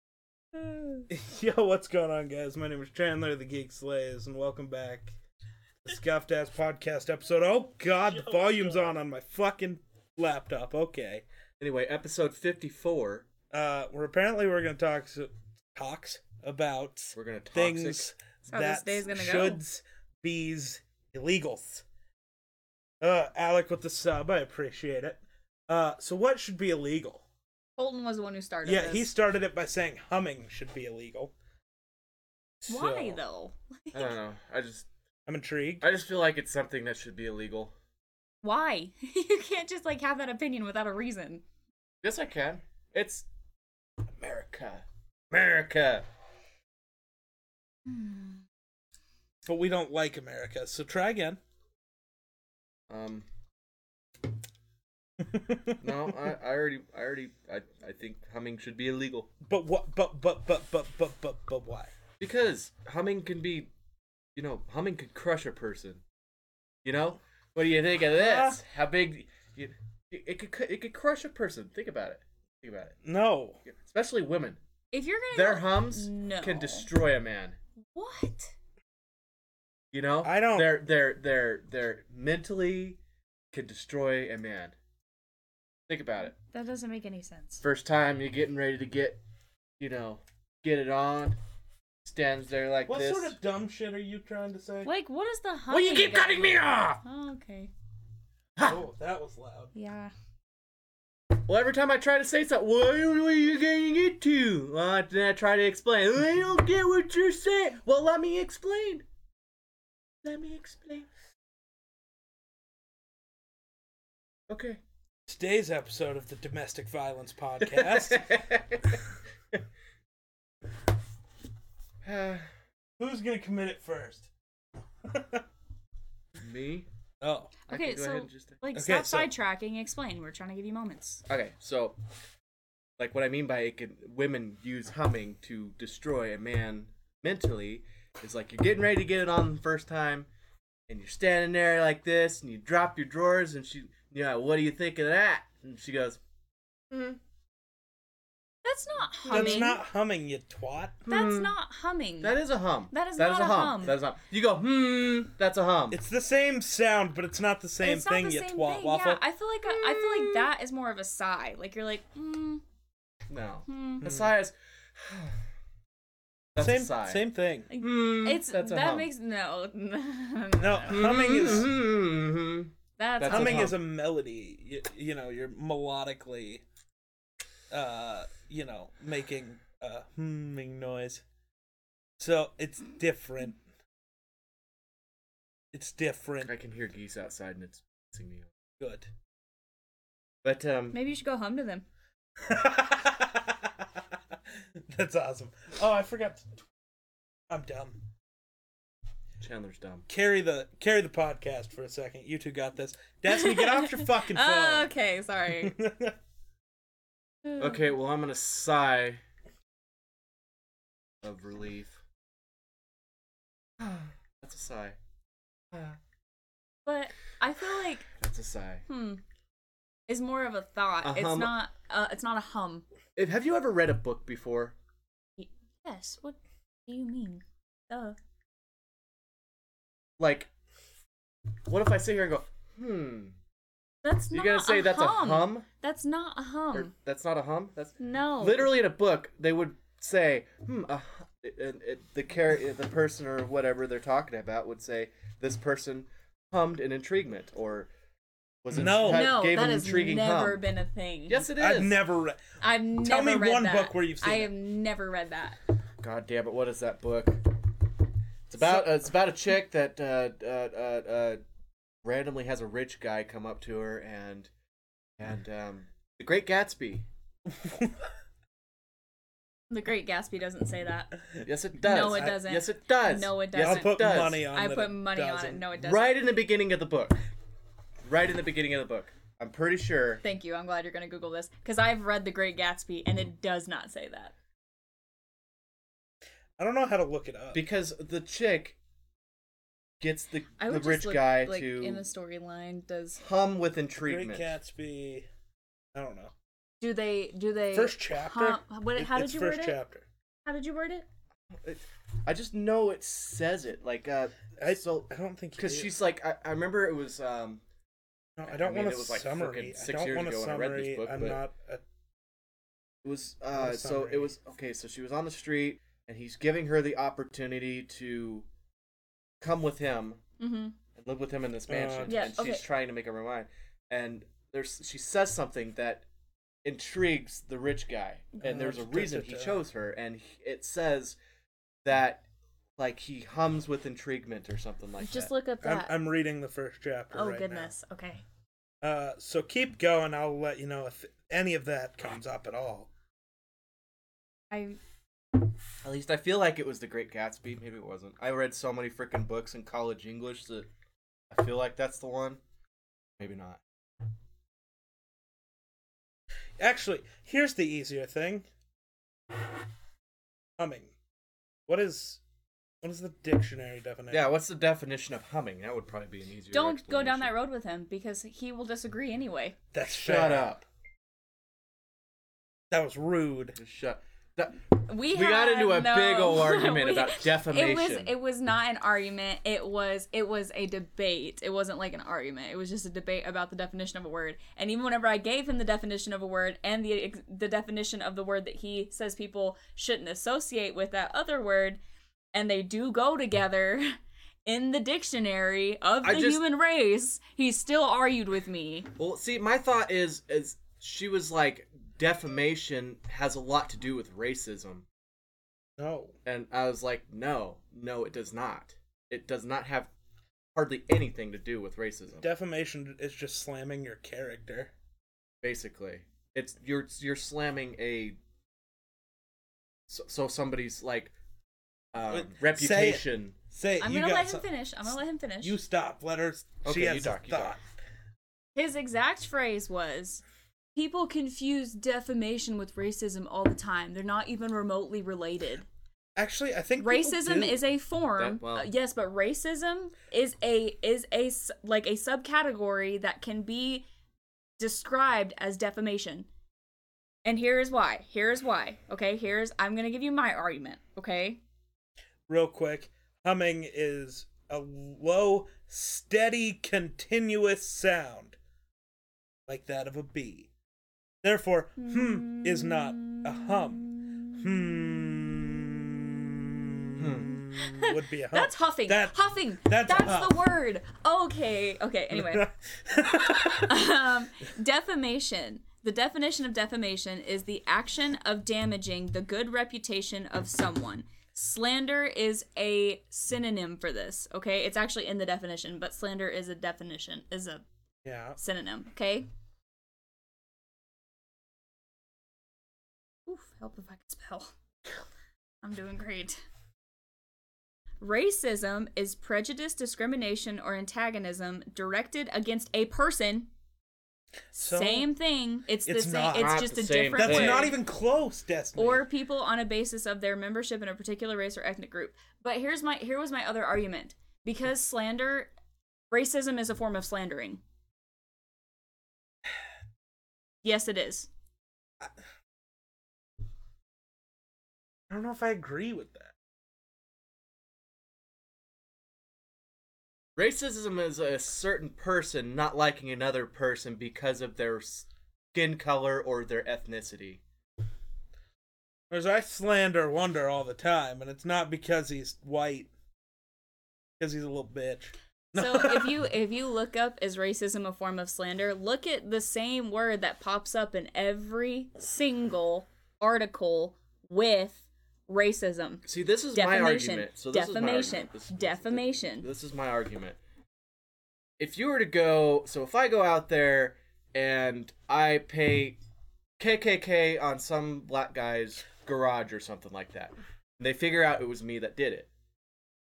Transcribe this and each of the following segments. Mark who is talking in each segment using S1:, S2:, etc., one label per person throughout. S1: Yo, what's going on, guys? My name is Chandler, the Geek Slays, and welcome back to Scuffed Ass Podcast episode. Oh, God, the
S2: Yo,
S1: volume's
S2: yo.
S1: on on my fucking laptop. Okay.
S3: Anyway, episode 54,
S1: Uh, we're apparently we're going to talk s- talks about
S3: we're going to toxic.
S1: things
S4: That's how
S1: that
S4: this day's gonna go.
S1: shoulds bees illegals. Uh, Alec with the sub, I appreciate it. Uh, so what should be illegal?
S4: Colton was the one who started.
S1: Yeah,
S4: this.
S1: he started it by saying humming should be illegal.
S4: Why
S1: So,
S4: though?
S3: I don't know. I just
S1: I'm intrigued.
S3: I just feel like it's something that should be illegal.
S4: Why? you can't just like have that opinion without a reason.
S3: Yes, I can. It's America. America.
S1: But we don't like America, so try again.
S3: Um no, I, I already I already I, I think humming should be illegal
S1: But what? But but but but but but but why?
S3: because humming can be you know, humming could crush a person. You know? What do you think of this? How big you, it could cu- it could crush a person. Think about it. Think about it.
S1: No.
S3: Especially women.
S4: If you're gonna
S3: Their
S4: go-
S3: hums
S4: no.
S3: can destroy a man.
S4: What?
S3: You know,
S1: I don't-
S3: They're they're they're they're mentally can destroy a man. Think about it.
S4: That doesn't make any sense.
S3: First time you're getting ready to get, you know, get it on. Stands there like
S1: what
S3: this.
S1: sort of dumb shit are you trying to say?
S4: Like, what is the hum?
S3: Well, you keep cutting me off.
S4: Oh, okay.
S1: Oh, that was loud.
S4: Yeah.
S3: Well, every time I try to say something, what are you getting into? Uh, then I try to explain. I don't get what you're saying. Well, let me explain. Let me explain. Okay.
S1: Today's episode of the Domestic Violence Podcast.
S3: Uh,
S1: Who's gonna commit it first?
S3: Me?
S1: oh,
S3: I
S4: Okay,
S3: can go
S4: so
S3: ahead and just-
S4: like,
S1: Okay,
S4: stop
S1: so-
S4: sidetracking. Explain. We're trying to give you moments.
S3: Okay, so like what I mean by it can women use humming to destroy a man mentally is like you're getting ready to get it on the first time and you're standing there like this and you drop your drawers and she you know, what do you think of that? And she goes,
S4: Mm-hmm.
S3: hmm.
S4: That's not humming.
S1: that's not humming, you twat.
S4: That's
S3: Hmm.
S4: not humming.
S3: That is a hum.
S4: That is
S3: that
S4: not
S3: a
S4: a
S3: hum.
S4: hum.
S3: That is a hum. You go, hmm, that's a hum.
S1: It's the same sound, but it's not the same
S4: it's
S1: thing,
S4: Not the
S1: you
S4: same
S1: twat
S4: thing.
S1: waffle.
S4: Yeah, I feel like I feel like that is more of a sigh. Like you're like, mm,
S3: no.
S4: Hmm.
S3: A sigh is that's
S1: same,
S3: a sigh.
S1: same thing.
S3: Hmm,
S4: it's
S3: that's a
S4: that
S3: hum.
S4: makes no.
S1: No, humming
S4: Mm-hmm.
S1: is
S3: Hmm.
S4: That's,
S3: That's a
S1: humming
S3: hum.
S1: is a melody. You, you know, you're melodically, uh, you know, making a humming noise. So it's different. It's different.
S3: I can hear geese outside and it's pissing me off.
S1: Good.
S3: But um,
S4: Maybe you should go hum to them.
S1: That's awesome. Oh, I forgot. to- I'm dumb.
S3: Chandler's dumb.
S1: Carry the carry the podcast for a second. You two got this. Destiny, get off your fucking phone.
S4: Oh, okay, sorry. Uh,
S3: Okay, well I'm gonna sigh of relief. That's a sigh.
S4: But I feel like
S3: That's a sigh.
S4: hmm is more of a thought.
S3: A
S4: it's
S3: hum.
S4: not. Uh, it's not a hum.
S3: If, have you ever read a book before?
S4: Yes. What do you mean? Duh.
S3: Like, what if I sit here and go, hmm?
S4: That's
S3: You're
S4: not.
S3: gonna say
S4: a
S3: that's
S4: hum.
S3: a hum?
S4: That's not a hum.
S3: Or that's not a hum? That's
S4: no.
S3: literally in a book they would say hmm uh, and it, the car- the person or whatever they're talking about would say this person hummed an intriguement or was it
S1: No.
S3: had-
S4: No,
S3: gave
S4: that
S3: an
S4: has
S3: intriguing
S4: never
S3: hum.
S4: been a thing.
S3: yes it is
S1: I've never read.
S4: I've never
S1: Tell me
S4: read
S1: one
S4: that.
S1: book where you've seen
S4: I
S1: it.
S4: have never read that.
S3: god damn it what is that book it's about uh, it's about a chick that uh, uh, uh, uh, randomly has a rich guy come up to her and and um, the great gatsby
S4: The Great Gatsby doesn't say that.
S3: yes it does
S4: No, it
S3: I-
S4: doesn't.
S3: yes it does
S4: No, it
S3: yes,
S1: I'll
S4: doesn't.
S1: put
S3: does.
S1: money on.
S4: I
S1: that
S4: put money on it.
S1: doesn't.
S4: No, it doesn't.
S3: right in the beginning of the book. Right in the beginning of the book. I'm pretty sure.
S4: Thank you. I'm glad you're going to Google this because I've read The Great Gatsby and it does not say that.
S1: I don't know how to look it up.
S3: Because the chick gets the,
S4: I
S3: the
S4: would
S3: rich
S4: just look,
S3: guy
S4: like,
S3: to
S4: in the storyline. Does
S3: hum with
S1: Great
S3: intriguement.
S1: Gatsby. I don't know.
S4: do they do they
S1: First chapter.
S4: Hum, what?
S1: It-
S4: How did
S1: it's
S4: you
S1: first
S4: word it?
S1: chapter.
S4: How did you word it?
S3: I just know it says it. Like, uh,
S1: I-
S3: so
S1: I don't think
S3: because
S1: you-
S3: she's like, I, I remember it was um,
S1: No,
S3: I
S1: I don't
S3: mean,
S1: want
S3: it
S1: a
S3: was, like,
S1: summary.
S3: frickin'
S1: I
S3: six
S1: don't
S3: years
S1: want a
S3: ago when I read this
S1: summary.
S3: book,
S1: I'm
S3: but-
S1: not. A,
S3: it was
S1: Not
S3: uh,
S1: a
S3: so it
S1: summary.
S3: was okay. So she was on the street, and he's giving her the opportunity to come with him
S4: Mm-hmm.
S3: and live with him in this
S1: Uh,
S3: mansion.
S4: Yeah,
S3: and she's
S4: okay.
S3: trying to make up her mind. And there's she says something that intrigues the rich guy, and
S1: Uh,
S3: there's a
S1: da- da-
S3: reason he
S1: da.
S3: chose her. And he- it says that like he hums with intriguement or something like
S4: Just
S3: that.
S4: look up
S1: I'm,
S4: that.
S1: I'm reading the first chapter.
S4: oh
S1: right now.
S4: goodness. Okay.
S1: Uh, so keep going. I'll let you know if any of that comes up at all.
S4: I
S3: At least I feel like it was The Great Gatsby. Maybe it wasn't. I read so many freaking books in college English that I feel like that's the one. Maybe not.
S1: Actually, here's the easier thing. Humming. What is what is the dictionary definition?
S3: Yeah, what's the definition of humming? That would probably be an easier.
S4: don't go down that
S3: explanation.
S4: road with him because he will disagree anyway.
S1: that's
S3: Shut
S1: fair.
S3: up.
S1: That was rude.
S3: Just shut. That,
S4: We,
S3: We got
S4: had-
S3: into a
S4: no.
S3: big old argument
S4: We-
S3: about
S4: It was
S3: defamation.
S4: it was not an argument. It was it was a debate. It wasn't like an argument. It was just a debate about the definition of a word. And even whenever I gave him the definition of a word and the ex- the definition of the word that he says people shouldn't associate with that other word, and they do go together in the dictionary of
S3: I
S4: the
S3: just-
S4: human race, he still argued with me.
S3: Well, see, my thought is is she was like defamation has a lot to do with racism,
S1: No.
S3: and I was like, no, no, it does not. It does not have hardly anything to do with racism.
S1: Defamation is just slamming your character.
S3: basically, it's you're you're slamming a so, so somebody's like um,
S1: Wait,
S3: reputation.
S1: Say
S4: I'm
S1: you
S4: gonna
S1: got
S4: let him
S1: some-
S4: finish. I'm gonna let him finish.
S1: You stop. Let her.
S3: Okay,
S1: she
S3: you
S1: has
S3: talk,
S1: a
S3: you talk.
S1: thought.
S4: His exact phrase was People confuse defamation with racism all the time. They're not even remotely related.
S1: Actually, I think people
S4: Racism
S1: do.
S4: is a form.
S3: That- well-
S4: uh, yes, but racism is a is a s- like a subcategory that can be described as defamation. And here is why. Here is why. Okay, here's I'm going to give you my argument, okay?
S1: real quick. Humming is a low, steady, continuous sound, like that of a bee. Therefore, hmm is not a hum. Hmm, would be a hum.
S4: That's huffing.
S1: That-
S4: huffing.
S1: that's
S4: That's
S1: huff.
S4: the word. Okay. Okay, anyway. um, defamation. The definition of defamation is the action of damaging the good reputation of someone. Slander is a synonym for this, okay? It's actually in the definition, but slander is a definition, is a
S1: yeah.
S4: synonym, okay? Oof, help if I can spell. I'm doing great. Racism is prejudice, discrimination, or antagonism directed against a person.
S1: So-
S4: same thing. It's,
S1: It's
S4: the same.
S1: not
S4: It's
S3: the
S4: just a
S3: same
S4: different.
S1: That's
S3: Hey.
S4: word.
S1: not even close, Destiny.
S4: Or people on a basis of their membership in a particular race or ethnic group. But here's my here was my other argument. Because slander, racism is a form of slandering. Yes, it is.
S1: I don't know if I agree with that.
S3: Racism is a certain person not liking another person because of their skin color or their ethnicity.
S1: Whereas I slander Wonder all the time, and it's not because he's white, because he's a little bitch.
S4: So if you if you look up is racism a form of slander, look at the same word that pops up in every single article with racism.
S3: See, this is my
S4: Defamation.
S3: argument. So this Is my
S4: Defamation.
S3: argument. This- this-
S4: Defamation.
S3: This is my argument. If you were to go, so if I go out there and I paint KKK on some black guy's garage or something like that, and they figure out it was me that did it,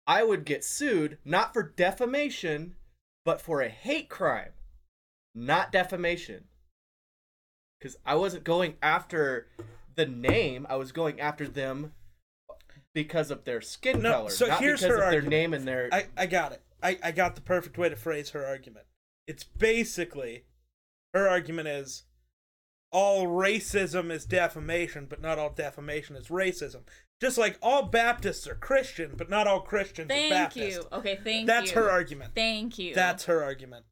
S3: I would get sued not for defamation, but for a hate crime, not defamation. Because I wasn't going after the name, I was going after them because of their skin
S1: No,
S3: color,
S1: so
S3: not
S1: here's
S3: because
S1: her
S3: of
S1: argument.
S3: their name and their
S1: I, I got it. I, I got the perfect way to phrase her argument. It's basically her argument is all racism is defamation, but not all defamation is racism. Just like all Baptists are Christian, but not all Christians
S4: Thank
S1: are Baptist.
S4: you. Okay, thank
S1: That's
S4: you.
S1: her argument.
S4: Thank you.
S1: That's her argument.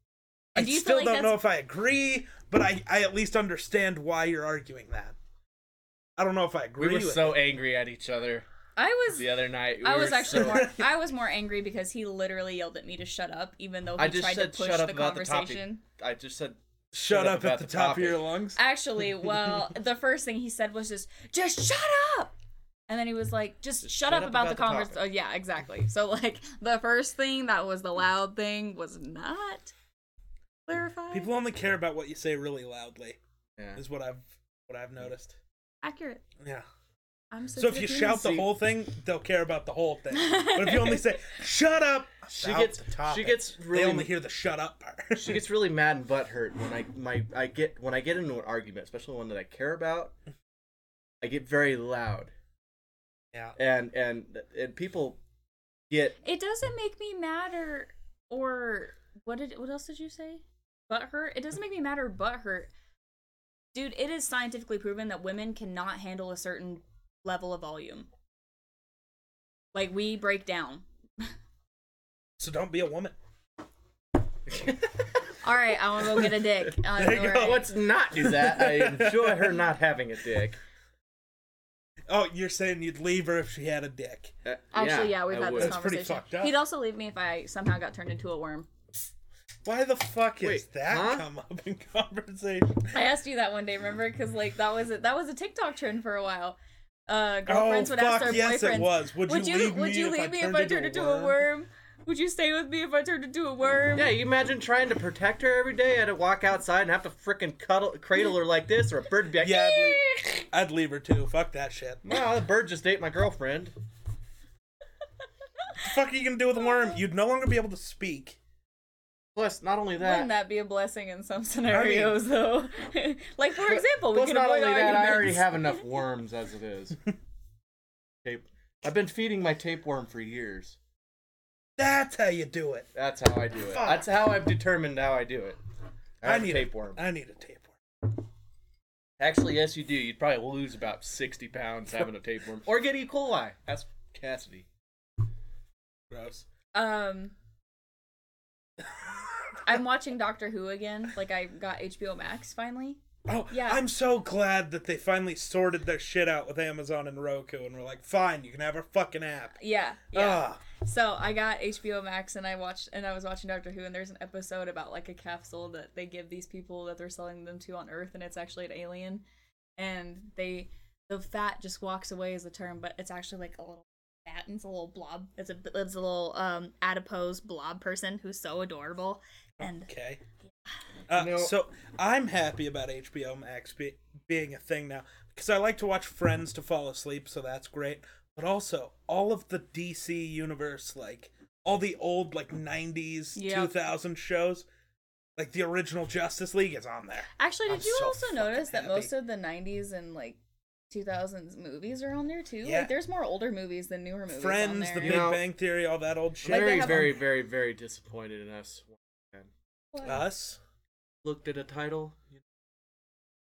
S1: I
S4: And do you feel
S1: still
S4: like
S1: don't know
S4: that's-
S1: if I agree, but I, I at least understand why you're arguing that. I don't know if I agree
S3: We were
S1: with
S3: so
S1: it.
S3: angry at each other
S4: I was
S3: the other night. We
S4: I
S3: were
S4: was actually
S3: so-
S4: more I was more angry because he literally yelled at me to shut up even though he
S3: I just
S4: tried to
S3: said
S4: push
S3: shut up
S4: the
S3: about the topic.
S4: conversation.
S3: I just said
S1: Shut up at
S3: about
S1: the,
S3: the
S1: top of your
S3: topic.
S1: lungs.
S4: Actually, well, the first thing he said was just just shut up. And then he was like, just, shut, up, about, the,
S3: topic.
S4: conversation. Oh, yeah, exactly. So like the first thing that was the loud thing was not clarified.
S1: People only care about what you say really loudly,
S3: yeah.
S1: is what I've what I've noticed.
S4: accurate.
S1: Yeah.
S4: I'm
S1: So if you shout the
S3: See-
S1: whole thing, they'll care about the whole thing. But if you only say "shut up,"
S3: She
S1: about
S3: gets
S1: the topic,
S3: she gets really
S1: they only hear the "shut up" part.
S3: she gets really mad and butthurt when I my I get when I get into an argument, especially one that I care about. I get very loud,
S1: yeah.
S3: and and and people get
S4: It doesn't make me mad or or what did what else did you say? Butt hurt? It doesn't make me mad or butt hurt. Dude, it is scientifically proven that women cannot handle a certain level of volume. Like we break down.
S1: So don't be a woman.
S4: All right, I want to go get a dick. Uh,
S1: There you
S4: all
S1: go.
S4: right.
S3: let's not do that. I enjoy her not having a dick.
S1: Oh, you're saying you'd leave her if she had a dick?
S3: Uh,
S4: Actually, yeah, we've
S3: I
S4: had this
S3: would.
S1: That's pretty
S4: conversation.
S1: fucked up.
S4: He'd also leave me if I somehow got turned into a worm.
S1: Why the fuck is
S3: Wait,
S1: that
S3: huh?
S1: come up in conversation?
S4: I asked you that one day, remember? Because like that was a, that was a TikTok trend for a while. Uh, girlfriends
S1: oh
S4: would
S1: fuck,
S4: ask their
S1: yes,
S4: boyfriends,
S1: it was. Would,
S4: "Would
S1: you, leave
S4: would
S1: me
S4: you
S1: if I
S4: leave me
S1: turned
S4: if I turned into a worm? Would you stay with me if I turned into a worm?"
S3: Yeah, you imagine trying to protect her every day. I had to walk outside and have to frickin' cuddle, cradle her like this, or a bird would be like,
S1: Yeah, I'd leave, I'd leave her too. Fuck that shit. What
S3: Well, the bird just ate my girlfriend.
S1: the fuck are you gonna do with a worm? You'd no longer be able to speak.
S3: Plus, not only that,
S4: Wouldn't that be a blessing in some scenarios, though? like for example, we
S3: plus
S4: could
S3: not
S4: avoid
S3: only that, I already
S4: arguments.
S3: have enough worms as it is. Tape. I've been feeding my tapeworm for years.
S1: That's how you do it.
S3: That's how I do it. That's how I've determined how I do it. I,
S1: I,
S3: have a
S1: need
S3: tapeworm.
S1: I need a tapeworm.
S3: Actually, yes, you do. You'd probably lose about sixty pounds having a tapeworm, or get E. coli. That's Cassidy.
S1: Gross.
S4: Um, I'm watching Doctor Who again. Like I got HBO Max finally.
S1: Oh,
S4: Yeah.
S1: I'm so glad that they finally sorted their shit out with Amazon and Roku, and we're like, fine, you can have our fucking app.
S4: Yeah, yeah.
S1: Ah,
S4: So I got HBO Max and I watched and I was watching Doctor Who and there's an episode about like a capsule that they give these people that they're selling them to on Earth and it's actually an alien, and they the fat just walks away is the term, but it's actually like a little fat and it's a little blob. It's a it's a little um adipose blob person who's so adorable and
S1: okay. Uh,
S3: No.
S1: So I'm happy about HBO Max be- being a thing now because I like to watch Friends to fall asleep, so that's great. But also all of the DC universe, like all the old like '90s,
S4: Yeah.
S1: 2000 shows, like the original Justice League is on there.
S4: Actually,
S1: I'm
S4: did you
S1: so
S4: also
S1: fucking
S4: notice that
S1: happy.
S4: most of the '90s and like 2000s movies are on there too?
S1: Yeah.
S4: Like, there's more older movies than newer movies. on
S1: Friends,
S4: there.
S1: The
S3: You
S1: Big
S3: know-
S1: Bang Theory, all that old shit.
S4: Like, they
S3: very,
S4: have
S3: very,
S4: a-
S3: very, very disappointed in us. And
S4: What?
S1: Us.
S3: Looked at a title. you know,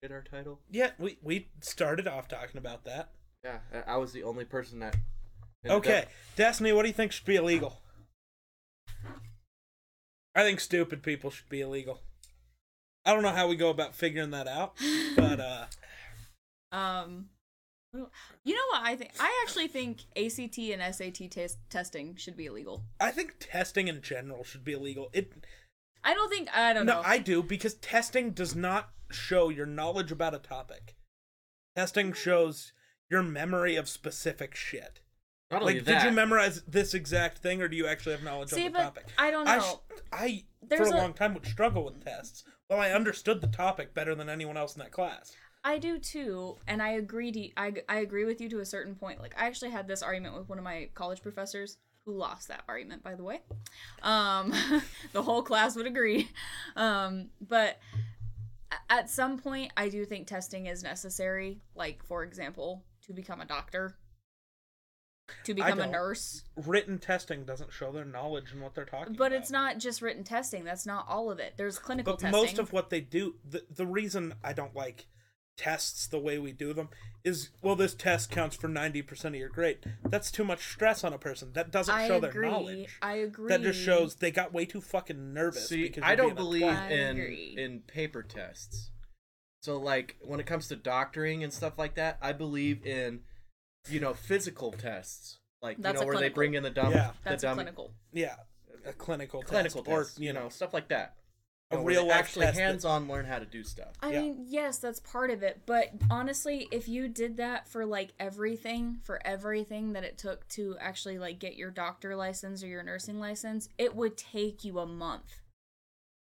S3: Did our title?
S1: Yeah, we we started off talking about that.
S3: Yeah, I- I was the only person that. ended up-
S1: Okay, Destiny, what do you think should be illegal? I think stupid people should be illegal. I don't know how we go about figuring that out, but uh,
S4: um, you know what I think? I actually think ACT and SAT tes- testing should be illegal.
S1: I think testing in general should be illegal. It
S4: I don't think I don't
S1: no,
S4: know.
S1: I do because testing does not show your knowledge about a topic. Testing shows your memory of specific shit.
S3: Not only
S1: Like,
S3: that,
S1: did you memorize this exact thing, or do you actually have knowledge
S4: See,
S1: on the
S4: but
S1: topic?
S4: I don't
S1: I,
S4: know.
S1: sh- I
S4: There's
S1: for a
S4: a-
S1: long time would struggle with tests. Well, I understood the topic better than anyone else in that class.
S4: I do too, and I agree. To, I I agree with you to a certain point. Like I actually had this argument with one of my college professors who lost that argument, by the way. Um, the whole class would agree, um, but a- at some point, I do think testing is necessary. Like for example, to become a doctor, to become a
S1: don't.
S4: nurse.
S1: Written testing doesn't show their knowledge and what they're talking about.
S4: But it's not just written testing. That's not all of it. There's clinical
S1: But
S4: testing.
S1: most of what they do, the, the reason I don't like tests the way we do them is well this test counts for 90% of your grade that's too much stress on a person that doesn't
S4: I
S1: show
S4: agree.
S1: their knowledge
S4: I agree.
S1: that just shows they got way too fucking nervous
S3: See,
S1: because
S3: I
S1: you're
S3: don't
S1: being a
S3: believe
S1: twat.
S4: I
S3: in
S4: agree.
S3: in paper tests. So like when it comes to doctoring and stuff like that, I believe in you know physical tests. Like
S4: That's
S3: you know
S4: a
S3: where they
S4: clinical.
S3: bring in the dumb
S1: Yeah.
S3: the
S4: that's a
S3: dumb
S4: clinical.
S1: yeah a clinical
S3: clinical
S1: test,
S3: tests,
S1: or you know
S3: stuff like that.
S1: a
S3: You know, where they
S1: real life
S3: actually
S1: test that-
S3: hands-on learn how to do stuff.
S4: I
S1: Yeah.
S4: mean, yes, that's part of it, but honestly, if you did that for like everything, for everything that it took to actually like get your doctor license or your nursing license, it would take you a month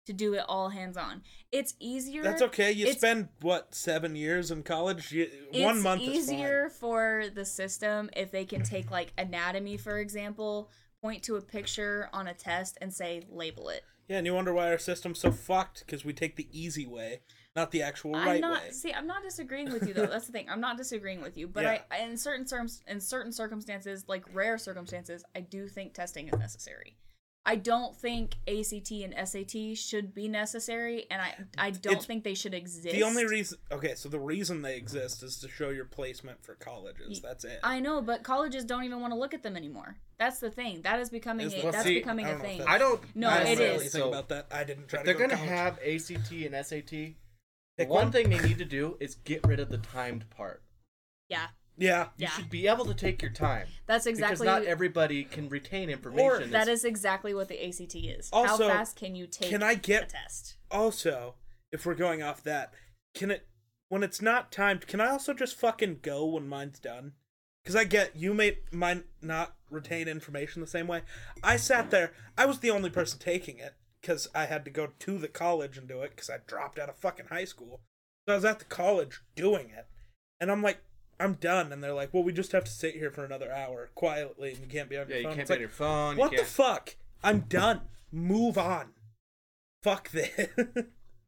S4: to do it all hands on. It's easier.
S1: that's okay you
S4: it's-
S1: spend what seven years in college you,
S4: It's
S1: one month
S4: easier for the system if they can take like anatomy, for example, point to a picture on a test and say label it.
S1: is fine yeah and you wonder why our system's so fucked because we take the easy way not the actual
S4: I'm
S1: right
S4: not
S1: way
S4: see. I'm not disagreeing with you though. That's the thing. I'm not disagreeing with you, but
S1: Yeah.
S4: I in certain circums in certain circumstances, like rare circumstances, I do think testing is necessary. I don't think ACT and SAT should be necessary, and I I don't
S1: It's-
S4: think they should exist.
S1: the only reason okay so the reason they exist is to show your placement for colleges that's it
S4: I know, but colleges don't even want to look at them anymore. That's the thing. That is becoming
S1: Is-
S4: a,
S1: well,
S4: that's
S3: see,
S4: becoming
S1: I
S4: a
S1: don't know if
S4: thing.
S1: that's-
S3: I don't
S4: No,
S1: I
S4: it
S1: don't know
S4: is.
S1: anything about that. I didn't try to
S3: They're
S1: go
S3: gonna
S1: college.
S3: have ACT and SAT. The
S1: Pick
S3: one thing they need to do is get rid of the timed part.
S4: yeah,
S1: Yeah.
S3: You
S4: yeah.
S3: should be able to take your time
S4: That's exactly
S3: because not everybody can retain information. It's-
S4: that is exactly what the ACT is.
S1: Also,
S4: How fast can you take?
S1: can I get-
S4: a test?
S1: Also, if we're going off that, can it when it's not timed? Can I also just fucking go when mine's done? Because I get you may might not retain information the same way. I sat there. I was the only person taking it because I had to go to the college and do it because I dropped out of fucking high school. So I was at the college doing it, and I'm like. I'm done, and they're like, "Well, we just have to sit here for another hour quietly, and you can't be on
S3: yeah,
S1: your
S3: you
S1: phone."
S3: can't
S1: It's
S3: be
S1: like,
S3: on your phone. you
S1: What the
S3: can't-
S1: fuck? I'm done. Move on. Fuck this.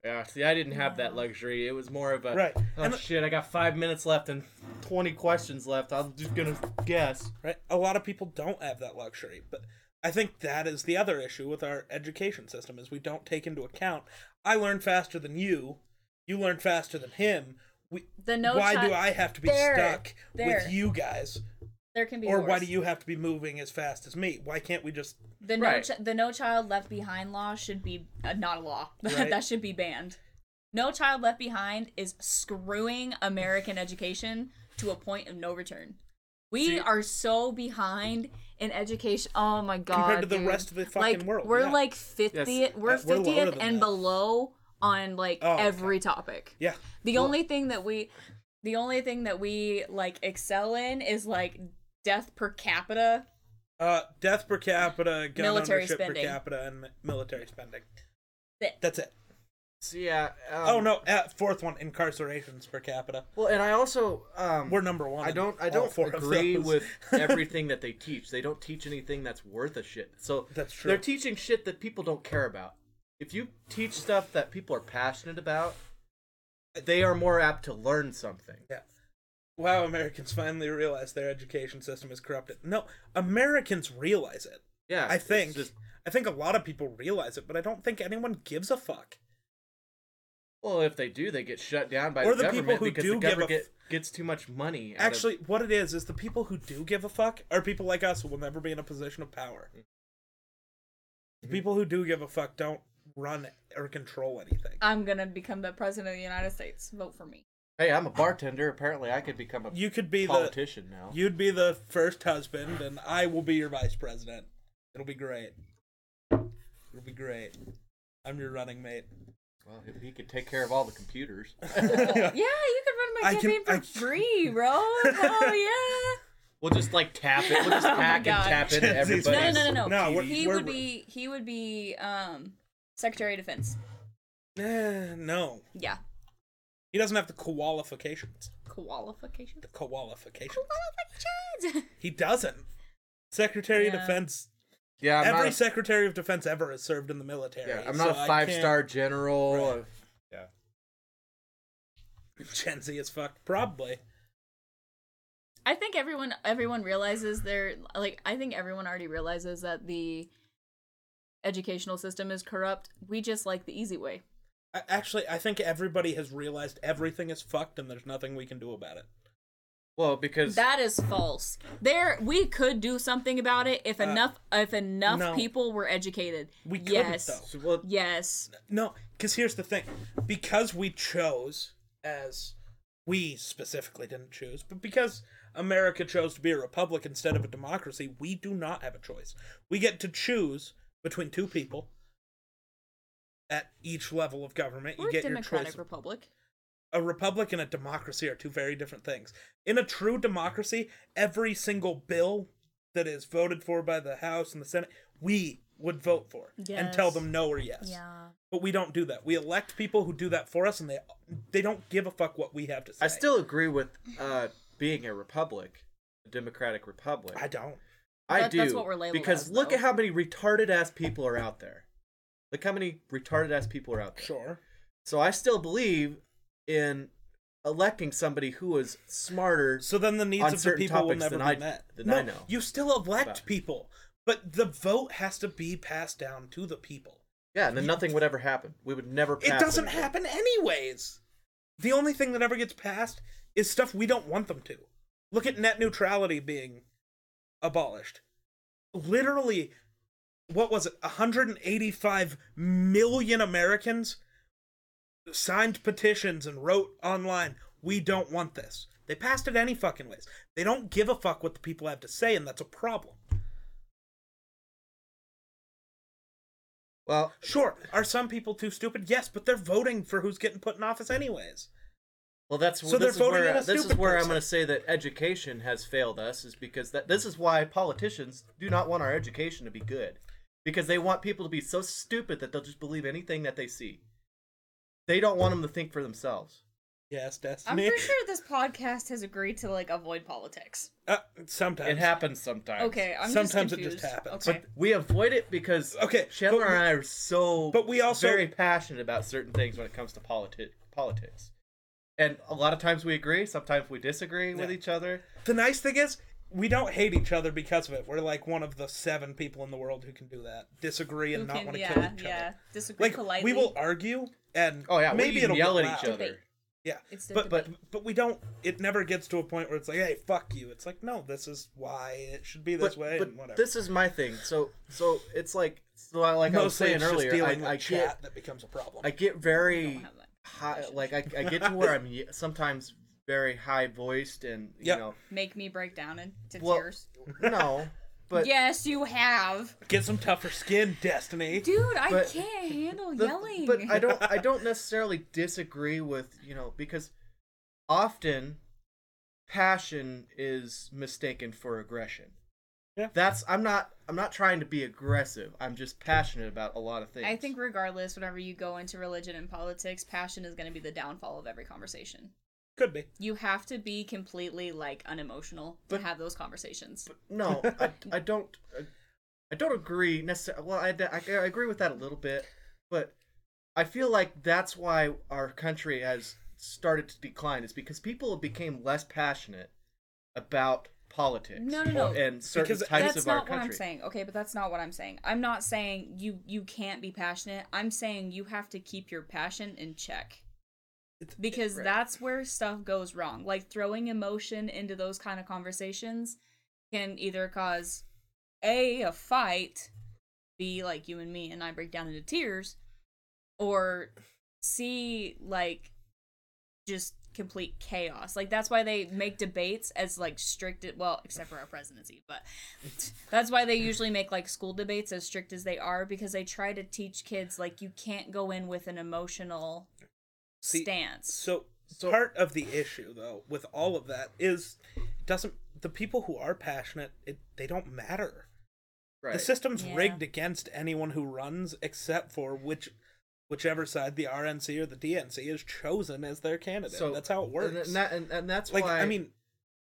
S3: Yeah, see, I didn't have that
S4: No.
S3: luxury. It was more of a
S1: Right.
S3: Oh
S1: And-
S3: shit! I got five minutes left and twenty questions left. I'm just gonna guess.
S1: right? A lot of people don't have that luxury, but I think that is the other issue with our education system is we don't take into account I learn faster than you, you learn faster than him. We,
S4: The no
S1: why
S4: chi-
S1: do I have to be
S4: There,
S1: stuck
S4: there.
S1: with you guys?
S4: There can be
S1: Or why
S4: worse.
S1: do you have to be moving as fast as me? Why can't we just
S4: The no,
S3: Right.
S4: chi- the no child left behind law should be uh, not a law.
S1: Right.
S4: that should be banned. No child left behind is screwing American education to a point of no return. We
S3: See-
S4: are so behind in education. Oh my god!
S1: to the
S4: dude.
S1: rest of the fucking
S4: Like,
S1: world,
S4: we're
S1: yeah.
S4: like fiftieth. We're
S1: uh, we're lower
S4: fiftieth
S1: than
S4: and
S1: that.
S4: below on like
S1: Oh, okay.
S4: every topic.
S1: yeah,
S4: The only thing that we the only thing that we like excel in is like death per capita.
S1: uh, death per capita, gun
S4: Military
S1: ownership
S4: spending.
S1: per capita, and mi- military spending.
S4: That-
S1: That's it.
S3: So yeah. Um,
S1: oh no, uh, fourth one, incarcerations per capita.
S3: Well, and I also um,
S1: We're number one.
S3: I
S1: in
S3: don't. I
S1: all
S3: don't
S1: four of
S3: agree
S1: those.
S3: with everything that they teach. They don't teach anything that's worth a shit. So
S1: That's
S3: They're
S1: true.
S3: teaching shit that people don't care about. If you teach stuff that people are passionate about, they are more apt to learn something.
S1: Yeah. Wow, Americans finally realize their education system is corrupted. No, Americans realize it.
S3: Yeah,
S1: I
S3: it's
S1: think.
S3: just-
S1: I think a lot of people realize it, but I don't think anyone gives a fuck.
S3: well, if they do, they get shut down by
S1: Or
S3: the,
S1: the people
S3: government
S1: who
S3: because
S1: do
S3: the
S1: give a
S3: government
S1: f-
S3: get, gets too much money. out of-
S1: Actually, what it is is the people who do give a fuck are people like us who will never be in a position of power.
S3: Mm-hmm.
S1: The people who do give a fuck don't run or control anything.
S4: I'm gonna become the president of the United States. Vote for me.
S3: hey, I'm a bartender. Apparently, I could become a
S1: You could be the
S3: politician now.
S1: you'd be the first husband, and I will be your vice president. It'll be great. It'll be great. I'm your running mate.
S3: well, if he could take care of all the computers.
S1: Eh,
S4: Yeah, you could run my
S1: I can-
S4: campaign
S1: I
S4: for
S1: can-
S4: free, bro. Oh
S3: We'll just like tap it. We'll just
S4: Oh my
S3: hack and
S4: God.
S3: tap into
S1: Gen Z's
S4: yeah. No,
S3: everybody.
S4: no, no, no, no.
S1: No, we're-
S4: he
S1: we're-
S4: would be. He would be. Um, Secretary of Defense.
S1: Eh, no,
S4: Yeah.
S1: he doesn't have the qualifications.
S4: Qualifications.
S1: The qualifications.
S4: Qualifications.
S1: He doesn't. Secretary of
S4: Yeah.
S1: Defense.
S3: Yeah, I'm
S1: every
S3: not a-
S1: Secretary of Defense ever has served in the military.
S3: yeah, I'm not
S1: so
S3: a
S1: I
S3: five
S1: can't-
S3: star general.
S1: Right.
S3: uh, Yeah.
S1: Gen Z as fuck. Probably.
S4: I think everyone everyone realizes they're like I think everyone already realizes that the educational system is corrupt. We just like the easy way.
S1: I, actually, I think everybody has realized everything is fucked and there's nothing we can do about it.
S3: Well, because
S4: That is false. There, we could do something about it if enough if enough
S1: Uh, no.
S4: people were educated.
S1: We couldn't,
S4: yes,
S1: though.
S3: so, well,
S4: yes,
S1: No, because here's the thing. Because we chose, as we specifically didn't choose, but because America chose to be a republic instead of a democracy, we do not have a choice. We get to choose between two people at each level of government.
S4: we're
S1: you
S4: a
S1: get your choice.
S4: democratic
S1: of-
S4: republic.
S1: a republic and a democracy are two very different things. In a true democracy, every single bill that is voted for by the House and the Senate, we would vote for and tell
S4: Yes.
S1: them no or yes. But we don't do that. We elect people who do that for us, and they they don't give a fuck what we have to say.
S3: I still agree with uh, being a republic, a democratic republic.
S1: I don't.
S3: I
S4: That-
S3: do.
S4: that's what we're labeled
S3: because
S4: as,
S3: look
S4: though.
S3: at how many retarded ass people are out there. Look how many retarded ass people are out there.
S1: Sure.
S3: So I still believe in electing somebody who is smarter.
S1: So then the needs
S3: On
S1: of the
S3: certain
S1: people will
S3: topics
S1: never
S3: than
S1: be
S3: I-
S1: met.
S3: than
S1: no,
S3: I know.
S1: you still elect
S3: About.
S1: people, but the vote has to be passed down to the people.
S3: yeah, and then nothing would ever happen. We would never.
S1: It
S3: Pass
S1: doesn't
S3: anything.
S1: happen anyways. The only thing that ever gets passed is stuff we don't want them to. Look at net neutrality being abolished. Literally, what was it? 185 million Americans signed petitions and wrote online, we don't want this. They passed it any fucking ways. They don't give a fuck what the people have to say, and that's a problem.
S3: Well,
S1: Sure, are some people too stupid? Yes, but they're voting for who's getting put in office anyways.
S3: Well, that's
S1: So they're
S3: this is
S1: voting
S3: where
S1: in a
S3: this is
S1: stupid
S3: where I'm
S1: person.
S3: going to say that education has failed us is because that this is why politicians do not want our education to be good because they want people to be so stupid that they'll just believe anything that they see. They don't want them to think for themselves.
S1: Yes,
S4: I'm
S1: Destiny.
S4: pretty sure this podcast has agreed to like avoid politics.
S1: Uh, sometimes
S3: It happens sometimes.
S4: Okay, I'm
S1: Sometimes
S4: just
S1: it just
S4: confused.
S1: happens.
S4: Okay.
S3: We avoid it because
S1: Okay,
S3: Chandler
S1: but we-
S3: and I are so
S1: but we also-
S3: very passionate about certain things when it comes to politi- politics. And a lot of times we agree, sometimes we disagree with
S1: Yeah.
S3: each other.
S1: The nice thing is, we don't hate each other because of it. We're like one of the seven people in the world who can do that. Disagree and
S4: Who
S1: not
S4: can-
S1: want to
S4: yeah,
S1: kill each
S4: yeah.
S1: other.
S4: Disagree
S1: Like
S4: politely.
S1: we will argue and
S3: Oh yeah,
S1: maybe
S3: we
S1: it'll
S3: yell
S1: get
S3: at each
S1: loud.
S3: other.
S4: Debate.
S1: Yeah,
S4: It's the
S1: but but
S3: debate.
S1: but we don't. It never gets to a point where it's like, hey, fuck you. It's like, no, this is why it should be this way and whatever.
S3: This is my thing. So so it's like so I, like I was
S1: Mostly
S3: saying
S1: it's just
S3: earlier, I,
S1: dealing
S3: I
S1: with chat
S3: get
S1: that becomes a problem.
S3: I get very
S4: don't have that
S3: high,
S4: conversation.
S3: like I, I get to where I'm ye- sometimes very high voiced and you
S1: Yep.
S3: know
S4: Make me break down into
S3: well
S4: tears.
S3: no but
S4: yes, you have,
S1: get some tougher skin, Destiny.
S4: dude. I
S3: But-
S4: can't handle
S3: the-
S4: yelling.
S3: but I don't I don't necessarily disagree with you know because often passion is mistaken for aggression.
S1: Yeah.
S3: That's I'm not I'm not trying to be aggressive. I'm just passionate about a lot of things.
S4: I think regardless, whenever you go into religion and politics, passion is going to be the downfall of every conversation.
S1: Could be.
S4: You have to be completely like unemotional
S3: But-
S4: to have those conversations.
S3: No, I, I don't. I, I don't agree necessarily. Well, I, I, I agree with that a little bit, but I feel like that's why our country has started to decline is because people became less passionate about politics.
S4: No, no, no.
S3: And certain
S1: Because
S3: types
S4: that's
S3: of
S4: not
S3: our
S4: what
S3: country.
S4: I'm saying. Okay, but that's not what I'm saying. I'm not saying you you can't be passionate. I'm saying you have to keep your passion in check.
S1: It's-
S4: Because
S3: Right.
S4: that's where stuff goes wrong. Like throwing emotion into those kind of conversations can either cause a a fight, b like you and me and I break down into tears, or c like just complete chaos. Like that's why they make debates as like strict well, except for our presidency, but that's why they usually make like school debates as strict as they are because they try to teach kids like you can't go in with an emotional
S1: See,
S4: stance.
S1: So, part of the issue though with all of that is it doesn't the people who are passionate it, they don't matter.
S3: Right.
S1: The system's
S4: Yeah.
S1: rigged against anyone who runs except for which whichever side the RNC or the DNC is chosen as their candidate. that's how it works.
S3: And, that, and, and that's
S1: like
S3: why.
S1: I mean,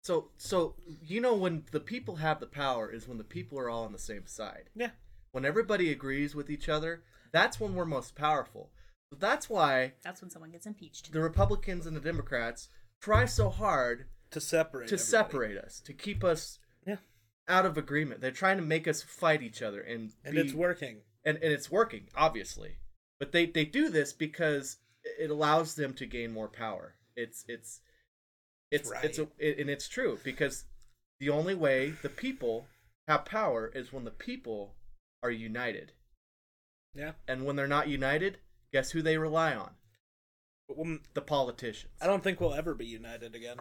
S3: so so you know when the people have the power is when the people are all on the same side.
S1: yeah.
S3: When everybody agrees with each other, that's when we're most powerful. So that's why
S4: That's when someone gets impeached.
S3: the Republicans and the Democrats try so hard
S1: To separate
S3: to
S1: everybody.
S3: separate us, to keep us
S1: Yeah.
S3: out of agreement. They're trying to make us fight each other and
S1: And
S3: be-
S1: it's working.
S3: and, and it's working, obviously. But they they do this because it allows them to gain more power. It's it's it's
S1: Right.
S3: it's a, it, and it's true because the only way the people have power is when the people are united.
S1: Yeah.
S3: And when they're not united, guess who they rely on?
S1: But when-
S3: The politicians.
S1: I don't think we'll ever be united again.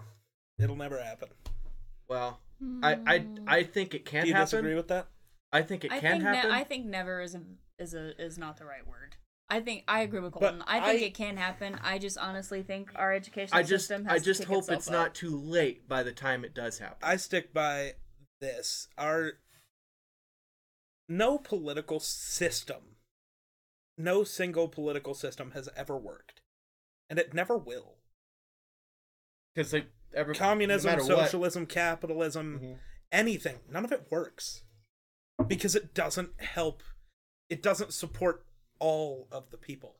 S1: It'll never happen.
S3: Well, I, I I think it can
S1: Do you
S3: happen.
S1: disagree with that?
S3: I think it
S4: I
S3: can
S4: think ne-
S3: happen.
S4: I think never is a, is a is not the right word. I think I agree with
S1: But
S4: Colton. I think
S1: I-
S4: it can happen. I just honestly think our education
S3: I just
S4: system has
S3: I
S4: to
S3: just
S4: pick
S3: hope
S4: itself
S3: it's
S4: up.
S3: not too late by the time it does happen.
S1: I stick by this. Our no political system, no single political system has ever worked, and it never will.
S3: Because like every
S1: Communism,
S3: no matter what-
S1: socialism, capitalism,
S3: Mhm.
S1: anything, none of it works because it doesn't help. It doesn't support all of the people.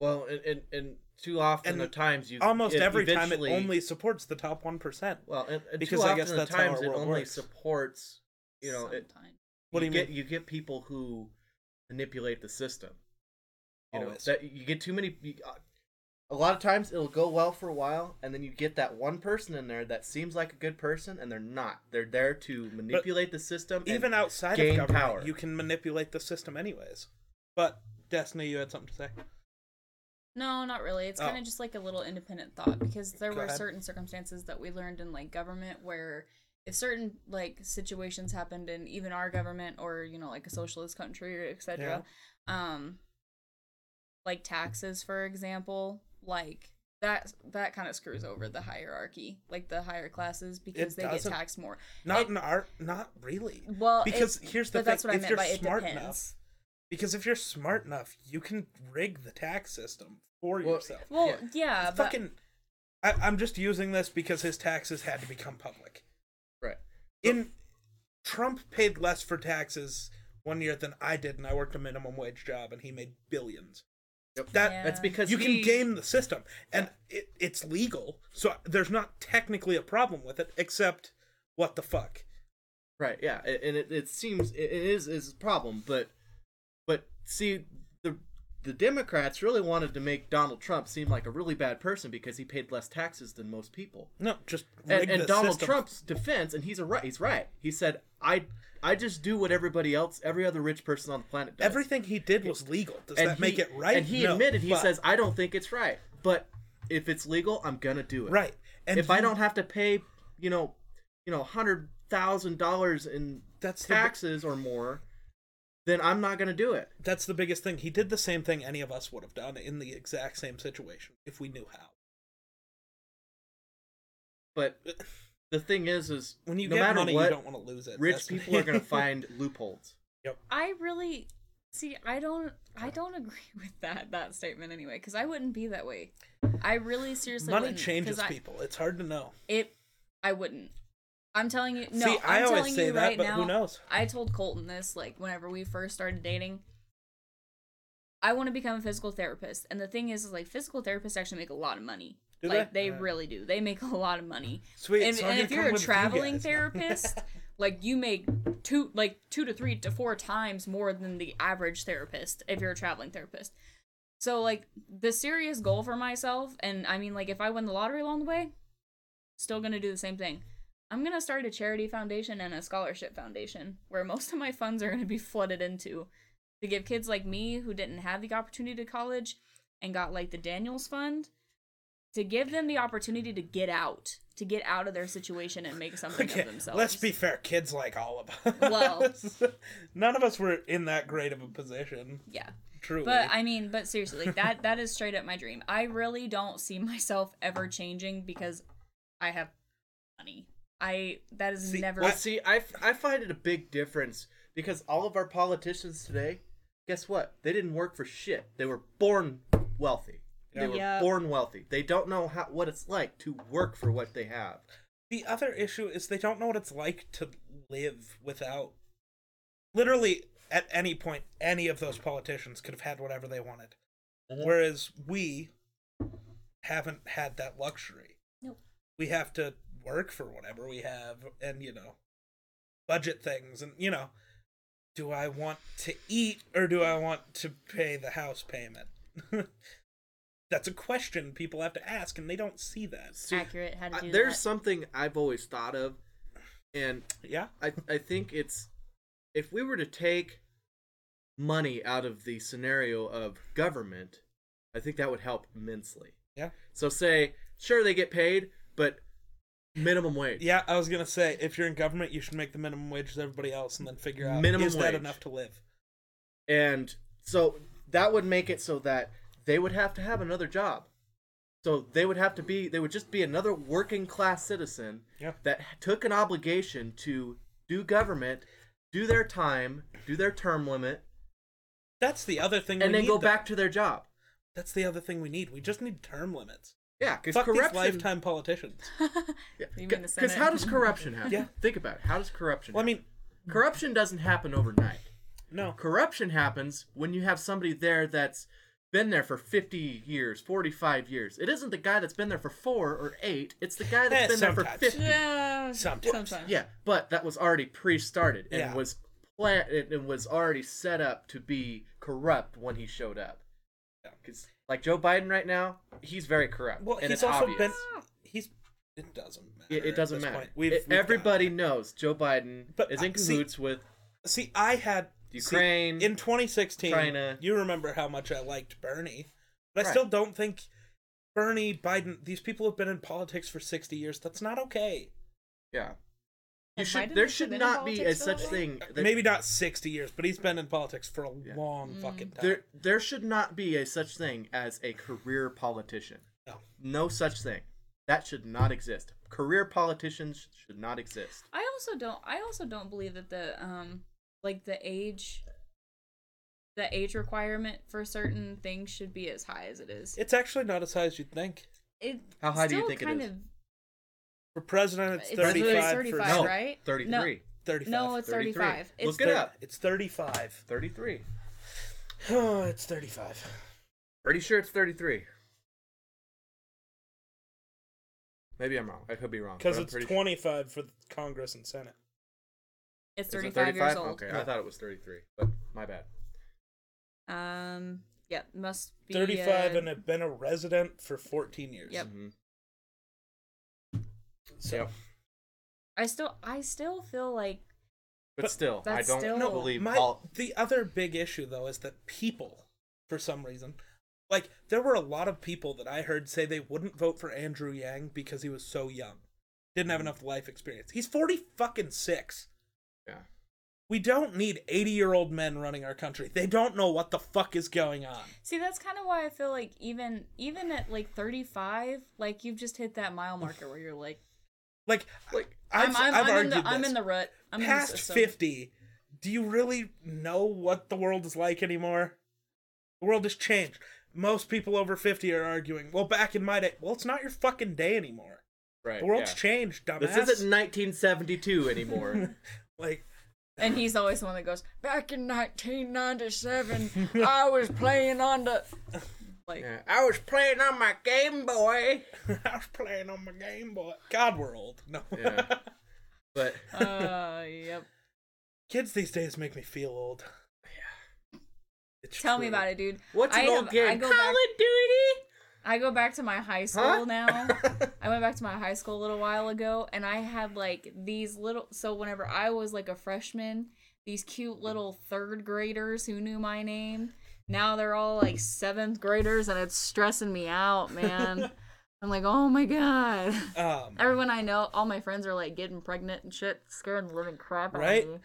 S3: Well, and, and and too often
S1: And
S3: the times you
S1: Almost
S3: it
S1: every time, it
S3: eventually-
S1: only supports the top one percent.
S3: well and, and
S1: because
S3: too
S1: I
S3: often
S1: guess
S3: the
S1: that's how
S3: times
S1: our
S3: it
S1: world
S3: only
S1: works.
S3: supports you know it,
S4: Sometimes.
S1: What do you
S3: get
S1: mean?
S3: you get people who manipulate the system. You know
S1: Always.
S3: that you get too many. You, uh, a lot of times it'll go well for a while, and then you get that one person in there that seems like a good person, and they're not. They're there to manipulate the system. and
S1: Even outside of
S3: gain
S1: government,
S3: power.
S1: you can manipulate the system, anyways. But Destiny, you had something to say.
S4: No, not really. It's
S1: Oh.
S4: kind of just like a little independent thought because there
S1: Go
S4: were
S1: ahead.
S4: certain circumstances that we learned in like government where if certain like situations happened in even our government or you know like a socialist country or etc. Um, like taxes, for example, like that that kind of screws over the hierarchy, like the higher classes because they get
S1: doesn't.
S4: taxed more.
S1: Not
S4: It-
S1: in art, not really.
S4: Well,
S1: because
S4: it-
S1: here's the
S4: but
S1: thing:
S4: that's what I
S1: if
S4: meant
S1: you're
S4: by it
S1: smart
S4: depends.
S1: enough, because if you're smart enough, you can rig the tax system for
S3: Well,
S1: yourself.
S4: Well,
S3: Yeah.
S4: yeah, but
S1: Fucking, I, I'm just using this because his taxes had to become public.
S3: right.
S1: In Trump paid less for taxes one year than I did, and I worked a minimum wage job, and he made billions.
S3: Yep.
S1: That
S4: Yeah.
S3: That's because
S1: you
S3: he-
S1: can game the system and it, it's legal so there's not technically a problem with it except what the fuck
S3: Right. Yeah, a- and it, it seems it it is is a problem, but but see the the Democrats really wanted to make Donald Trump seem like a really bad person because he paid less taxes than most people.
S1: no just
S3: And,
S1: rig
S3: and
S1: the
S3: Donald
S1: system.
S3: Trump's defense, and he's a right. He's right. He said, "I I just do what everybody else, every other rich person on the planet does."
S1: everything he did was legal does
S3: And
S1: that
S3: he-
S1: make it right
S3: And he
S1: No,
S3: admitted he
S1: but-
S3: says, "I don't think it's right, but if it's legal, I'm gonna do it."
S1: right and
S3: if I
S1: you-
S3: don't have to pay, you know, you know, hundred thousand dollars in
S1: That's the-
S3: taxes or more, then I'm not gonna do it.
S1: that's the biggest thing he did the same thing any of us would have done in the exact same situation if we knew how
S3: But the thing is, is
S1: Uh, when you
S3: no
S1: get
S3: matter
S1: money
S3: what,
S1: you don't want to lose it
S3: rich
S1: That's the-
S3: people are gonna find loopholes.
S4: I really see. I don't. I don't agree with that that statement anyway, because I wouldn't be that way. I really seriously
S1: money
S4: wouldn't, 'cause
S1: changes
S4: I,
S1: people it's hard to know
S4: It. I wouldn't. I'm telling you. No,
S1: See, I
S4: am
S1: always
S4: telling
S1: say
S4: you
S1: that,
S4: right
S1: but
S4: now.
S1: who knows?
S4: I told Colton this like whenever we first started dating. I want to become a physical therapist, and the thing is, is like physical therapists actually make a lot of money.
S1: Do they?
S4: like they
S1: Yeah.
S4: really do. They make a lot of money.
S1: Sweet,
S4: And,
S1: so I'm
S4: and
S1: gonna
S4: if you're
S1: come
S4: a
S1: with you
S4: traveling
S1: guys now.
S4: therapist, like you make two, like two to three to four times more than the average therapist if you're a traveling therapist. So like the serious goal for myself, and I mean like if I win the lottery along the way, still gonna do the same thing. I'm gonna start a charity foundation and a scholarship foundation where most of my funds are gonna be flooded into to give kids like me who didn't have the opportunity to college and got like the Daniels fund to give them the opportunity to get out, to get out of their situation and make something
S1: Okay,
S4: of themselves.
S1: let's be fair. Kids like all of us.
S4: Well.
S1: none of us were in that great of a position.
S4: yeah.
S1: Truly,
S4: But I mean, but seriously, like that that is straight up my dream. I really don't see myself ever changing because I have money. I that is
S1: See,
S4: never
S3: Well, see, I, I find it a big difference because all of our politicians today, guess what? They didn't work for shit. They were born wealthy. They were
S4: Yeah.
S3: born wealthy. They don't know how, what it's like to work for what they have.
S1: the other issue is they don't know what it's like to live without. Literally, at any point, any of those politicians could have had whatever they wanted, whereas we haven't had that luxury.
S4: Nope.
S1: We have to work for whatever we have, and you know, budget things, and you know, do I want to eat or do I want to pay the house payment? That's a question people have to ask, and they don't see that.
S3: See,
S4: Accurate, how to
S3: I-
S4: do
S3: there's
S4: that.
S3: something I've always thought of, and
S1: Yeah,
S3: I I think it's if we were to take money out of the scenario of government, I think that would help immensely.
S1: yeah,
S3: So say, sure they get paid, but minimum wage.
S1: yeah. I was gonna say, if you're in government, you should make the minimum wage as everybody else, and then figure out
S3: Minimum
S1: is that
S3: wage.
S1: enough to live.
S3: And so that would make it so that they would have to have another job. So they would have to be they would just be another working class citizen
S1: Yeah.
S3: that took an obligation to do government, do their time, do their term limit,
S1: That's the other thing. we
S3: and then
S1: need,
S3: go
S1: though.
S3: back to their job.
S1: That's the other thing we need. We just need term limits.
S3: Yeah, because
S1: Fuck
S3: corruption.
S1: these lifetime politicians.
S4: You mean the
S3: Because
S4: Senate?
S3: how does corruption happen?
S1: Yeah.
S3: Think about it. How does corruption?
S1: Well, I
S3: happen?
S1: mean,
S3: corruption doesn't happen overnight.
S1: no.
S3: Corruption happens when you have somebody there that's been there for 50 years, 45 years. It isn't the guy that's been there for four or eight. It's the guy that's
S1: Eh,
S3: been there for
S1: sometimes.
S3: 50.
S4: Yeah.
S1: Sometimes.
S3: Yeah, but that was already pre-started and
S1: Yeah.
S3: was planned and was already set up to be corrupt when he showed up.
S1: Yeah.
S3: Because like Joe Biden right now, he's very corrupt.
S1: Well,
S3: and
S1: he's
S3: it's
S1: also
S3: obvious.
S1: been. He's. It doesn't matter.
S3: It,
S1: at
S3: it doesn't
S1: this
S3: matter.
S1: point. We've,
S3: It-
S1: we've
S3: everybody
S1: gotten
S3: knows Joe Biden
S1: But,
S3: is in
S1: uh, see-
S3: cahoots with.
S1: it. See, I had see,
S3: Ukraine,
S1: in 2016.
S3: China.
S1: You remember how much I liked Bernie, but I
S3: Right.
S1: still don't think Bernie Biden. These people have been in politics for 60 years. That's not okay.
S3: Yeah. You
S4: Has
S3: should,
S4: Biden
S3: there
S4: been
S3: should
S4: in
S3: not be a
S4: politics
S3: such
S4: for a
S3: thing. That,
S1: Maybe not 60 years, but he's been in politics for a
S3: Yeah.
S1: long
S4: Mm.
S1: fucking time.
S3: there there should not be a such thing as a career politician.
S1: No.
S3: No such thing. That should not exist. Career politicians should not exist.
S4: I also don't. I also don't believe that the um, like the age, the age requirement for certain things should be as high as it is.
S1: It's actually not as high as you'd think.
S4: It
S3: How high do you
S4: still
S3: think it
S4: kind
S3: is?
S4: Of,
S1: For president, it's,
S4: It's
S1: 35.
S4: thirty
S1: For,
S4: five,
S3: no,
S4: right? No.
S3: 33.
S1: 35.
S4: no, it's
S3: 33.
S4: thirty-five. It's
S3: Look it
S1: thir-
S3: up.
S1: It's 35.
S3: 33.
S1: Oh, it's 35.
S3: Pretty sure it's 33. Maybe I'm wrong. I could be wrong.
S1: Because
S3: but I'm
S1: it's
S3: pretty
S1: 25 for the Congress and Senate.
S4: It's
S3: Sure. Is it
S4: thirty-five, years
S3: 35?
S4: old.
S3: Okay, I
S1: Yeah.
S3: thought it was 33, but my bad.
S4: Um. Yeah. Must be
S1: 35
S4: uh,
S1: and have been a resident for 14 years.
S4: Yep.
S3: Mhm.
S1: So,
S3: Yep.
S4: I still. I still feel like.
S3: But,
S1: But
S3: still, I
S4: that's
S3: don't
S4: still-
S1: No,
S3: believe
S1: my,
S3: all.
S1: the other big issue, though, is that people, for some reason, like, there were a lot of people that I heard say they wouldn't vote for Andrew Yang because he was so young. Didn't
S4: Mm.
S1: have enough life experience. He's 40 fucking six.
S3: Yeah.
S1: We don't need 80 year old men running our country. They don't know what the fuck is going on.
S4: See, that's kind of why I feel like even even at like thirty-five, like you've just hit that mile marker where you're like,
S1: Like,
S3: Like,
S1: I've,
S4: I'm
S1: have
S4: I'm, I'm in
S1: argued
S4: the I'm
S1: this.
S4: in the rut. I'm in the
S1: Past
S4: system.
S1: 50, do you really know what the world is like anymore? The world has changed. Most people over 50 are arguing, well, back in my day, well, it's not your fucking day anymore.
S3: right.
S1: The world's
S3: yeah.
S1: changed, dumbass.
S3: This isn't 1972 anymore.
S1: like,
S4: And he's always the one that goes, Back in 1997, I was playing on the. Like,
S3: yeah, I was playing on my Game Boy.
S1: I was playing on my Game Boy. God, we're old. No.
S3: Yeah. But
S4: uh, yep.
S1: Kids these days make me feel old. Yeah.
S4: Tell me about it, dude.
S3: what's
S4: I
S3: an old
S4: have- I
S3: game?
S4: go
S3: Call
S4: back-
S3: of Duty.
S4: I go back to my high school
S3: Huh?
S4: now. I went back to my high school a little while ago, and I had like these little. So whenever I was like a freshman, these cute little third graders who knew my name. Now they're all like seventh graders, and it's stressing me out, man. I'm like, oh my god.
S1: Um,
S4: Everyone I know, all my friends are like getting pregnant and shit, scaring the living crap out
S1: Right?
S4: of me.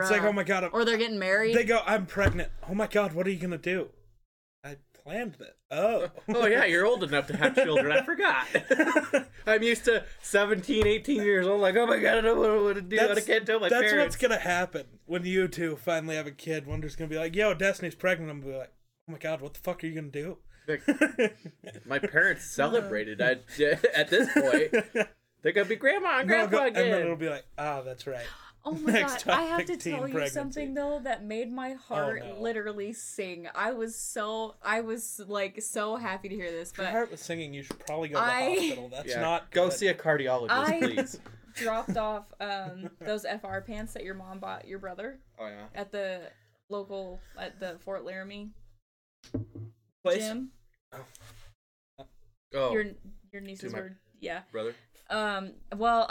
S1: it's like,
S4: Bruh.
S1: oh my god, I'm-
S4: Or they're getting married.
S1: They go, I'm pregnant. Oh my god, what are you gonna do? I planned that. Oh.
S3: Oh yeah, you're old enough to have children. I forgot. I'm used to 17, 18 years old. Like, oh my god, I don't know what to do. I can't tell my
S1: that's what's
S3: parents.
S1: gonna happen when you two finally have a kid. Wonder's gonna be like, yo, Destiny's pregnant. I'm gonna be like, oh my god, what the fuck are you gonna do?
S3: my parents celebrated. I, at this point, they're gonna be grandma and
S1: No, I'll
S3: grandpa
S1: go- and
S3: again.
S1: then it'll be like, ah, that's right.
S4: oh my god,
S1: Next
S4: I have
S1: topic,
S4: to
S1: teen
S4: tell you
S1: pregnancy. Oh,
S4: something though that made my heart
S1: no.
S4: literally sing. I was so, I was like so happy to hear this,
S1: Your
S4: but
S1: heart was singing. You should probably go to the
S4: I-
S1: hospital. That's
S3: Yeah,
S1: not
S3: go
S1: good.
S3: see a cardiologist,
S4: I-
S3: please.
S4: dropped off um, those FR pants that your mom bought your brother
S3: Oh yeah.
S4: at the local at the Fort Laramie
S1: Place?
S4: gym.
S3: Oh,
S4: Your your nieces
S3: my-
S4: were yeah.
S3: brother.
S4: Um, well,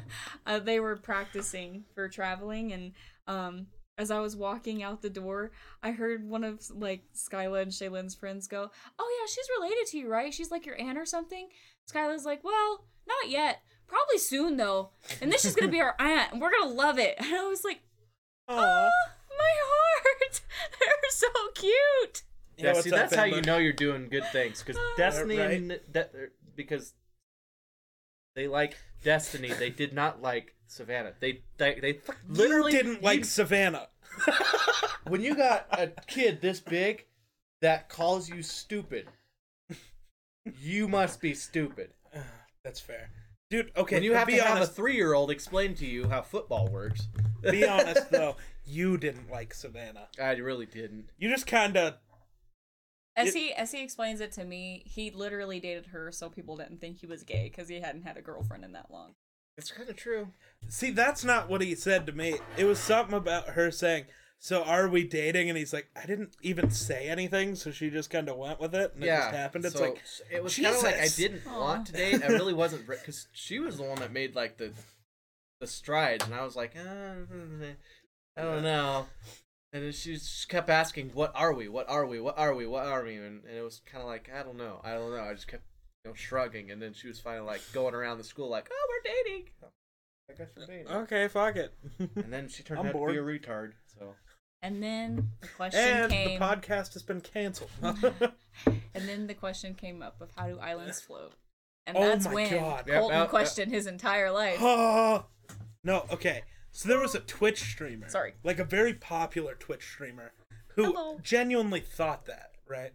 S4: uh, they were practicing for traveling, and um, as I was walking out the door, I heard one of like Skyla and Shaylin's friends go, "Oh yeah, she's related to you, right? She's like your aunt or something." Skyla's like, "Well, not yet. Probably soon though. And then she's gonna be our aunt, and we're gonna love it." And I was like,
S1: Aw.
S4: "Oh, my heart! They're so cute."
S1: You know
S3: yeah,
S1: what's
S3: see,
S1: up,
S3: that's how you
S1: Finland?
S3: know you're doing good things because Destiny
S1: Right.
S3: and that er, because they like Destiny. They did not like Savannah. They they, they fuck- literally
S1: you didn't like
S3: you-
S1: Savannah.
S3: when you got a kid this big that calls you stupid. You must be stupid.
S1: That's fair, dude. Okay,
S3: when you
S1: but
S3: have
S1: be
S3: to have a
S1: honest.
S3: three-year-old explain to you how football works.
S1: be honest though, you didn't like Savannah.
S3: I really didn't.
S1: You just kind of It-
S4: As he as he explains it to me, he literally dated her so people didn't think he was gay because he hadn't had a girlfriend in that long.
S3: It's kind of true.
S1: see. That's not what he said to me. It was something about her saying, "So are we dating?" And he's like, "I didn't even say anything." So she just kind of went with it, and it
S3: yeah,
S1: just happened. It's
S3: so
S1: like
S3: it was kind of like I
S1: Jesus.
S3: didn't want to date. I really wasn't because she was the one that made like the the strides, and I was like, uh, I don't know. And then she just kept asking, "What are we? What are we? What are we? What are we?" And, and it was kind of like, I don't know, I don't know. I just kept you know, shrugging, and then she was finally like going around the school like, "Oh, we're dating." I guess we're dating.
S1: okay, fuck it.
S3: And then she turned
S1: Uh, I'm
S3: out
S1: bored.
S3: to be a retard. So
S4: And then the question
S1: and
S4: came.
S1: the podcast has been canceled.
S4: and then the question came up of how do islands float? And
S1: Oh
S4: that's
S1: my
S4: when
S1: God.
S3: Yep,
S4: Colton
S3: out- out-
S4: questioned his entire life.
S1: Oh, no, okay. So there was a Twitch streamer.
S4: Sorry.
S1: Like a very popular Twitch streamer who
S4: Hello.
S1: genuinely thought that, right?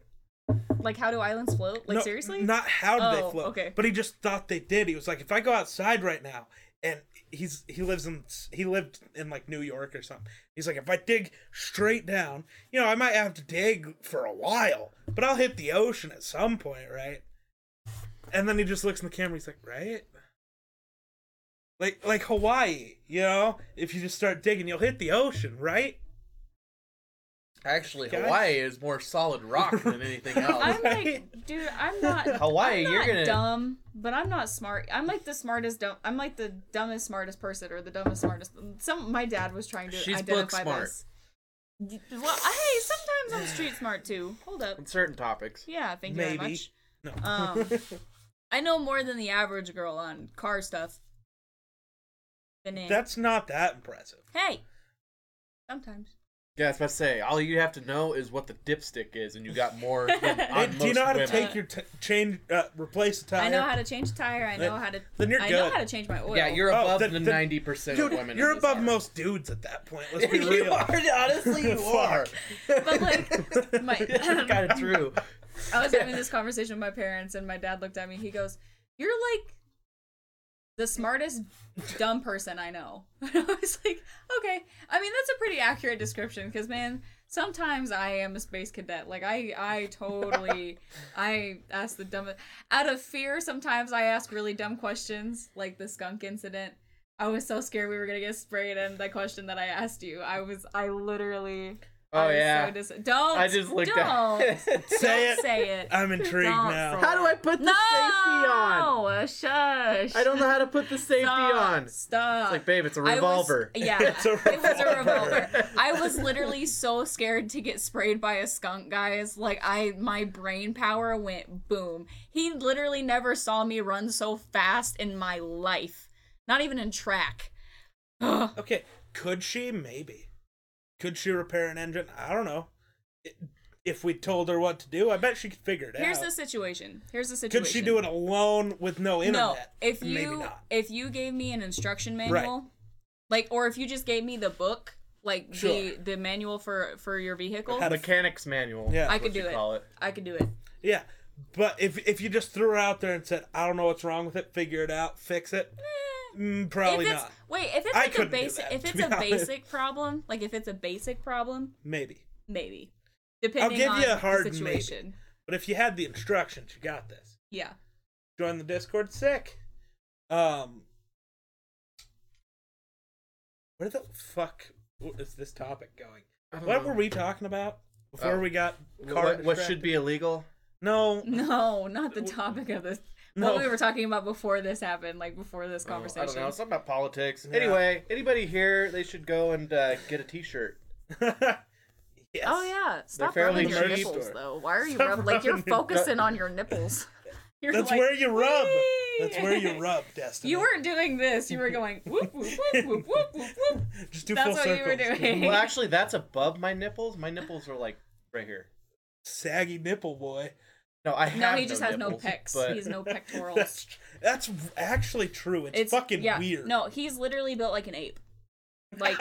S4: Like how do islands float? Like
S1: No,
S4: seriously?
S1: Not how do
S4: Oh,
S1: they float.
S4: okay.
S1: But he just thought they did. He was like, if I go outside right now and he's he lives in he lived in like New York or something. He's like, if I dig straight down, you know, I might have to dig for a while, but I'll hit the ocean at some point, right? And then he just looks in the camera, he's like, right? Like like Hawaii, you know? If you just start digging, you'll hit the ocean, right?
S3: actually,
S1: Guys?
S3: Hawaii is more solid rock than anything else.
S4: I'm like,
S1: Right.
S4: dude, I'm not.
S3: Hawaii,
S4: I'm
S3: you're
S4: not
S3: gonna
S4: dumb, but I'm not smart. I'm like the smartest dumb. I'm like the dumbest smartest person, or the dumbest smartest. Some my dad was trying to
S3: She's book
S4: identify
S3: smart.
S4: this. Y- Well, hey, sometimes I'm street smart too. Hold up.
S3: on certain topics.
S4: Yeah, thank you very
S1: Maybe.
S4: much.
S1: No.
S4: Um, I know more than the average girl on car stuff. Than in-
S1: That's not that impressive.
S4: hey. Sometimes.
S3: Yeah, I was about to say, all you have to know is what the dipstick is, and you got more than
S1: Hey,
S3: on
S1: do you
S3: most
S1: know how to
S3: women.
S1: take your t- change, uh, replace the tire?
S4: I know how to change a tire. I know
S1: Then-
S4: how to.
S1: then you're
S4: I know
S1: good.
S4: how to change my oil.
S3: Yeah, you're
S1: Oh,
S3: above
S1: the-
S3: the
S1: the-
S3: ninety percent of
S1: Dude,
S3: women. in
S1: you're
S3: this
S1: above
S3: area.
S1: most dudes at that point. Let's be
S3: you
S1: real.
S3: are honestly you are.
S4: But like, my,
S3: kind of true.
S4: I was having this conversation with my parents, and my dad looked at me. He goes, "You're like the smartest dumb person I know." And I was like, "Okay." I mean, that's a pretty accurate description, because man, sometimes I am a space cadet. Like I, I totally, I ask the dumbest. Out of fear, sometimes I ask really dumb questions, like the skunk incident. I was so scared we were gonna get sprayed, and the question that I asked you, I was, I literally. I
S3: Oh
S4: was
S3: yeah,
S4: so dis- don't.
S3: I just looked
S4: don't.
S3: at.
S1: Say
S4: Don't
S1: it.
S4: say it.
S1: I'm intrigued
S4: Don't
S1: now.
S4: say
S3: how do I put the
S4: no!
S3: safety on?
S4: Shush.
S3: I don't know how to put the safety on. It's
S4: Stop.
S3: like, babe, it's a
S4: I was-
S3: revolver.
S4: yeah,
S1: It's a
S4: it was a
S1: revolver.
S4: revolver. I was literally so scared to get sprayed by a skunk, guys. Like I, my brain power went boom. He literally never saw me run so fast in my life. Not even in track. Ugh.
S1: Okay, could she? Maybe. Could she repair an engine? I don't know. It- If we told her what to do, I bet she could figure it
S4: Here's
S1: out.
S4: the situation. Here's the situation.
S1: could she do it alone with no
S4: No,
S1: internet?
S4: if you
S1: Maybe not.
S4: if you gave me an instruction manual, like or if you just gave me the book, like
S1: Sure.
S4: the the manual for for your vehicle,
S1: How to-
S3: Mechanics manual.
S1: Yeah.
S4: I
S1: that's
S4: could
S3: what you
S4: do it.
S3: call it.
S4: I could do it.
S1: Yeah, but if if you just threw her out there and said, "I don't know what's wrong with it. Figure it out. Fix it." Mm, probably
S4: Eh, if it's
S1: not.
S4: wait, if it's
S1: I
S4: like a
S1: couldn't do
S4: basic,
S1: that,
S4: if
S1: to
S4: it's
S1: be
S4: a
S1: honest.
S4: basic problem, like if it's a basic problem,
S1: Maybe.
S4: maybe depending
S1: give
S4: on
S1: you a hard
S4: the
S1: maybe.
S4: situation.
S1: But if you had the instructions, you got this.
S4: Yeah.
S1: join the Discord. Sick. Um, Where the fuck is this topic going?
S3: I don't
S1: What
S3: know.
S1: were we talking about before
S3: Oh.
S1: we got car
S3: What, what
S1: distracted?
S3: should be illegal?
S1: No,
S3: Oh,
S4: No, not the topic of this.
S1: No.
S4: What we were talking about before this happened, like before this
S3: Oh, I don't
S4: conversation.
S3: know. Something about politics. Anyway, anybody here, they should go and uh, get a T-shirt.
S1: Yes.
S4: Oh yeah, stop
S3: fairly
S4: rubbing your
S1: cheap.
S4: nipples though. Why are you
S1: Stop
S4: rubbing? Like you're
S1: rubbing your-
S4: focusing on your nipples. You're
S1: That's
S4: like,
S1: where you rub.
S4: "Wee!"
S1: That's where you rub, Destiny.
S4: You weren't doing this. You were going whoop whoop whoop whoop whoop whoop. whoop.
S1: Just do full
S4: That's what you were
S1: circles. dude.
S4: doing.
S3: Well, actually, that's above my nipples. My nipples are like right here.
S1: Saggy nipple boy.
S3: No, I have
S4: No, he just has
S3: nipples,
S4: no pecs.
S3: But
S4: He's no pectorals.
S1: That's that's actually true. It's, fucking
S4: yeah.
S1: weird.
S4: No, he's literally built like an ape. Like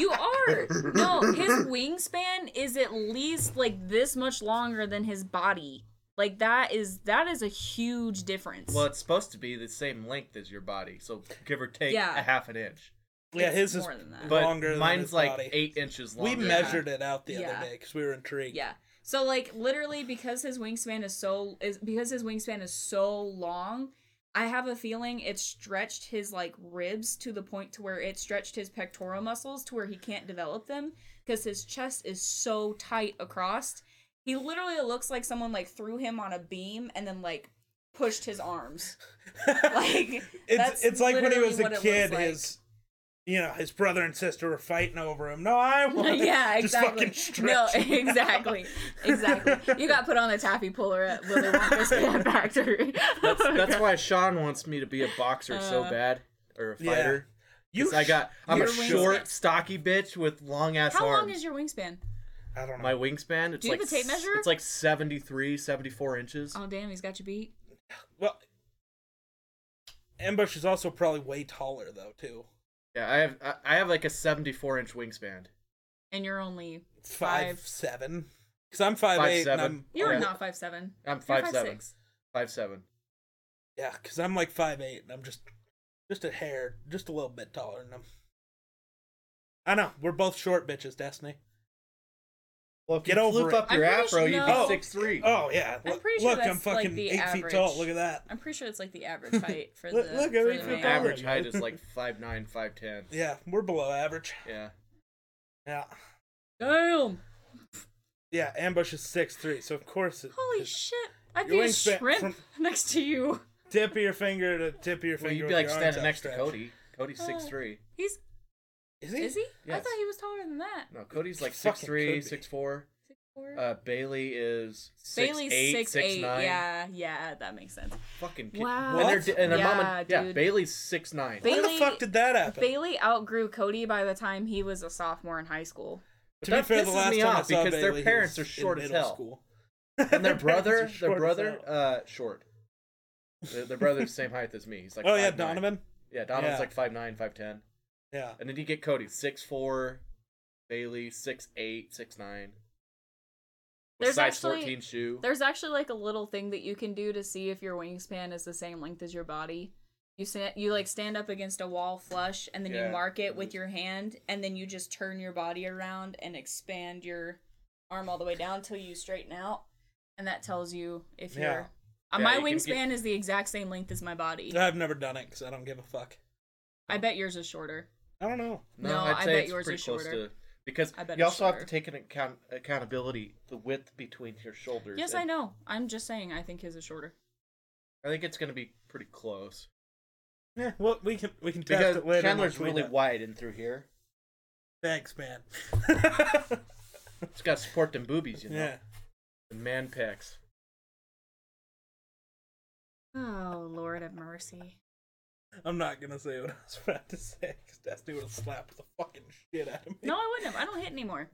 S4: you are. No, his wingspan is at least like this much longer than his body. Like that is that is a huge difference.
S3: well, it's supposed to be the same length as your body, so give or take
S4: Yeah.
S3: a half an inch.
S1: yeah,
S4: It's
S1: his is
S4: more than that.
S3: But
S1: longer than
S3: mine's
S1: his
S3: like
S1: body.
S3: eight inches long.
S1: We measured it out the
S4: Yeah.
S1: other day because we were intrigued.
S4: Yeah. So like literally because his wingspan is so is because his wingspan is so long, I have a feeling it stretched his like ribs to the point to where it stretched his pectoral muscles to where he can't develop them because his chest is so tight across. He literally looks like someone like threw him on a beam and then like pushed his arms. Like
S1: It's
S4: that's
S1: it's like when he
S4: literally
S1: was a
S4: what it looks
S1: kid,
S4: like.
S1: his you know, his brother and sister were fighting over him. No, I want
S4: yeah,
S1: Just
S4: exactly.
S1: fucking
S4: no,
S1: stretch.
S4: exactly, exactly. You got put on the taffy puller at Willy Wonka's Peanut Factory.
S3: That's that's why Sean wants me to be a boxer so bad or a
S1: yeah.
S3: fighter.
S1: You
S3: 'Cause I got I'm a
S4: Uh, your wings-
S3: short, stocky bitch with long ass
S4: How
S3: arms.
S4: long is your wingspan?
S1: I don't know.
S3: my wingspan? It's
S4: Do you
S3: like
S4: have a tape
S3: s-
S4: measure?
S3: It's like 73, 74 inches.
S4: Oh damn, he's got you beat.
S1: Well, Ambush is also probably way taller though too.
S3: Yeah, I have I- I have like a 74 inch wingspan.
S4: And you're only
S1: Five,
S4: Five.
S1: seven. Because I'm five,
S3: Five,
S1: eight.
S3: seven.
S1: And I'm,
S4: you're
S3: Yeah.
S4: not five seven.
S3: I'm
S4: You're
S3: 5'7".
S4: six.
S3: Five seven.
S1: yeah, because I'm like five eight, and I'm just just a hair, just a little bit taller than him. I know we're both short bitches, Destiny.
S3: Well, if
S1: Get
S3: you
S1: over
S3: floof
S1: it.
S3: up
S4: I'm
S3: your
S4: pretty sure-
S3: afro, you'd
S4: no.
S3: be six three.
S1: Oh yeah,
S4: I'm
S1: Look-
S4: pretty sure
S1: look, I'm
S4: that's, like,
S1: fucking
S4: the
S1: eight
S4: average.
S1: feet tall. Look at that.
S4: I'm pretty sure it's like the average height for the
S1: Look- look,
S4: for
S1: every
S4: the
S1: foot
S4: man.
S1: taller.
S3: Average height is like 5'9", 5'10".
S1: Yeah, we're below average.
S3: Yeah.
S1: Yeah,
S4: Damn!
S1: yeah. Ambush is six three, so of course, it,
S4: Holy
S1: it's
S4: shit! I'd
S1: Your
S4: be a
S1: wingspan
S4: shrimp
S1: from-
S4: next to you.
S1: tip of your finger to tip of your
S3: Well,
S1: finger.
S3: you'd
S1: with
S3: be like
S1: your arms
S3: standing next to
S1: outstretched.
S3: Cody. Cody's
S4: Uh,
S3: six three.
S4: He's
S1: Is he?
S4: is he? I
S3: Yes.
S4: thought he was taller than that.
S3: No, Cody's like
S1: Fucking
S3: six three,
S1: could be.
S3: six four.
S4: Six, four.
S3: Uh, Bailey is six
S4: Bailey's
S3: eight,
S4: six,
S3: six
S4: eight.
S3: nine.
S4: Yeah, yeah, that makes sense.
S3: Fucking kid.
S4: Wow.
S3: And, they're
S1: What?
S3: di- and her
S4: Yeah,
S3: mama. Yeah,
S4: dude.
S3: Bailey's six nine.
S4: Ba-
S1: When
S4: Bailey-
S1: the fuck did that happen?
S4: Bailey outgrew Cody by the time he was a sophomore in high school.
S1: to be
S3: that
S1: fair, the
S3: pisses
S1: last
S3: me
S1: time I
S3: off
S1: saw
S3: because their
S1: Bailey, he
S3: parents
S1: was
S3: are short
S1: in
S3: as
S1: middle
S3: hell.
S1: School.
S3: and their
S1: Their parents
S3: brother,
S1: are short
S3: their
S1: as
S3: brother,
S1: hell.
S3: uh, short. Their, their brother's the same height as me. He's like.
S1: oh yeah,
S3: 5'9".
S1: Donovan.
S3: Yeah, Donovan's
S1: Yeah.
S3: like five nine, five ten.
S1: Yeah,
S3: And then you get Cody six four, Bailey six eight, six nine. With
S4: There's
S3: size
S4: actually-
S3: fourteen shoe.
S4: There's actually like a little thing that you can do to see if your wingspan is the same length as your body. You stand, you like stand up against a wall flush, and then you
S3: Yeah.
S4: mark it with your hand, and then you just turn your body around and expand your arm all the way down till you straighten out, and that tells you if
S1: Yeah.
S4: you're.
S3: Yeah,
S4: Uh, my
S3: you can
S4: wingspan
S3: get-
S4: is the exact same length as my body.
S1: I've never done it because I don't give a fuck.
S4: I bet yours is shorter.
S1: I don't know.
S4: No, I bet yours
S3: pretty
S4: is
S3: close
S4: shorter.
S3: because
S4: I bet
S3: you
S4: it's
S3: also have to
S4: shorter.
S3: take into account accountability the width between your shoulders.
S4: Yes,
S3: and-
S4: I know. I'm just saying. I think his is shorter.
S3: I think it's going to be pretty close
S1: Yeah, well, we can we can test
S3: because
S1: it later.
S3: Chandler's
S1: once we
S3: really
S1: know.
S3: wide in through here.
S1: Thanks, man.
S3: It's got to support them boobies, you know,
S1: yeah,
S3: the man pecs.
S4: Oh Lord have mercy.
S1: I'm not gonna say what I was about to say because Destiny would have slapped the fucking shit out of me.
S4: No, I wouldn't have. I don't hit anymore.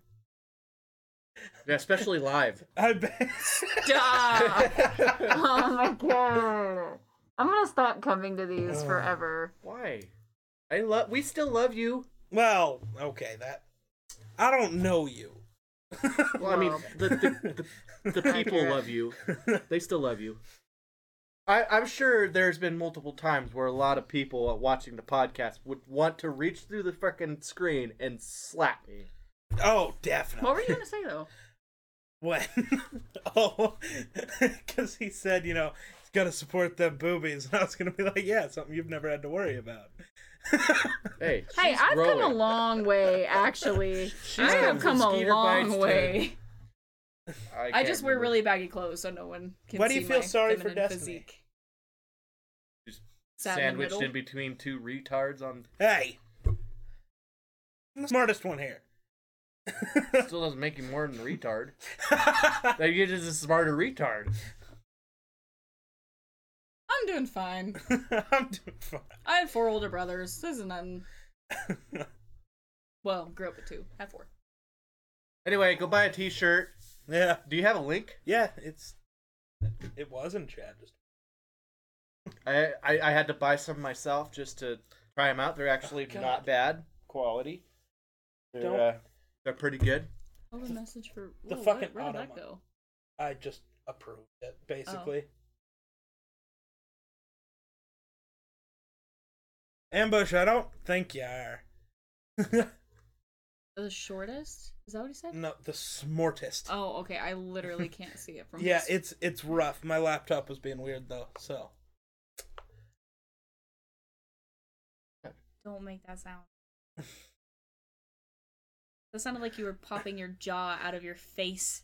S3: Yeah, especially live.
S1: I bet.
S4: Duh. oh my god. I'm gonna stop coming to these forever.
S3: Why? I love. We still love you.
S1: well, okay, that I don't know you.
S3: Well, I mean,
S4: Well.
S3: the, the, the, the people love you. They still love you. I, I'm sure there's been multiple times where a lot of people watching the podcast would want to reach through the fucking screen and slap me.
S1: Oh, definitely.
S4: What were you gonna say though?
S1: When? oh, because he said, you know, he's got to support them boobies. And I was going to be like, yeah, it's something you've never had to worry about.
S3: Hey,
S4: Hey,
S3: she's
S4: I've
S3: growing.
S4: come a long way, actually. I
S3: gone
S4: have
S3: from
S4: come a
S3: skeeter bites
S4: long
S3: to-
S4: way. I,
S3: can't
S4: just wear
S3: remember.
S4: really baggy clothes so no one can
S1: Why do
S4: see
S1: you feel
S4: my
S1: sorry for
S4: feminine
S1: Destiny?
S4: physique.
S3: Just
S4: Sat in the
S3: sandwiched
S4: middle.
S3: in, between two retards on
S1: Hey, I'm the smartest one here.
S3: still doesn't make you more than a retard. Like you're just a smarter retard.
S4: I'm doing fine.
S1: I'm doing fine.
S4: I had four older brothers. This is nothing. Well, grew up with two. Had four.
S3: Anyway, go buy a t-shirt.
S1: yeah,
S3: Do you have a link?
S1: yeah. It's it wasn't Chad. Just
S3: I, I I had to buy some myself just to try them out. They're actually
S4: Oh,
S1: God.
S3: not bad quality. They're
S1: Don't-
S3: uh, they're pretty good.
S4: Oh, the message for
S1: the
S4: Whoa,
S1: fucking
S4: Where, where did that
S1: automatic.
S4: go?
S1: I just approved it basically.
S4: Oh.
S1: Ambush. I don't think you are.
S4: The shortest? Is that what he said?
S1: no, the smartest.
S4: Oh, okay. I literally can't see it from.
S1: yeah,
S4: this.
S1: it's it's rough. My laptop was being weird though, so
S4: Don't make that sound. That sounded like you were popping your jaw out of your face.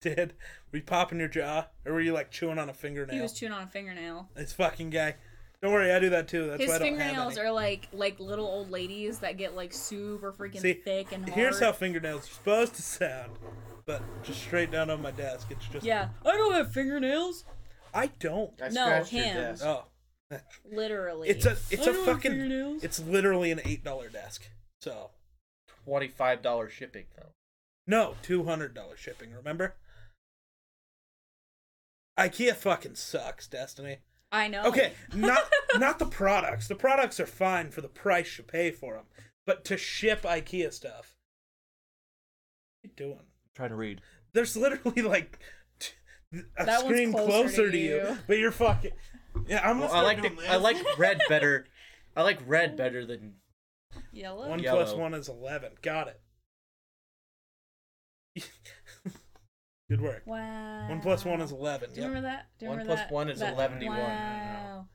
S1: did. Were you popping your jaw, or were you like chewing on a fingernail?
S4: He was chewing on a fingernail.
S1: This fucking guy. Don't worry, I do that too. That's why
S4: His
S1: I don't
S4: fingernails
S1: have
S4: are like like little old ladies that get like super freaking
S1: See,
S4: thick and
S1: any.
S4: hard.
S1: Here's how fingernails are supposed to sound, but just straight down on my desk. It's just
S4: Yeah, I don't have fingernails.
S1: I don't.
S3: I
S4: No,
S3: scratched
S4: him.
S3: Your desk.
S1: Oh,
S4: Literally.
S1: it's a it's
S4: I
S1: a
S4: don't have
S1: fucking
S4: fingernails.
S1: it's literally an eight dollar desk. So
S3: Twenty five dollar shipping though.
S1: no, two hundred dollar shipping. Remember. IKEA fucking sucks, Destiny.
S4: I know.
S1: Okay, not not the products. The products are fine for the price you pay for them, but to ship IKEA stuff, what you doing?
S3: trying to read.
S1: There's literally like t- a
S4: That one's
S1: screen
S4: closer
S1: closer
S4: to
S1: to you.
S4: you.
S1: but you're fucking. Yeah, I'm gonna
S3: Well, I
S1: start
S3: like
S1: doing
S3: the,
S1: this.
S3: I like red better. I like red better than
S4: Yellow.
S1: one
S3: Yellow.
S1: plus one is eleven. Got it. Good work.
S4: Wow.
S1: One plus one is eleven.
S4: Do you
S1: Yep.
S4: remember that? Do you
S3: One
S4: remember
S3: plus
S4: that?
S3: one is
S4: that?
S3: 111.
S4: Wow.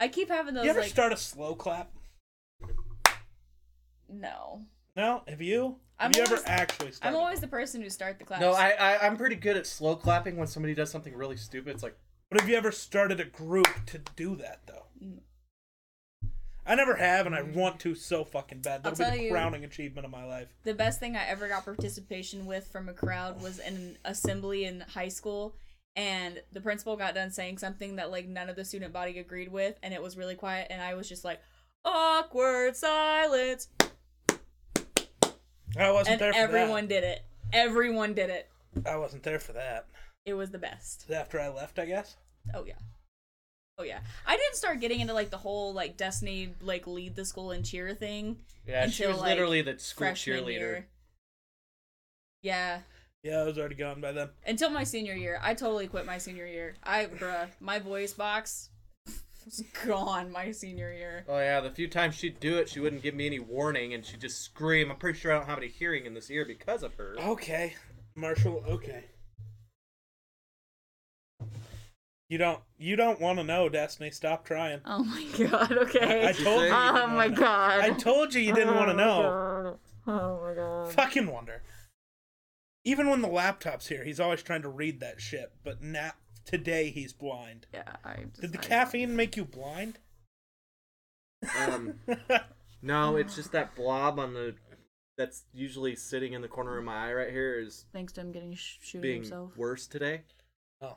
S4: I keep having those
S1: You ever
S4: like
S1: start a slow clap?
S4: no.
S1: No, have you? Have
S4: I'm
S1: you ever
S4: always-
S1: actually started?
S4: I'm always the person who start the class.
S3: No, I, I I'm pretty good at slow clapping when somebody does something really stupid. It's like
S1: But have you ever started a group to do that though?
S4: Mm.
S1: I never have, and I want to so fucking bad.
S4: I'll
S1: That'll be
S4: tell
S1: the
S4: you-
S1: crowning achievement of my life.
S4: the best thing I ever got participation with from a crowd was an assembly in high school and the principal got done saying something that like none of the student body agreed with and it was really quiet and I was just like awkward silence
S1: I wasn't
S4: and
S1: there for
S4: everyone did it. Everyone did it.
S1: that. I wasn't there for that.
S4: It was the best.
S1: It was After I left, I guess.
S4: Oh yeah. Oh yeah. I didn't start getting into like the whole like Destiny like lead the school and cheer thing.
S3: yeah, she
S4: Until,
S3: was
S4: like,
S3: literally the school
S4: freshman
S3: cheerleader.
S4: year. Yeah.
S1: Yeah, I was already gone by then.
S4: Until my senior year. I totally quit my senior year. I bruh, my voice box was gone my senior year.
S3: Oh yeah, the few times she'd do it, she wouldn't give me any warning, and she'd just scream. I'm pretty sure I don't have any hearing in this ear because of her.
S1: Okay, Marshall. Okay. You don't. You don't want to know, Destiny. Stop trying.
S4: Oh my god, okay.
S1: I told you. you didn't
S4: oh
S1: wanna
S4: my
S1: know.
S4: god.
S1: I told you you didn't want to know.
S4: Oh my god.
S1: Fucking wonder. Even when the laptop's here, he's always trying to read that shit. But now today he's blind.
S4: Yeah, I just,
S1: Did the
S4: I-
S1: caffeine make you blind?
S3: Um, no,
S4: Mm.
S3: it's just that blob on the that's usually sitting in the corner of my eye right here is
S4: Thanks to him getting sh- shooting
S3: being
S4: himself.
S3: worse today.
S1: oh,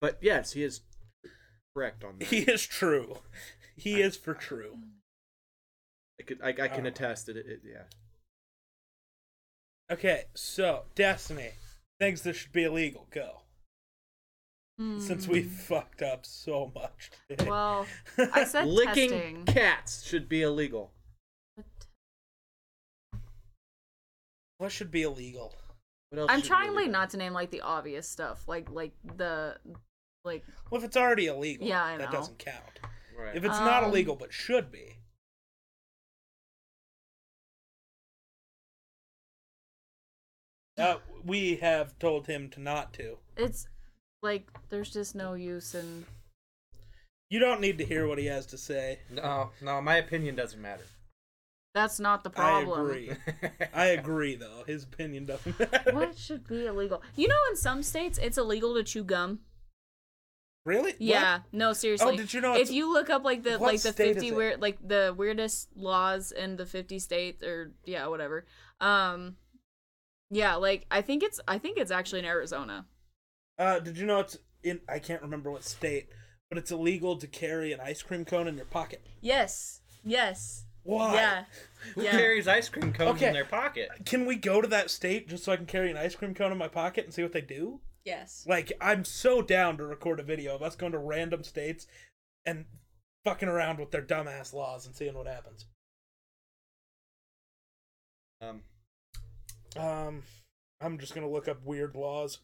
S3: But yes, he is correct on that.
S1: he is true. He is for true.
S3: I could, I, I can
S1: Oh.
S3: attest it, it. Yeah,
S1: Okay, so Destiny, things that should be illegal. Go. Since we fucked up so much. Today.
S4: Hmm. Well, I said
S3: licking
S4: testing.
S3: cats should be illegal.
S4: but
S1: what should be illegal?
S3: What else
S4: I'm
S3: should be
S4: trying like
S3: illegal?
S4: not to name like the obvious stuff, like like the like
S1: Well, if it's already illegal,
S4: Yeah, I
S1: that
S4: know.
S1: doesn't count.
S3: Right.
S1: If it's not
S4: Um,
S1: illegal but should be, uh, we have told him to not to.
S4: it's like there's just no use in
S1: You don't need to hear what he has to say.
S3: No, no, my opinion doesn't matter.
S4: That's not the problem.
S1: I agree. I agree, though. His opinion doesn't matter.
S4: What should be illegal? You know, in some states, it's illegal to chew gum.
S1: Really? What?
S4: Yeah. No, seriously.
S1: Oh, did you know
S4: If
S1: it's-
S4: you look up like the
S1: What
S4: like the
S1: state is
S4: fifty
S1: it?
S4: weird like the weirdest laws in the fifty states or yeah whatever, um, yeah like I think it's I think it's actually in Arizona.
S1: Uh, did you know it's in? I can't remember what state, but it's illegal to carry an ice cream cone in your pocket.
S4: Yes. Yes.
S1: Why?
S4: Yeah.
S3: Who
S4: yeah.
S3: carries ice cream cones
S1: Okay.
S3: in their pocket?
S1: Can we go to that state just so I can carry an ice cream cone in my pocket and see what they do?
S4: Yes.
S1: Like, I'm so down to record a video of us going to random states and fucking around with their dumbass laws and seeing what happens.
S3: Um,
S1: Um, I'm just gonna look up weird laws.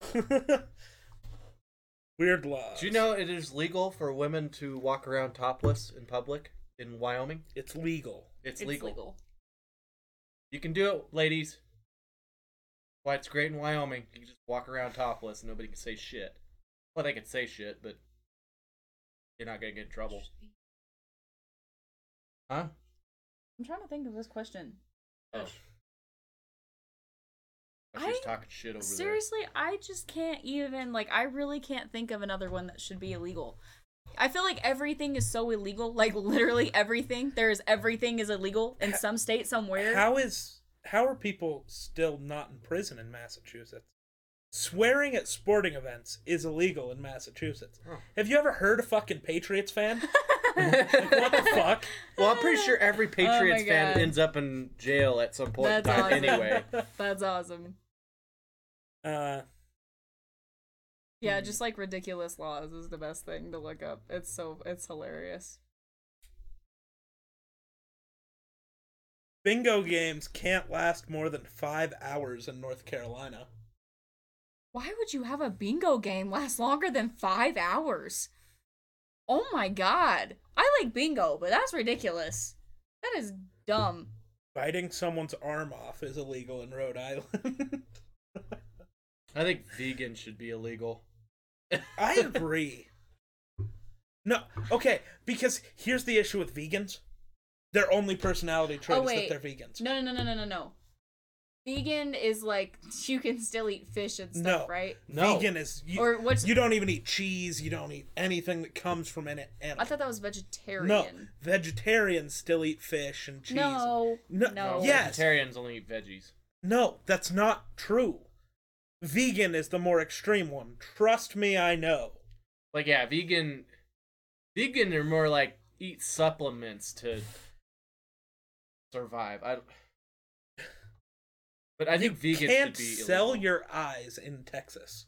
S1: weird laws.
S3: do you know it is legal for women to walk around topless in public in Wyoming?
S1: it's legal?
S3: It's, legal. You can do it, ladies. Why it's great in Wyoming. You can just walk around topless and nobody can say shit. Well, they can say shit, but you're not gonna get in trouble. Huh?
S4: I'm trying to think of this question.
S3: Oh.
S4: I-
S3: She's talking shit over
S4: Seriously, I just can't even like I really can't think of another one that should be illegal. I feel like everything is so illegal, like literally everything. There is everything is illegal in some state somewhere.
S1: How is how are people still not in prison in Massachusetts? Swearing at sporting events is illegal in Massachusetts.
S3: Huh.
S1: Have you ever heard a fucking Patriots fan?
S3: there.
S1: what the fuck?
S3: well, I'm pretty sure every Patriots fan
S4: Oh God.
S3: ends up in jail at some point in
S4: That's
S3: time
S4: awesome.
S3: anyway.
S4: That's awesome.
S1: Uh,
S4: Yeah, just like ridiculous laws is the best thing to look up. It's so it's hilarious.
S1: bingo games can't last more than five hours in North Carolina.
S4: Why would you have a bingo game last longer than five hours? Oh my god. I like bingo, but that's ridiculous. That is dumb.
S1: Biting someone's arm off is illegal in Rhode Island.
S3: I think vegan should be illegal.
S1: I agree. No, okay, because here's the issue with vegans. Their only personality trait
S4: Oh,
S1: is
S4: wait.
S1: that they're vegans.
S4: No, no, no, no, no, no, no. Vegan is like you can still eat fish and
S1: no,
S4: stuff, right?
S3: No.
S1: Vegan is you,
S4: Or what's-
S1: you don't even eat cheese. You don't eat anything that comes from an animal.
S4: I thought that was vegetarian.
S1: no, vegetarians still eat fish and cheese.
S4: No,
S1: no,
S4: no.
S1: yes,
S3: Vegetarians only eat veggies.
S1: no, that's not true. Vegan is the more extreme one. Trust me, I know.
S3: Like yeah, vegan vegan are more like eat supplements to survive. I don't But I think vegan
S1: Can't
S3: should be
S1: sell
S3: illegal.
S1: your eyes in Texas.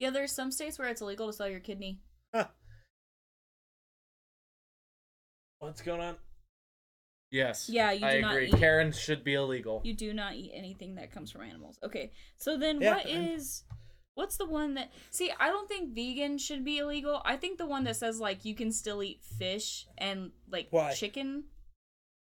S4: Yeah, there's some states where it's illegal to sell your kidney.
S1: Huh. What's going on?
S3: Yes.
S4: Yeah, you
S3: I
S4: do not
S3: agree.
S4: eat-
S3: Karens should be illegal.
S4: You do not eat anything that comes from animals. Okay, so then
S1: Yeah,
S4: what
S1: and-
S4: is? What's the one that? See, I don't think vegan should be illegal. I think the one that says like you can still eat fish and like
S1: Why?
S4: chicken,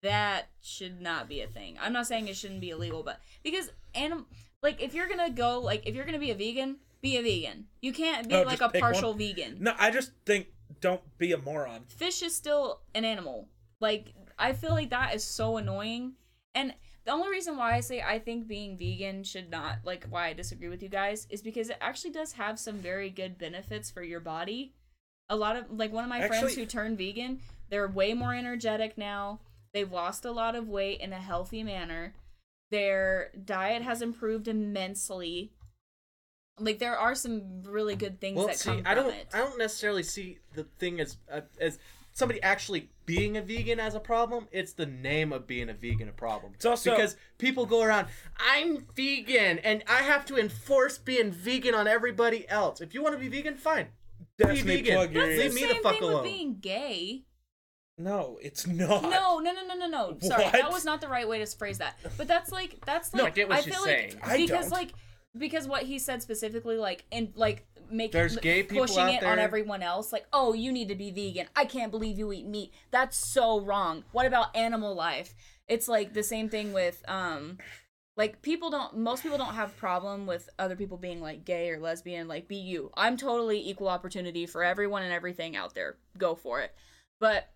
S4: that should not be a thing. I'm not saying it shouldn't be illegal, but because anim, like if you're gonna go like if you're gonna be a vegan, be a vegan. You can't be
S1: Oh,
S4: like
S1: just
S4: a
S1: pick
S4: partial
S1: one?
S4: vegan
S1: No, I just think don't be a moron.
S4: fish is still an animal. Like I feel like that is so annoying. And the only reason why I say I think being vegan should not like why I disagree with you guys is because it actually does have some very good benefits for your body. A lot of like one of my friends
S1: Actually-
S4: who turned vegan, they're way more energetic now. They've lost a lot of weight in a healthy manner. Their diet has improved immensely. Like there are some really good things
S3: Well,
S4: that
S3: see,
S4: come
S3: I
S4: from
S3: don't
S4: it.
S3: I don't necessarily see the thing as uh, as somebody actually being a vegan as a problem. It's the name of being a vegan a problem.
S1: It's also-
S3: because people go around, I'm vegan and I have to enforce being vegan on everybody else. If you want to be vegan, fine.
S1: Destiny
S3: vegan.
S1: plug your
S3: That's
S1: ears.
S3: Leave me the
S4: Same
S3: fuck
S4: thing
S3: alone.
S4: with being gay.
S1: No, it's not.
S4: No, no, no, no, no, no. Sorry,
S1: What?
S4: that was not the right way to phrase that. But that's like that's
S3: No,
S4: like
S3: I get what she's
S4: feel
S3: saying.
S4: like
S1: I
S4: because
S1: don't.
S4: like because what he said specifically like and like making
S3: There's gay people
S4: pushing
S3: out
S4: it on
S3: there-
S4: everyone else like oh you need to be vegan I can't believe you eat meat that's so wrong what about animal life it's like the same thing with um Like people don't most people don't have problem with other people being like gay or lesbian, like be you. I'm totally equal opportunity for everyone and everything out there. Go for it. But